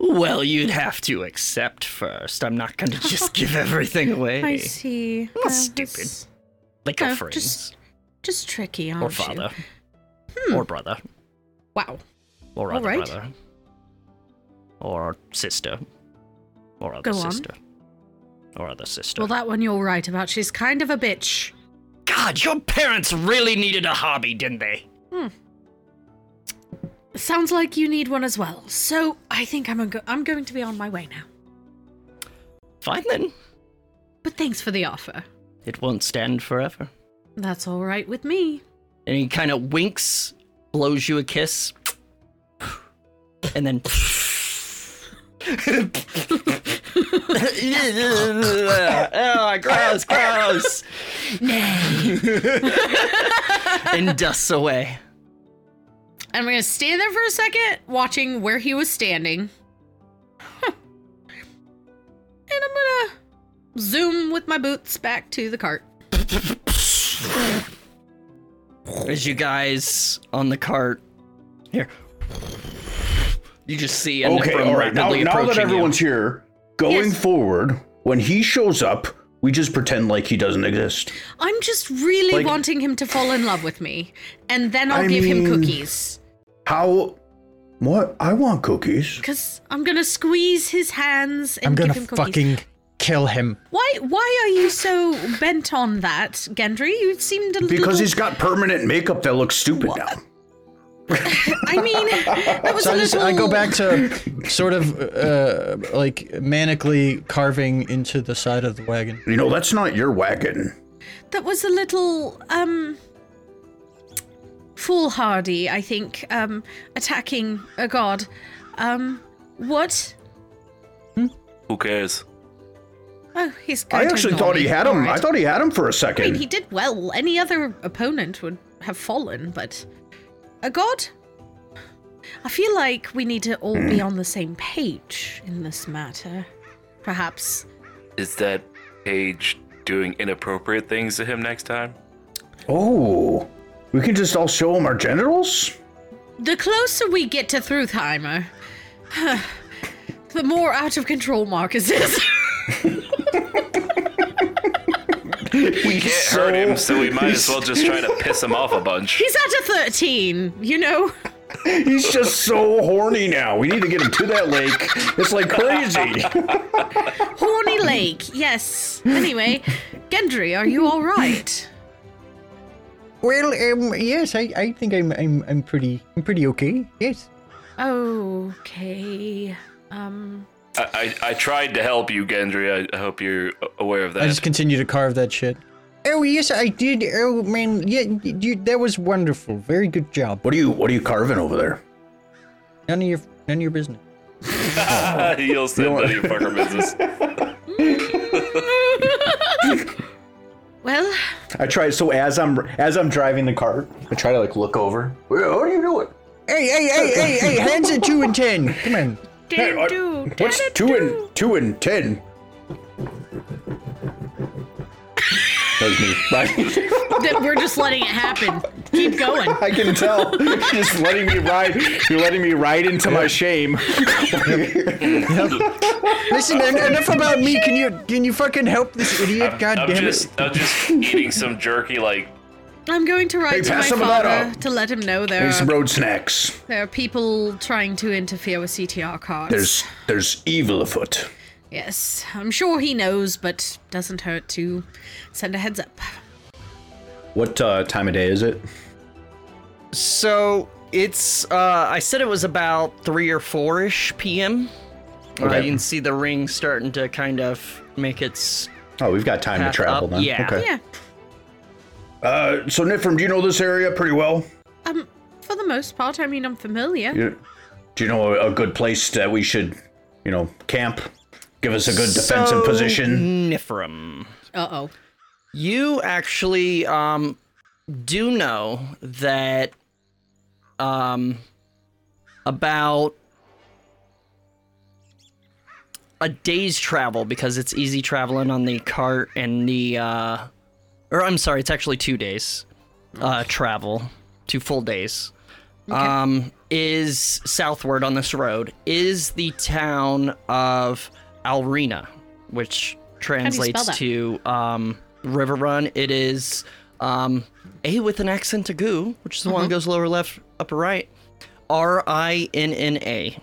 Mm.
Well, you'd have to accept first. I'm not going to just give everything away.
I see.
Well, stupid.
that's
Like
No,
a friend,
just- Just tricky, aren't
or
you?
father,
Hmm.
or brother,
Wow.
or
All
other
right.
brother, or sister, or other
Go on.
sister, or other sister.
Well, that one you're right about. She's kind of a bitch.
God, your parents really needed a hobby, didn't they?
Sounds like you need one as well. So I think I'm, a go- I'm going to be on my way now.
Fine then.
But thanks for the offer.
It won't stand forever.
That's all right with me.
And he kind of winks, blows you a kiss, and then. oh, gross, gross. and dusts away.
And we're going to stand there for a second, watching where he was standing. Huh. And I'm going to zoom with my boots back to the cart.
As you guys on the cart, here, you just see Enigma
Okay, all right. Now,
rapidly
now that
approaching you.
everyone's here, going
Yes.
forward, when he shows up, we just pretend like he doesn't exist.
I'm just really
Like-
wanting him to fall in love with me. And then I'll
I
give him
mean-
cookies.
How? What? I want cookies.
Because I'm going to squeeze his hands and
I'm gonna
give him cookies.
fucking kill him.
Why, why are you so bent on that, Gendry? You seemed a little...
Because he's got permanent makeup that looks stupid now.
I mean, that was
So
a
I, just,
little...
I go back to sort of uh, like manically carving into the side of the wagon.
You know, that's not your wagon.
that was a little um foolhardy i think um attacking a god um what
Who cares?
oh he's
I
going to
actually
ignore
thought
me.
he had him.
Alright.
I thought he had him for a
I mean,
second.
he did well any other opponent would have fallen but a god i feel like we need to all
Hmm.
be on the same page in this matter perhaps
Is that page doing inappropriate things to him next time?
Oh, we can just all show him our genitals.
The closer we get to Thruthheimer, the more out of control Marcus is.
We can't hurt him, so we might as well just try to piss him off a bunch.
He's at a 13, you know?
He's just so horny now. We need to get him to that lake. It's like crazy.
Horny Lake, yes. Anyway, Gendry, are you alright?
Well, um, yes, I, I think I'm, I'm, I'm pretty, I'm pretty okay. Yes.
Okay. Um,
I, I, I tried to help you, Gendry. I, I hope you're aware of that.
I just continue to carve that shit.
Oh yes, I did. Oh man, yeah, you, that was wonderful. Very good job.
What are you? What are you carving over there?
None of your, none of your business.
You'll send none of your fucker business.
well,
I try. So as I'm as I'm driving the cart, I try to like look over. What are you doing?
Hey, hey, hey, hey, hey! Hands at two and ten. Come on.
did
I-
do.
What's
did
two
do.
and two and ten? That was me. Bye.
That We're just letting it happen. Keep going.
I can tell. You're just letting me ride. You're letting me ride into my shame.
Listen, en- enough about me. Can you, can you fucking help this idiot? God
I'm
damn
just,
it!
I'm just eating some jerky, like,
I'm going to write
Hey,
to my
pass some of that
father
up.
to let him know there
Need some
are,
road snacks.
there are people trying to interfere with CTR cards.
There's there's evil afoot.
Yes, I'm sure he knows, but doesn't hurt to send a heads up.
What uh, time of day is it?
So it's uh I said it was about three or four ish PM. Uh,
Okay.
you can see the ring starting to kind of make its
Oh, we've got time
Path
to travel
up,
then.
yeah.
Okay.
Yeah,
Uh, so Nifrim, do you know this area pretty well?
um, for the most part, I mean, I'm familiar.
You- Do you know a, a good place that we should, you know, camp? Give us a good defensive
So,
position.
Nifrim.
Uh oh.
You actually um do know that um about a day's travel because it's easy traveling on the cart and the uh or I'm sorry, it's actually 2 days uh travel, two full days. Um is southward on this road is the town of Alrina, which translates
that?
to um River Run. It is um A with an accent to goo, which is the one that goes lower left, upper right. R I N N A.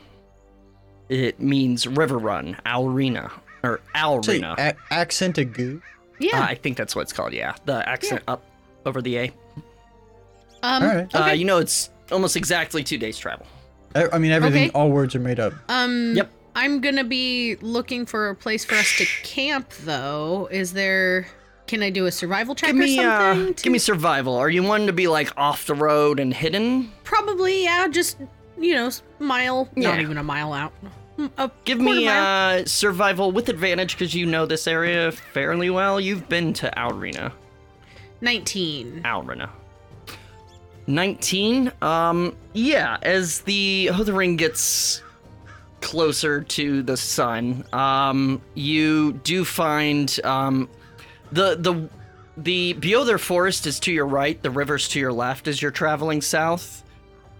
It means river run, Alrina, or
Say
Alrina.
a- accent a goo.
Uh,
Yeah.
I think that's what it's called. Yeah, the accent up over the A.
um.
All right.
Uh,
Okay.
you know, it's almost exactly two days travel.
I, I mean, everything.
Okay.
All words are made up.
um.
Yep.
I'm gonna be looking for a place for us to camp, though. Is there? Can I do a survival check
Give me,
or
uh,
something? to-
give me survival. Are you wanting to be like off the road and hidden?
Probably, yeah. Just you know, s- mile. Not
Yeah.
even a mile out. Mm, A
Give
quarter
me
mile.
uh, survival with advantage because you know this area fairly well. You've been to Alrina.
nineteen.
Alrina. 19. Um, yeah, as the Othering gets closer to the sun, um, you do find um, the the the Beother Forest is to your right, the river's to your left as you're traveling south.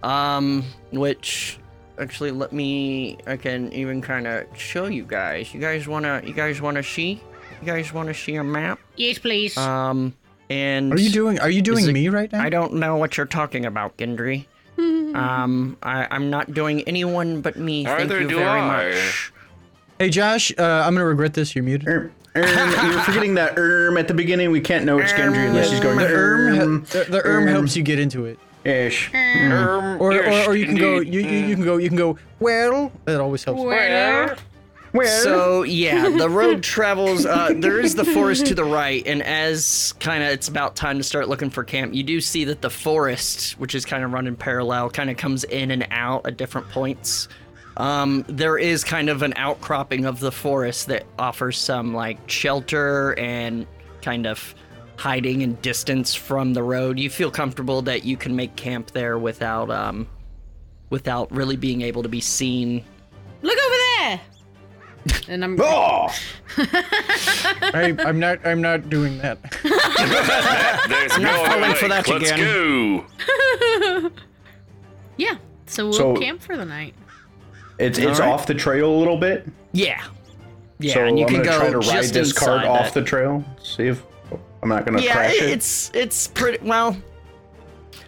Um, which actually let me I can even kind of show you guys. You guys wanna you guys wanna see? You guys wanna see a map?
Yes, please.
Um, and
Are you doing? Are you doing
it-
me right now?
I don't know what you're talking about, Gendry. um, I, I'm not doing anyone but me. Thank
Neither
you
do
very
I.
much.
Hey, Josh. Uh, I'm gonna regret this. You're muted.
Erm, erm, you're forgetting that erm at the beginning. We can't know it's Gendry unless she's going
The erm,
erm.
he- the, the erm helps you get into it.
Ish.
Um,
Or,
yes,
or, or you can go.
indeed.
You, you, you can go. You can go. Well, that always helps.
Where?
So yeah, the road travels. Uh, there is the forest to the right, and as kind of it's about time to start looking for camp, you do see that the forest, which is kind of running parallel, kind of comes in and out at different points. Um, there is kind of an outcropping of the forest that offers some like shelter and kind of hiding and distance from the road. You feel comfortable that you can make camp there without um, without really being able to be seen
Look over there. And I'm.
Ah,
Oh,
I, I'm not. I'm not doing that.
There's no
falling
other
for
way.
that
Let's
again.
go.
Yeah. So we'll
So-
camp for the night.
It's it's
Alright.
off the trail a little bit.
Yeah. Yeah,
so
and you
I'm
can
gonna
go
try to ride
just
this cart
inside
off
that.
the trail. See if I'm not gonna
Yeah,
crash
it,
it.
it's it's pretty well.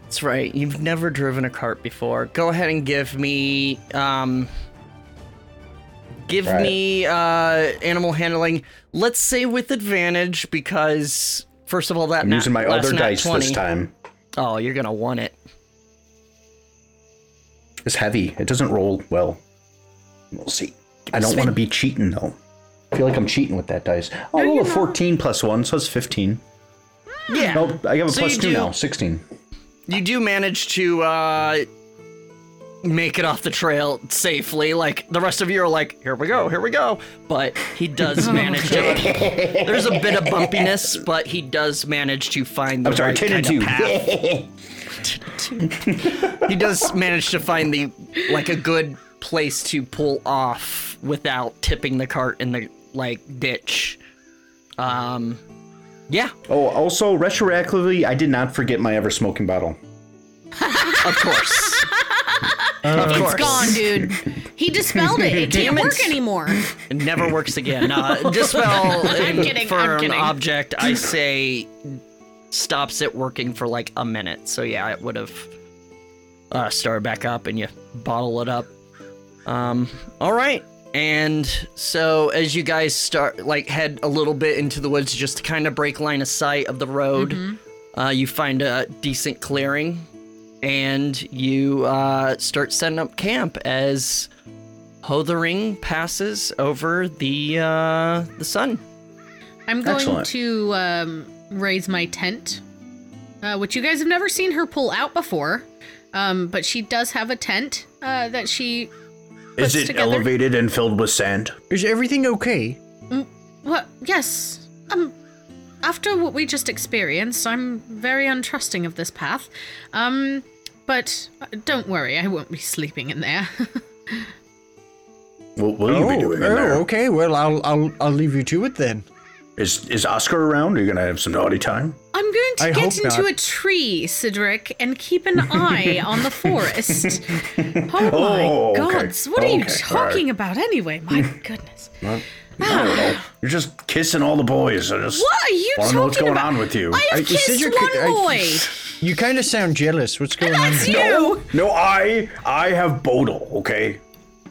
That's right. You've never driven a cart before. Go ahead and give me um give
Right.
me uh animal handling. Let's say with advantage because first of all that
I'm
nat-
using my
last
other
nat
dice
20.
this time.
Oh, you're going to want it.
It's heavy. It doesn't roll well. We'll see. I don't want to be cheating though. I feel like I'm cheating with that dice. I roll a 14 plus one, so it's 15.
Hmm. Yeah.
Nope, I have a
So
plus
you
two
do-
now, 16.
You do manage to uh make it off the trail safely. Like the rest of you are like, here we go, here we go. But he does manage to There's a bit of bumpiness, but he does manage to find the
I'm sorry,
right
10 and
kind of
2.
path. He does manage to find the like a good place to pull off without tipping the cart in the like ditch. Um yeah,
Oh, also, retroactively, I did not forget my ever smoking bottle.
of course. of
It's
course.
gone, dude. He dispelled it. It
Damn
didn't
it.
work anymore.
It never works again. Uh, dispel in-
kidding,
for
I'm
an
kidding.
object, I say, stops it working for like a minute. So yeah, it would have uh, started back up, and you bottle it up. Um, all right, And so as you guys start like head a little bit into the woods just to kind of break line of sight of the road,
Mm-hmm.
uh, you find a decent clearing and you uh, start setting up camp as Hothering passes over the uh, the sun.
I'm going
Excellent.
to um, raise my tent, uh, which you guys have never seen her pull out before. Um, but she does have a tent uh, that she.
Is
puts
it
together.
elevated and filled with sand?
Is everything okay?
Well, yes. Um, after what we just experienced, I'm very untrusting of this path. Um, but uh, don't worry, I won't be sleeping in there.
What will you be doing in there?
oh, okay. Well, I'll I'll I'll leave you to it then.
Is is Oscar around? Are you gonna have some naughty time?
I'm going to
I hope
get into
not.
a tree, Cedric, and keep an eye on the forest. Oh,
Oh,
my
okay.
gods, what are you
Okay,
talking about anyway? My goodness.
I don't know. You're just kissing all the boys. I just
What are you
wanna
talking
know what's going
about?
on with you.
I have
I-
kissed
Cedric,
one
I-
boy.
You kind of sound jealous. What's going on?
That's
here?
you.
No, I I have Bodil, okay?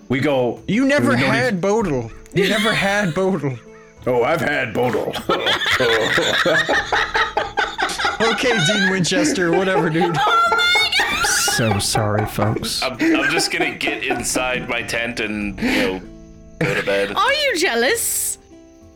We go
You never
don't
had Bodil. You never had Bodil.
Oh, I've had Bodil.
Okay, Dean Winchester, whatever, dude.
So sorry, folks.
I'm, I'm just gonna get inside my tent and you know go to bed.
Are you jealous?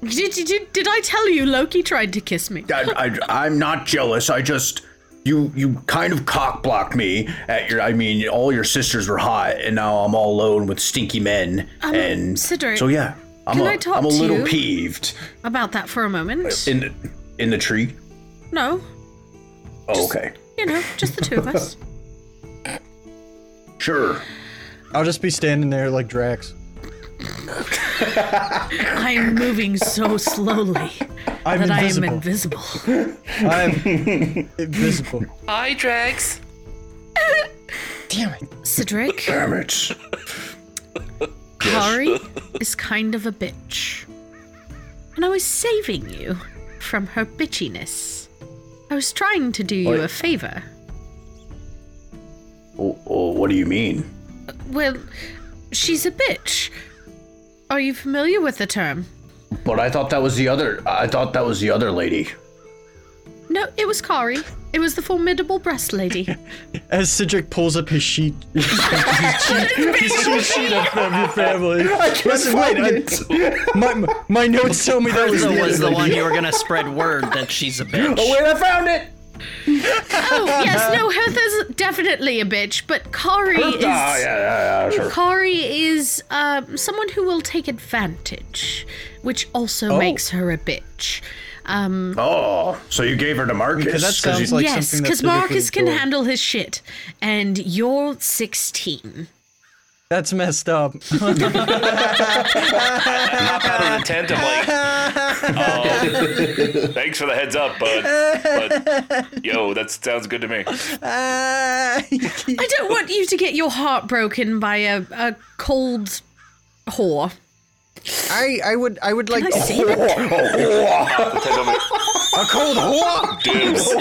Did, did, did I tell you Loki tried to kiss me?
I, I, I'm not jealous. I just you you kind of cock blocked me at your. I mean, all your sisters were hot, and now I'm all alone with stinky men. and
Cedric,
so yeah, I'm
can
a
I talk
am a
to
little
you?
peeved
About that for a moment?
in the, in the tree.
No,
Oh, okay,
you know, just the two of us.
sure.
I'll just be standing there like Drax.
I am moving so slowly
I'm
that I am
invisible.
invisible.
I'm invisible.
Hi, Drax.
Damn it.
Cedric,
Damn it.
Kari is kind of a bitch. And I was saving you from her bitchiness. I was trying to do you a favor.
Oh, oh, what do you mean?
Well, she's a bitch. Are you familiar with the term?
But I thought that was the other. I thought that was the other lady.
No, it was Kari. It was the formidable breast lady.
As Cedric pulls up his sheet, his cheat, his cheat sheet of, of your family. Listen, wait, I- my, my notes tell me that was
Bertha
the,
was
other
the one
lady.
you were gonna spread word that she's a bitch.
I found it.
oh, yes, no, Hertha's definitely a bitch, but Kari is.
Ah, yeah, yeah, yeah, sure.
Kari is um, someone who will take advantage, which also makes her a bitch. Um,
Oh, so you gave her to Marcus?
Because that
'cause you-
sounds like
yes,
something
because
that Cedric would
Marcus can
enjoy.
handle his shit, and you're 16.
That's messed up.
Hop out of the tent. I'm like, oh, thanks for the heads up, bud. But yo, that sounds good to me.
I don't want you to get your heart broken by a, a cold whore.
I I would I would like.
Can I say that?
The tent over-
A cold whore.
Dibs.
She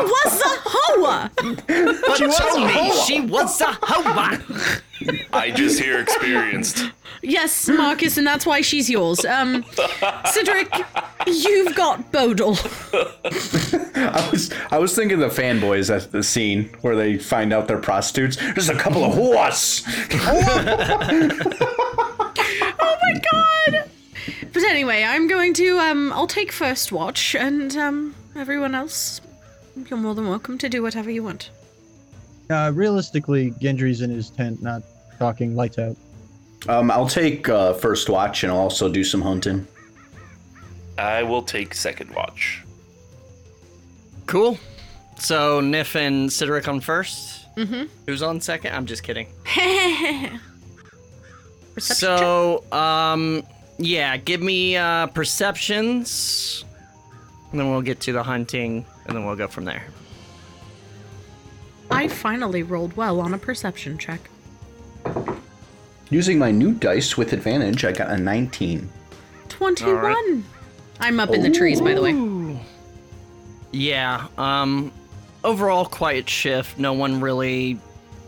was a whore!
But Tony, she was a hoe.
I just hear experienced.
Yes, Marcus, and that's why she's yours. Um, Cedric, you've got Bodil.
I was I was thinking the fanboys at the scene where they find out they're prostitutes. There's a couple of whores.
But anyway, I'm going to um I'll take first watch and um everyone else you're more than welcome to do whatever you want.
Uh, realistically, Gendry's in his tent, not talking. Lights out.
Um, I'll take uh, first watch and I'll also do some hunting.
I will take second watch.
Cool. So Nif and Cedric on first. Mm-hmm. Who's on second? I'm just kidding. so, um, yeah, give me uh, perceptions, and then we'll get to the hunting, and then we'll go from there.
I finally rolled well on a perception check.
Using my new dice with advantage, I got a 19.
21. I'm up in the trees by the way.
Yeah. Um. Overall, quiet shift. No one really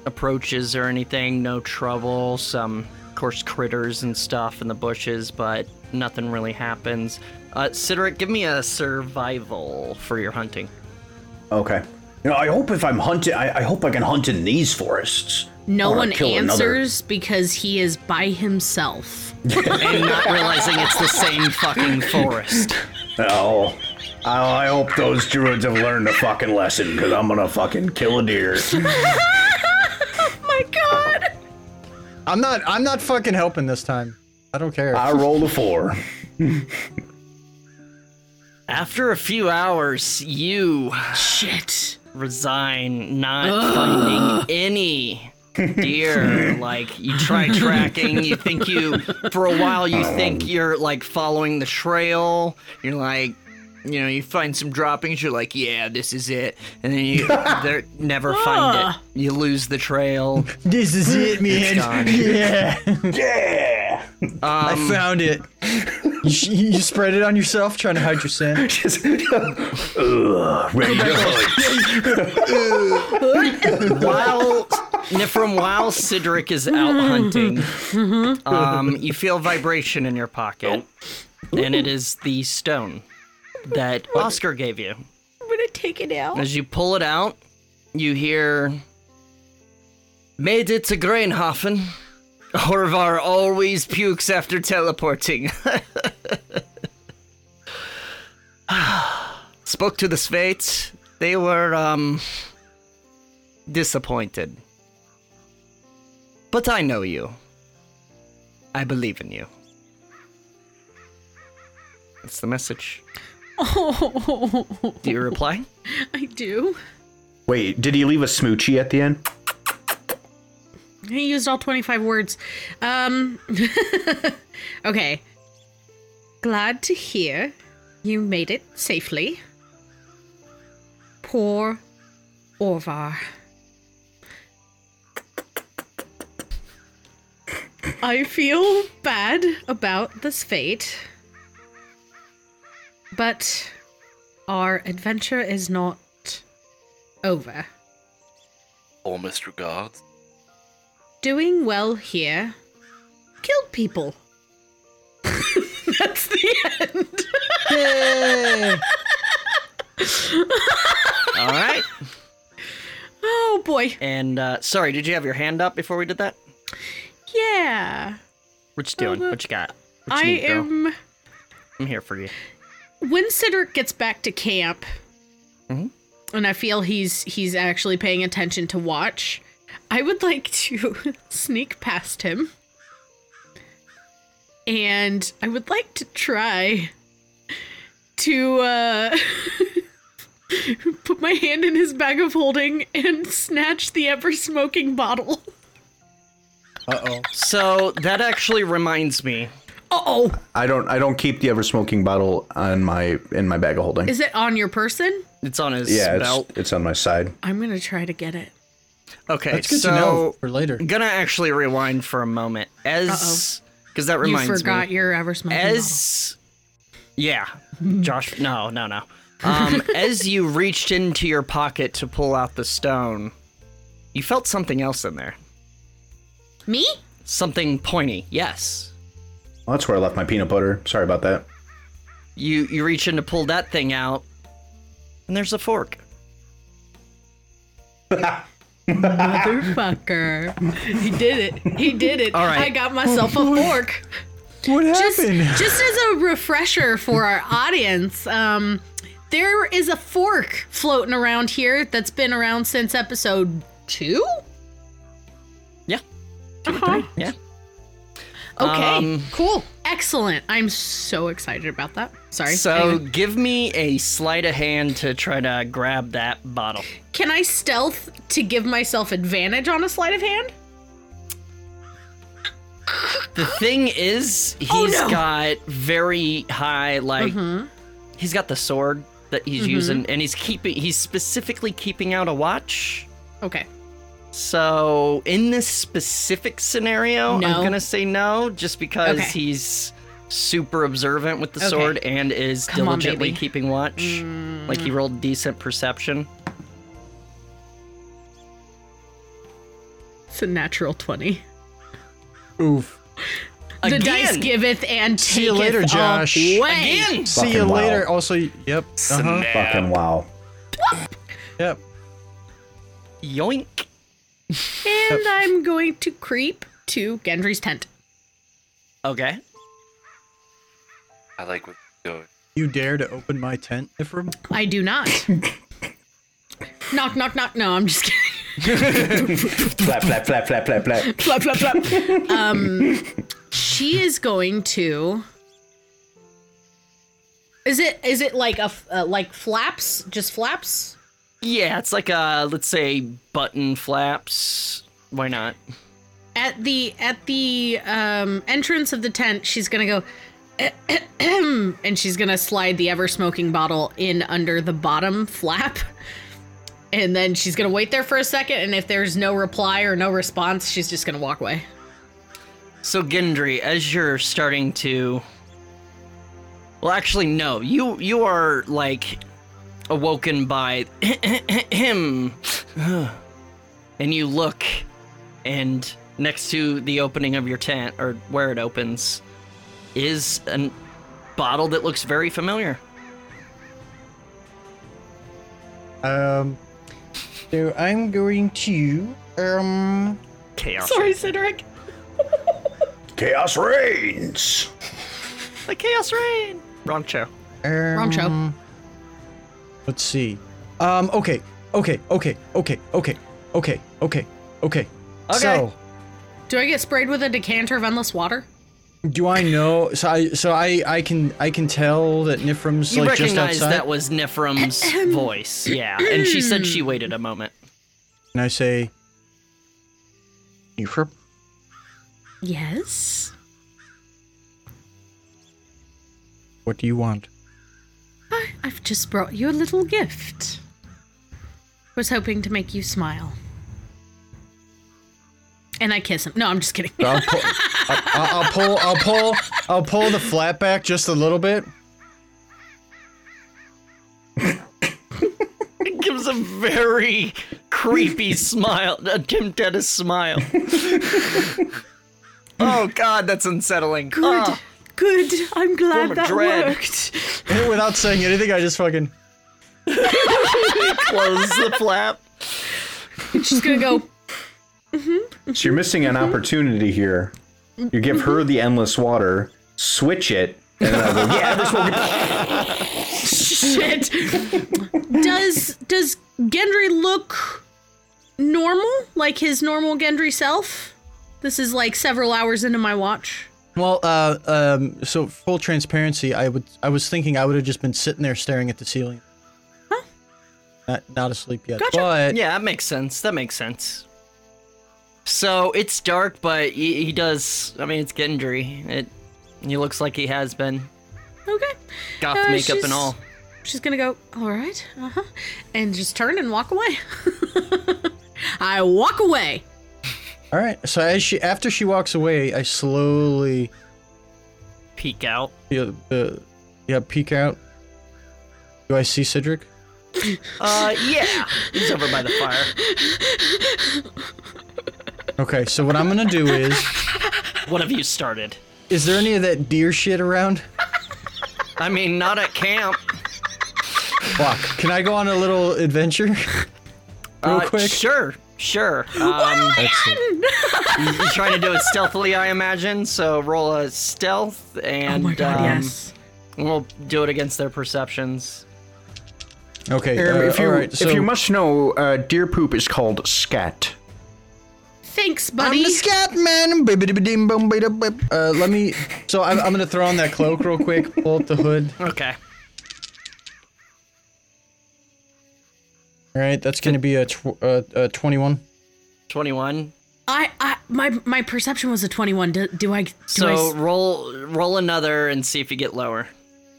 approaches or anything. No trouble. Some course, critters and stuff in the bushes, but nothing really happens. Uh, Sideric, give me a survival for your hunting.
Okay. You know, I hope if I'm hunting, I, I hope I can hunt in these forests.
No
Or
one
kill another.
answers because he is by himself.
And not realizing it's the same fucking forest.
Oh, I, I hope those druids have learned a fucking lesson because I'm gonna fucking kill a deer.
Oh My god!
I'm not. I'm not fucking helping this time. I don't care.
Uh,
I rolled a four.
After a few hours, you
Shit.
resign, not finding any deer. like you try tracking, you think you for a while you think you're like following the trail. You're like, you know, you find some droppings. You're like, yeah, this is it, and then you there never find it. You lose the trail.
this is it, man. Yeah,
Yeah.
I
Um,
found it. You, sh- you spread it on yourself, trying to hide your sin.
Just, Ugh, ready to hunt.
while Nifrim, while Sidric is out
Mm-hmm.
hunting, um, you feel vibration in your pocket, and it is the stone that Oscar gave you.
I'm gonna take it out.
As you pull it out, you hear, "Made it to Grainhofen." Horvar always pukes after teleporting. Spoke to the Svates. They were um disappointed. But I know you. I believe in you. That's the message.
Oh,
Do you reply?
I do.
Wait, did he leave a smoochie at the end?
He used all 25 words. Um, okay. Glad to hear you made it safely. Poor Orvar. I feel bad about this fate, but our adventure is not over.
Warmest regards.
doing well here killed people. That's the end.
All right.
Oh boy.
And uh, sorry, did you have your hand up before we did that?
Yeah.
What you doing? What you got? What
I
you need, girl?
am.
I'm here for you.
When Cedric gets back to camp,
Mm-hmm.
and I feel he's he's actually paying attention to watch, I would like to sneak past him, and I would like to try to uh, put my hand in his bag of holding and snatch the ever smoking bottle.
So that actually reminds me.
Uh oh,
I don't. I don't keep the ever smoking bottle on my in my bag of holding.
is it on your person?
It's on his
yeah, it's,
belt.
it's on my side.
I'm gonna try to get it.
Okay,
That's good
so
to know for later.
I'm gonna actually rewind for a moment as because that reminds
you forgot
me
your ever smoking bottle.
as yeah, Josh. No, no, no. Um, as you reached into your pocket to pull out the stone, you felt something else in there.
Me?
Something pointy. Yes.
Well, that's where I left my peanut butter. Sorry about that.
You you reach in to pull that thing out, and there's a fork.
Motherfucker. He did it. He did it.
All right.
I got myself a fork.
What
Just,
happened?
just as a refresher for our audience, um, there is a fork floating around here that's been around since episode two.
Yeah.
Uh-huh.
Yeah.
Okay.
Um,
cool. Excellent. I'm so excited about that. Sorry. Hang
So
on.
give me a sleight of hand to try to grab that bottle.
can I stealth to give myself advantage on a sleight of hand?
The thing is, he's
Oh, no. Mm-hmm.
got very high like he's got the sword that he's using, and he's keeping he's specifically keeping out a watch.
Okay.
So in this specific scenario,
No.
I'm gonna say no, just because
Okay.
he's super observant with the
Okay.
sword and is
Come on,
diligently
baby. Mm.
keeping watch. Like he rolled decent perception.
It's a natural 20.
Oof.
The dice
Again.
giveth and taketh
See you later, Josh.
away.
Again!
See you
Fucking wow.
later. Also, yep. Uh-huh.
Snap.
Fucking wow.
Yep.
Yoink.
And
Uh,
I'm going to creep to Gendry's tent.
Okay.
I like what you're doing.
You dare to open my tent, Ifrim?
I do not. knock, knock, knock. No, I'm just kidding.
Flap, flap, flap, flap, flap, flap.
Flap, flap, flap. Um, she is going to. Is it is it like a f- uh, like flaps? Just flaps?
Yeah, it's like uh let's say button flaps. Why not?
at the at the um, entrance of the tent, she's gonna go, and she's gonna slide the ever smoking bottle in under the bottom flap, and then she's gonna wait there for a second. And if there's no reply or no response, she's just gonna walk away.
So Gendry, as you're starting to Well actually no, you you are like awoken by him and you look and next to the opening of your tent or where it opens is a bottle that looks very familiar.
Um, so I'm going to um.
Chaos.
Sorry, Cedric.
Chaos reigns.
The Chaos Rain. Wrong show.
Wrong show.
Let's see. Um, okay. Okay. Okay. Okay. Okay. Okay. Okay.
Okay.
Okay. So,
Do I get sprayed with a decanter of endless water?
do I know? So I, so I, I can, I can tell that Nifrim's
You
like just
recognize
outside.
that was Nifrim's voice, yeah. And she said she waited a moment.
and I say, Nifrim,
Yes.
what do you want?
I, I've just brought you a little gift. Was hoping to make you smile. And I kiss him. No, I'm just kidding.
I'll pull, I'll, I'll pull, I'll pull, I'll pull the flat back just a little bit.
It gives a very creepy smile, a Tim Dennis smile. oh god, that's unsettling.
Good.
Ah,
Good. I'm glad
Form of
that
dread.
worked.
Without saying anything, I just fucking.
close the flap.
She's gonna go.
So you're missing an opportunity here. You give her the endless water, switch it, and then I go, yeah, this will be
Shit. does does Gendry look normal? Like his normal Gendry self? This is like several hours into my watch.
Well, uh, um, so full transparency, I would, I was thinking I would have just been sitting there staring at the ceiling. Huh? Not, not asleep yet,
Gotcha.
but
Yeah, that makes sense. That makes sense. So it's dark, but he, he does. I mean, it's Gendry. It. He looks like he has been
Okay.
goth
Uh,
makeup
she's-
and all.
She's gonna go, all right, uh huh, and just turn and walk away. I walk away.
all right. So as she, after she walks away, I slowly
Peek out.
feel the, yeah, peek out. Do I see Cedric?
Uh, yeah. He's over by the fire.
Okay, so what I'm gonna do is,
What have you started?
is there any of that deer shit around?
I mean, not at camp.
Fuck. Can I go on a little adventure? Real
Uh,
quick.
Sure, sure. Um, you're trying to do it stealthily, I imagine. So roll a
Oh
stealth,
Oh
and um, we'll do it against their perceptions.
Okay.
Um,
uh,
if you
all right, so
if you must know, uh, deer poop is called scat.
Thanks,
I'm
buddy.
the scat man. Bibbidi-bidi-bum-bidi-bip.
uh, let me. So I'm, I'm gonna throw on that cloak real quick. Pull up the hood.
Okay.
All right, that's gonna be a, tw- uh, a 21.
Twenty-one.
I, I, my, my perception was a twenty-one. Do, do I? Do I
So
s-
roll roll another and see if you get lower.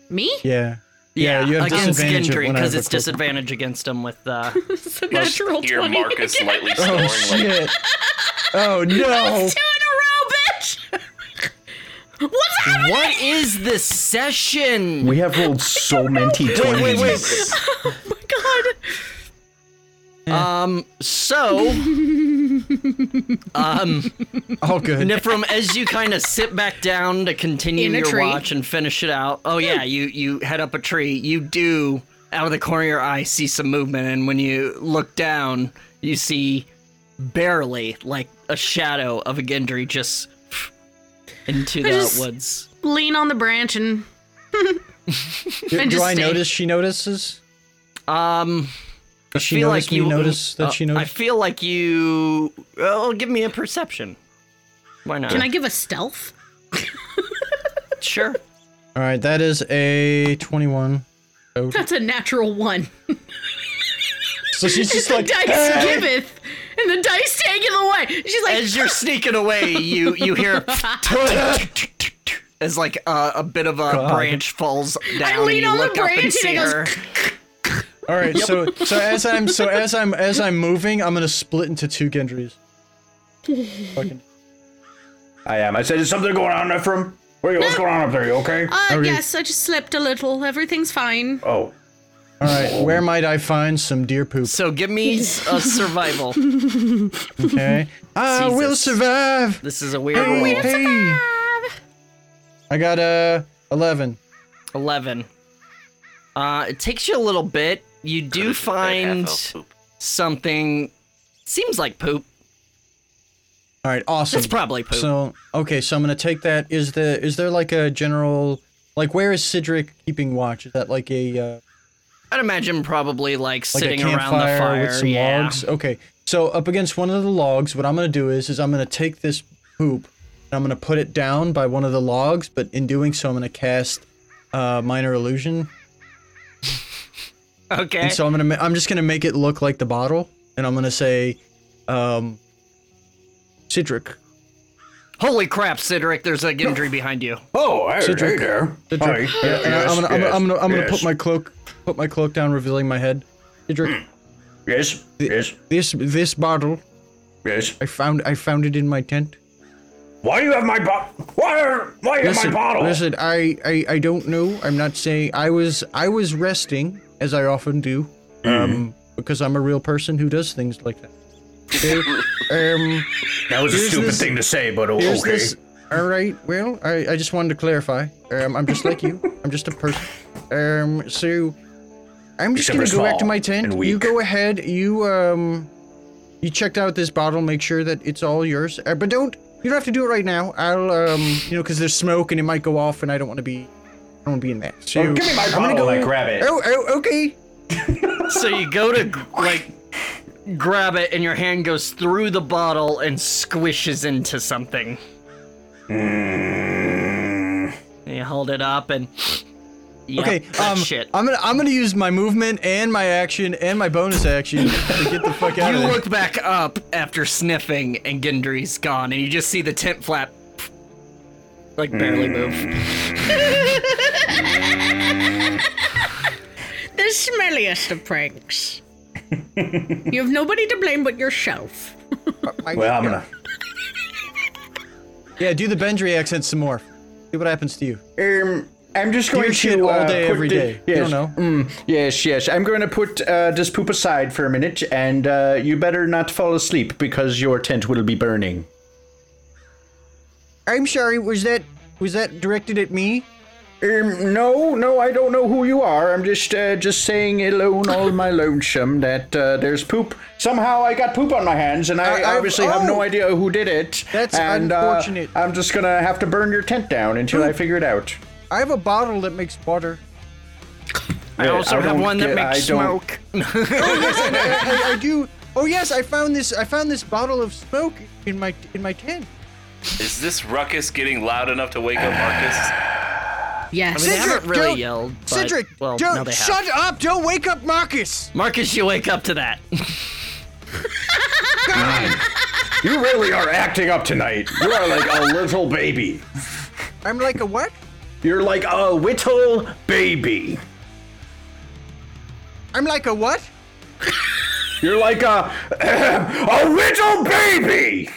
me?
Yeah. Yeah, you have
against
disadvantage of
Gendry
when I
because
have a
it's
cloak.
disadvantage against him with uh,
It's a natural
Hear
twenty.
Marcus
again.
lightly snoring.
Oh
like,
shit. Oh no.
It's two in a row, bitch. What's happening?
what is this session?
We have rolled so many twenties.
Wait, wait, wait.
Oh my God.
Um, so, um,
All good.
Nifrim, as you kind of sit back down to continue
In a
your
tree. Hmm.
watch and finish it out. Oh yeah, you you head up a tree. You do out of the corner of your eye see some movement, and when you look down, you see barely like a shadow of a Gendry just into the
just-
woods.
Lean on the branch and
Do,
And
do
just
I
stay.
notice she notices?
Um,
Does she
feel
notice
like
me
you
notice that
uh,
she
I
noticed?
feel like you. Well, give me a perception. Why not?
can I give a stealth?
Sure.
All right, that is a 21.
That's a natural one.
So she's just
the
like,
dice
"Eh."
giveth, and the dice take it away. She's like,
as you're sneaking away, you you hear as like uh, a bit of a branch falls down.
I
and
lean
you
on the
look up and
branch
see
and it goes
her.
All right, so so as I'm so as I'm as I'm moving, I'm gonna split into two Gendrys. Fucking.
I am. I said, is something going on, Ephraim? Where you, what's going on up there? You okay?
uh, yes, I just slept a little. Everything's fine.
Oh,
All right, where might I find some deer poop?
So give me s- a survival.
Okay, I will
Jesus.
survive.
This is a weird roll.
hey. I got a eleven.
Eleven. Uh, it takes you a little bit. You do find something. Seems like poop.
All right, awesome.
It's probably poop.
So okay, so I'm gonna take that. Is the is there like a general like where is Sidric keeping watch? Is that like a uh,
I'd imagine probably like,
like
sitting
a
around
campfire
the fire.
with some
yeah.
logs? Okay, so up against one of the logs, what I'm gonna do is is I'm gonna take this poop and I'm gonna put it down by one of the logs. But in doing so, I'm gonna cast uh, minor illusion,
Okay.
and so I'm gonna ma- I'm just gonna make it look like the bottle, and I'm gonna say, um, Sidric,
Holy crap, Cedric! There's a Gendry behind you.
oh, hey,
Sidric.
hey there.
Sidric.
Hi.
Yeah, and I-
Yes,
I'm gonna, I'm gonna,
yes,
I'm gonna, I'm gonna
yes.
put my cloak, put my cloak down, revealing my head. Sidric,
Yes, Mm, yes,
this this bottle,
yes.
I found, I found it in my tent.
Why do you have my bottle? Why, are- why do you have my
Listen,
bottle?
listen, I, I, I don't know. I'm not saying I was, I was resting as I often do,
Mm.
um, because I'm a real person who does things like that. Okay, um,
that was a
here's
stupid
this-
thing to say, but o-
here's
okay.
this. All right. Well, I, I just wanted to clarify. Um, I'm just like you. I'm just a person. Um, so I'm just
Except
gonna
for
go back to
small
my
and
tent. You
weak.
go ahead. You um, you checked out this bottle. Make sure that it's all yours. Uh, but don't. You don't have to do it right now. I'll um, you know, because there's smoke and it might go off, and I don't want to be. I don't want to be in that. So
give me my
I'm
bottle
gonna go.
and I grab it.
Oh, oh, okay.
So you go to g- like grab it, and your hand goes through the bottle and squishes into something.
Hmm.
And you hold it up and. Yep,
Okay,
that
um,
shit.
I'm gonna I'm gonna use my movement and my action and my bonus action to get the fuck out
you
of there.
look back up after sniffing, and Gendry's gone, and you just see the tent flap, like barely move.
The smelliest of pranks. you have nobody to blame but yourself.
well, I'm gonna.
Yeah, do the Bendry accent some more. See what happens to you.
Um, I'm just going
Deer shit
to
all
uh,
day,
put
every
the-
day. You
Yes,
don't know.
mm, yes, yes. I'm going to put uh, this poop aside for a minute, and uh, you better not fall asleep because your tent will be burning.
I'm sorry, was that was that directed at me?
Um, no, no, I don't know who you are. I'm just uh, just saying alone, all my lonesome, that uh, there's poop. Somehow I got poop on my hands, and I,
I- I-
obviously have no
oh!
idea who did it.
That's
and, uh,
unfortunate.
I'm just gonna have to burn your tent down until I figure it out.
I have a bottle that makes water.
I also have
don't
one
get-
that makes
I don't-
smoke.
I, I do. Oh yes, I found this. I found this bottle of smoke in my in my tent.
Is this ruckus getting loud enough to wake up Marcus?
I
Yes.
mean, they
Cedric,
haven't really
don't-
yelled. But,
Cedric,
well,
don't
no, they have.
shut up! Don't wake up, Marcus.
Marcus, you wake up to that.
You really are acting up tonight. You are like a little baby.
I'm like a what?
You're like a little baby.
I'm like a what?
You're like a a little baby.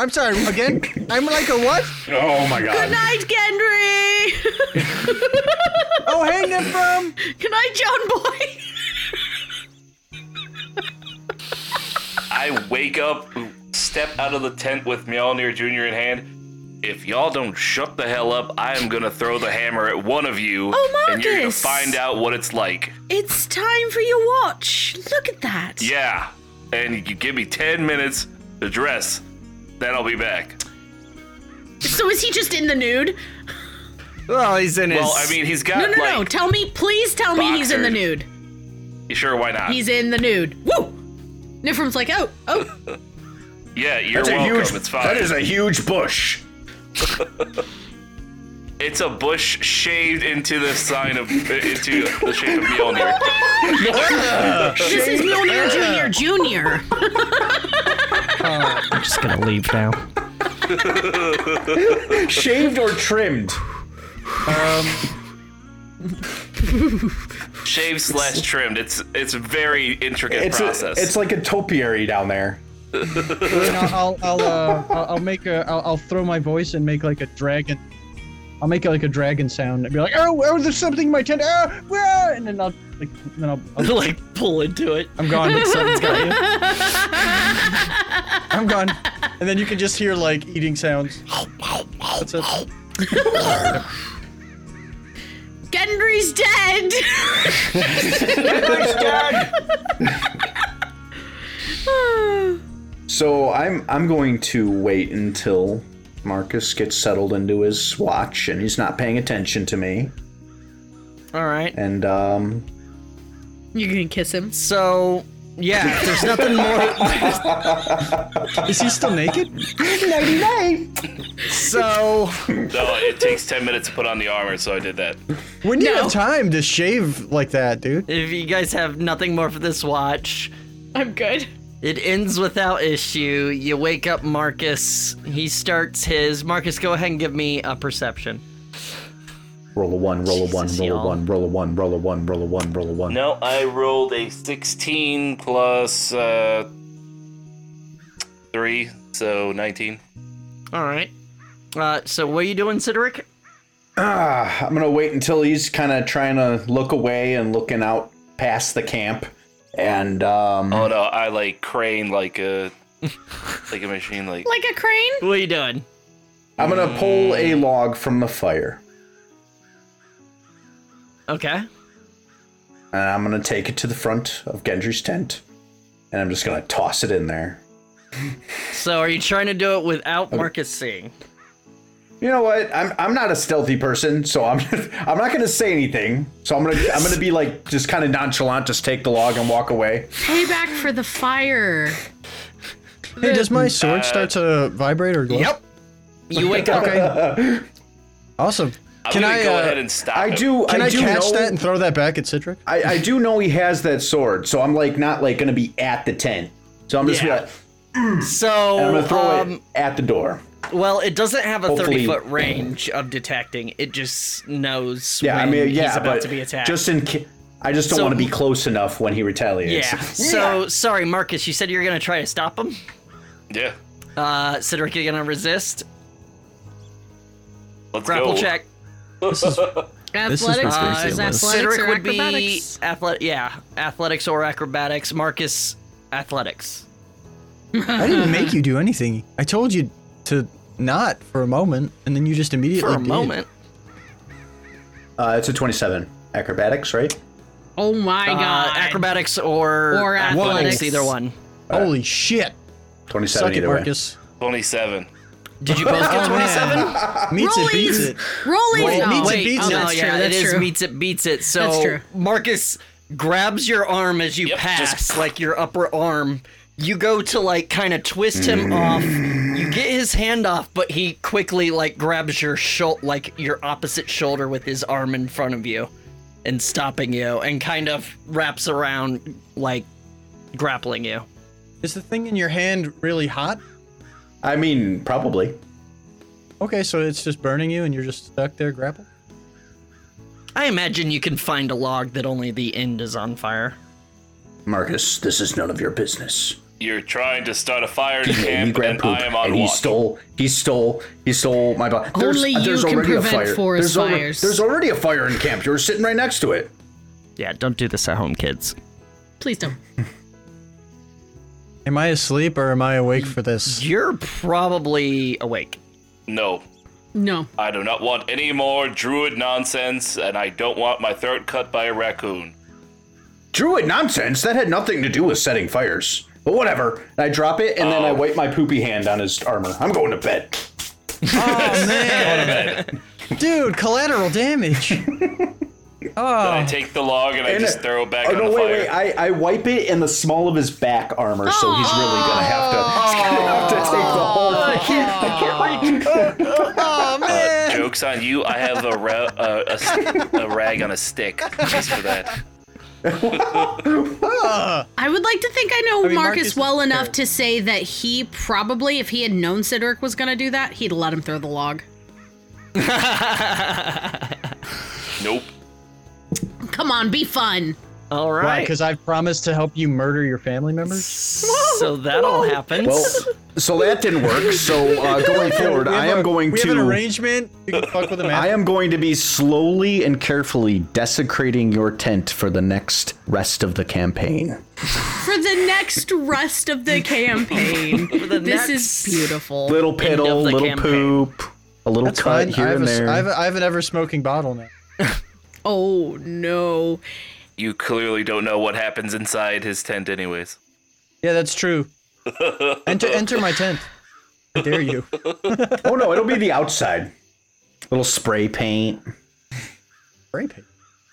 I'm sorry again. I'm like a what?
Oh my god.
Good night, Gendry.
Oh, hey, Nifrim.
Good night, John Boy.
I wake up, step out of the tent with Mjolnir Jr. in hand. If y'all don't shut the hell up, I am gonna throw the hammer at one of you,
Oh,
and you're gonna
Marcus!
find out what it's like.
It's time for your watch. Look at that.
Yeah, and you give me ten minutes to dress, then I'll be back.
So is he just in the nude?
Well, he's in
Well, I mean, he's got
no, no,
like.
no. Tell me, please tell me he's in the nude.
You Sure, why not?
He's in the nude. Woo! Nifrim's like, oh, oh.
yeah, you're
That's a
welcome.
huge-
it's fine.
that is a huge bush.
It's a bush shaved into the sign of uh, into the shape of Mjolnir.
this is Mjolnir Jr. Jr.
I'm just gonna leave now.
Shaved or trimmed?
Shaved slash trimmed. It's it's a very intricate
It's a,
process.
it's like a topiary down there.
And I'll I'll I'll, uh, I'll, I'll make a I'll, I'll throw my voice and make like a dragon. I'll make like a dragon sound and be like, oh, oh, there's something in my tent. Oh, where? And then I'll like then I'll, I'll
like pull into it.
I'm gone. But something's got you. I'm gone. And then you can just hear like eating sounds. That's it.
Gendry's dead.
So I'm I'm going to wait until Marcus gets settled into his watch and he's not paying attention to me.
All right.
And um,
You're gonna kiss him.
So yeah, there's nothing more.
Is he still naked?
So
no, it takes ten minutes to put on the armor, so I did that.
When do you have time to shave like that, dude?
if you guys have nothing more for this watch,
I'm good.
it ends without issue. You wake up Marcus. He starts his. Marcus, go ahead and give me a perception.
roll a one, roll a one,
Jesus,
roll a
y'all.
one, roll a one, roll a one, roll a one, roll a one.
No, I rolled a sixteen plus uh, three, so nineteen.
All right. Uh, so what are you doing, Sidoric?
Ah, I'm gonna wait until he's kind of trying to look away and looking out past the camp. And um,
Oh no, I like crane like a like a machine like.
Like a crane?
What are you doing?
I'm gonna pull a log from the fire
Okay.
and I'm gonna take it to the front of Gendry's tent, and I'm just gonna toss it in there.
So are you trying to do it without Marcus seeing?
You know what? I'm I'm not a stealthy person, so I'm I'm not gonna say anything. So I'm gonna I'm gonna be like just kind of nonchalant, just take the log and walk away.
Payback for the fire.
Hey, does my sword start to vibrate or glow?
Yep. You wake up.
Awesome.
I'm
can
gonna
I
go
uh,
ahead and stop.
I
him.
do
can I,
do
catch
know,
that and throw that back at Citric?
I, I do know he has that sword, so I'm like not like gonna be at the tent. So I'm just
Yeah.
gonna
So
I'm gonna throw
um,
it at the door.
Well, it doesn't have a thirty
Hopefully-
foot range of detecting. It just knows
Yeah, I
when
mean yeah,
he's about
but
to be attacked.
just in ca- I just don't
So-
want to be close enough when he retaliates.
yeah. So sorry, Marcus. You said you were gonna try to stop him.
Yeah,
Uh, Cedric, you gonna resist?
let's
Grapple
go.
check.
This is
Athletics versus
conspiracy list.
athletics
Cedric
or
would be
acrobatics.
athletic. Yeah, athletics or acrobatics. Marcus, athletics.
I didn't make you do anything. I told you to not for a moment, and then you just immediately
For a
did.
moment.
Uh, it's a 27 acrobatics, right?
Oh my
Uh,
god.
acrobatics or,
Or athletics.
either one.
Holy shit!
27
Suck it,
either way.
Marcus.
Twenty-seven.
Did you both get twenty seven?
Meets it, beats
Rollies.
it.
Rollies.
Wait,
oh,
meets it
wait.
beats
oh,
it.
that's
yeah,
true. That's
it is
true.
meets it beats it. So
That's true.
Marcus grabs your arm as you
Yep,
pass,
just-
like your upper arm. You go to like kind of twist
Mm.
him off. You get his hand off, but he quickly like grabs your shul- like your opposite shoulder with his arm in front of you and stopping you and kind of wraps around like grappling you.
Is the thing in your hand really hot?
I mean, probably.
Okay, so it's just burning you, and you're just stuck there, grapple.
I imagine you can find a log that only the end is on fire.
Marcus, this is none of your business.
You're trying to start a fire in
And he
camp,
grabbed
and
poop,
I am on
and he
watch.
stole, he stole, he stole my body.
Only you can prevent forest
there's alre-
fires.
there's already a fire in camp. You were sitting right next to it.
Yeah, don't do this at home, kids.
Please don't.
Am I asleep or am I awake for this?
You're probably awake.
No,
No.
I do not want any more druid nonsense, and I don't want my throat cut by a raccoon.
Druid nonsense. That had nothing to do with setting fires. But whatever.
And I drop it, and then
Um,
I wipe my poopy hand on his armor. I'm going to bed.
Dude, collateral damage.
I
oh,
take the log and I
And-
just throw it back
Oh
on
no!
the
Wait,
fire.
wait. I, I wipe it in the small of his back armor, so he's really gonna have to, he's gonna have to take the whole.
Uh, jokes on you. I have a, ra- uh, a, s- a rag on a stick just for that.
I would like to think I know
mean,
Marcus,
Marcus
well
is
enough
scared.
to say that he probably, if he had known Cedric was going to do that, he'd let him throw the log.
Nope.
Come on, be fun.
All
why?
right.
Because I've promised to help you murder your family members.
so that all happens.
Well, so that didn't work. So uh, going forward,
We have
I am
a-
going
we
to.
have an arrangement. You can fuck with him.
I
after.
am going to be slowly and carefully desecrating your tent for the next rest of the campaign.
For the next rest of the campaign.
the next-
this is beautiful.
Little piddle,
of the
little
campaign.
poop, a little
That's
cut
fine.
here
I have
and
a s-
there.
I have, a, I have an ever-smoking bottle now.
Oh, no.
You clearly don't know what happens inside his tent, anyways.
Yeah, that's true. Enter, enter my tent. How dare you?
Oh no, it'll be the outside.
little spray paint.
Spray paint.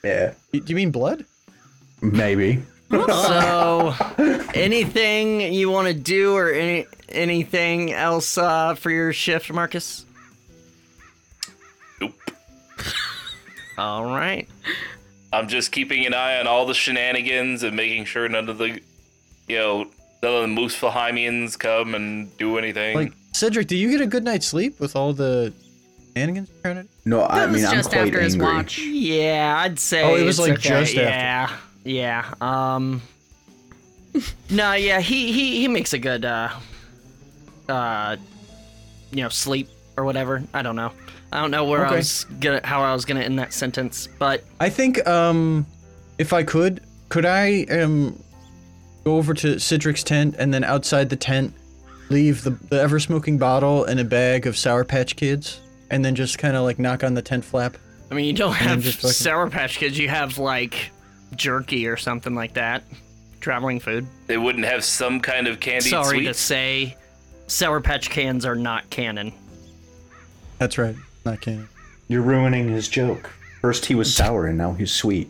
Yeah.
You- Do you mean blood?
Maybe.
so anything you want to do or any anything else uh, for your shift, Marcus?
Nope.
All right.
I'm just keeping an eye on all the shenanigans and making sure none of the, you know, none of the moose Fahimians come and do anything.
Like Cedric, do you get a good night's sleep with all the shenanigans you're trying to?
No, I
That was
mean I'm
just
quite
after
angry.
his watch.
Yeah, I'd say.
Oh, it was,
it's
like,
okay.
just after.
yeah, yeah. Um. no, yeah, he he he makes a good uh, uh, you know, sleep or whatever. I don't know. I don't know where I
Okay.
was gonna how I was gonna end that sentence, but
I think um, if I could, could I um, go over to Cedric's tent and then outside the tent, leave the, the ever smoking bottle and a bag of Sour Patch Kids, and then just kind of like knock on the tent flap.
I mean, you don't have
just fucking-
Sour Patch Kids. You have like jerky or something like that, traveling food.
they wouldn't have some kind of candied
Sorry to
sweets.
say, Sour Patch cans are not canon.
That's right, not canon.
You're ruining his joke. First he was sour and now he's sweet.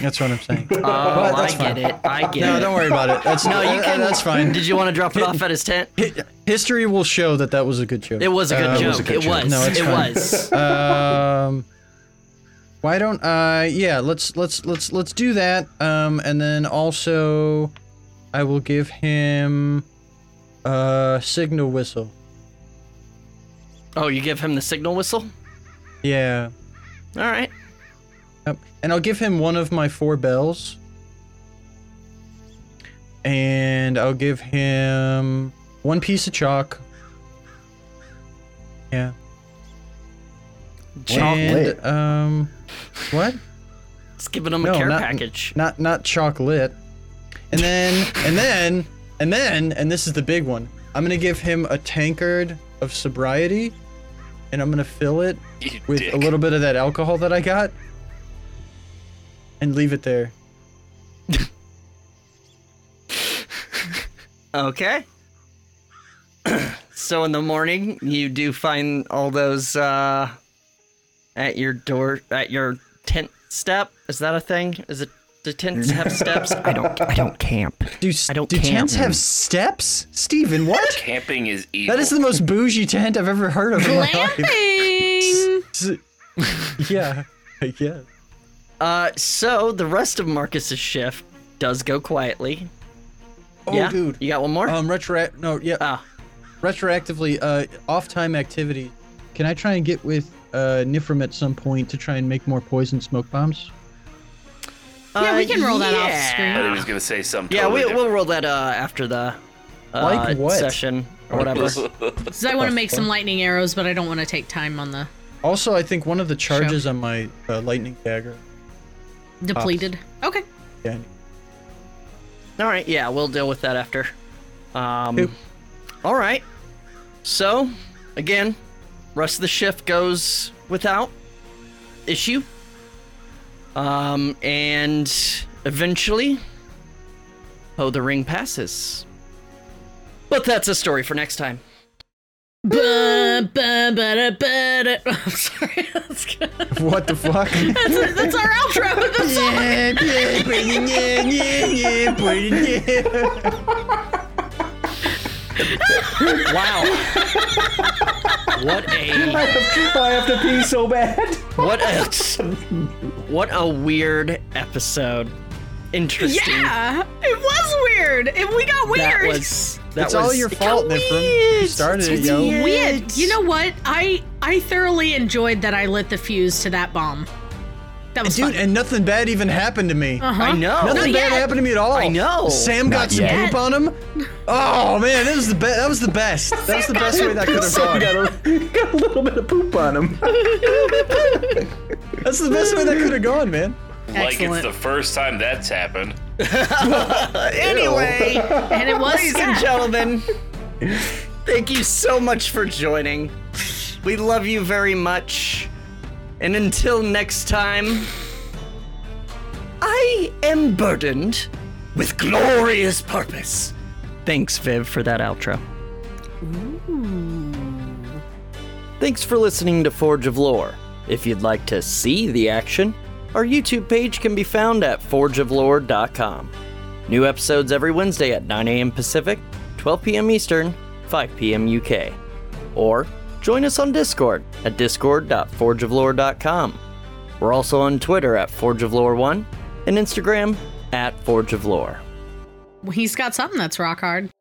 That's what I'm saying.
Oh, I
that's
get it. I get
no,
it.
don't worry about it. That's
No, you
uh,
can.
That's fine.
Did you want to drop it off at his tent?
History will show that that was a good joke.
It was a good
Uh,
joke.
was a good
it
joke.
was.
No, it's
it
fine.
was.
um why don't i yeah let's let's let's let's do that um and then also i will give him a signal whistle
Oh, you give him the signal whistle?
yeah
All right.
Yep. and i'll give him one of my four bells and i'll give him one piece of chalk yeah
Chocolate.
and um what
It's giving him a
No,
care
not-
package.
not not chocolate and then and then and then and this is the big one i'm gonna give him a tankard of sobriety and i'm gonna fill it
You
with
dick.
a little bit of that alcohol that i got and leave it there
Okay. so in the morning, you do find all those uh, at your door, at your tent step. Is that a thing? Is it the tents have steps? I don't. I don't camp.
do,
I don't
do tents
camp.
have steps steven what
Camping is evil.
that is the most bougie tent i've ever heard of in my life
Clamping!
yeah i guess
Uh, so the rest of Marcus's shift does go quietly.
oh
yeah,
dude
you got one more.
um retro no yeah
Ah,
retroactively uh off time activity can i try and get with uh nifrim at some point to try and make more poison smoke bombs
Yeah, we
uh,
can roll that off
yeah.
I thought he
screen.
was gonna say something.
Yeah,
totally
we, we'll roll that uh, after the uh,
Like what?
session or whatever.
different.
Because I want to make some lightning arrows, but I don't want to take time on the
also i think one of the charges on my uh, lightning dagger
depleted. Okay.
yeah
All right, yeah, we'll deal with that after. Um, All right. So, again, rest of the shift goes without issue. Um, and eventually, oh, the ring passes. But that's a story for next time.
Ba, Uh, ba, ba, da, ba, da. I'm sorry. That's, good.
What the fuck?
that's, that's our outro. of the song.
Wow. what a
I have to pee so bad.
what a what a weird episode. Interesting.
Yeah, it was weird. It, we got weird.
That was that
it's
was
all your fault, Nifrim. You
weird.
started it,
It's
yo.
weird. You know what? I I thoroughly enjoyed that I lit the fuse to that bomb. That was
Dude,
fun.
and nothing bad even happened to me.
Uh-huh.
I know.
Not
Nothing bad
yet.
happened to me at all.
I know.
Sam got some
yet.
poop on him. Oh man, that was the best. That was the best. That was the best way that could have gone.
got a little bit of poop on him.
That's the best way that could have gone, man.
Like it's
Excellent.
the first time that's happened.
Anyway,
and it was
ladies and
sad.
gentlemen, thank you so much for joining. We love you very much. And until next time, I am burdened with glorious purpose. Thanks, Viv, for that outro. Thanks for listening to Forge of Lore. If you'd like to see the action, our YouTube page can be found at forgeoflore.com. New episodes every Wednesday at 9 a.m. Pacific, 12 p.m. Eastern, 5 p.m. UK. Or join us on Discord at discord.forgeoflore.com. We're also on Twitter at forgeoflore1 and Instagram at forgeoflore.
He's got something that's rock hard.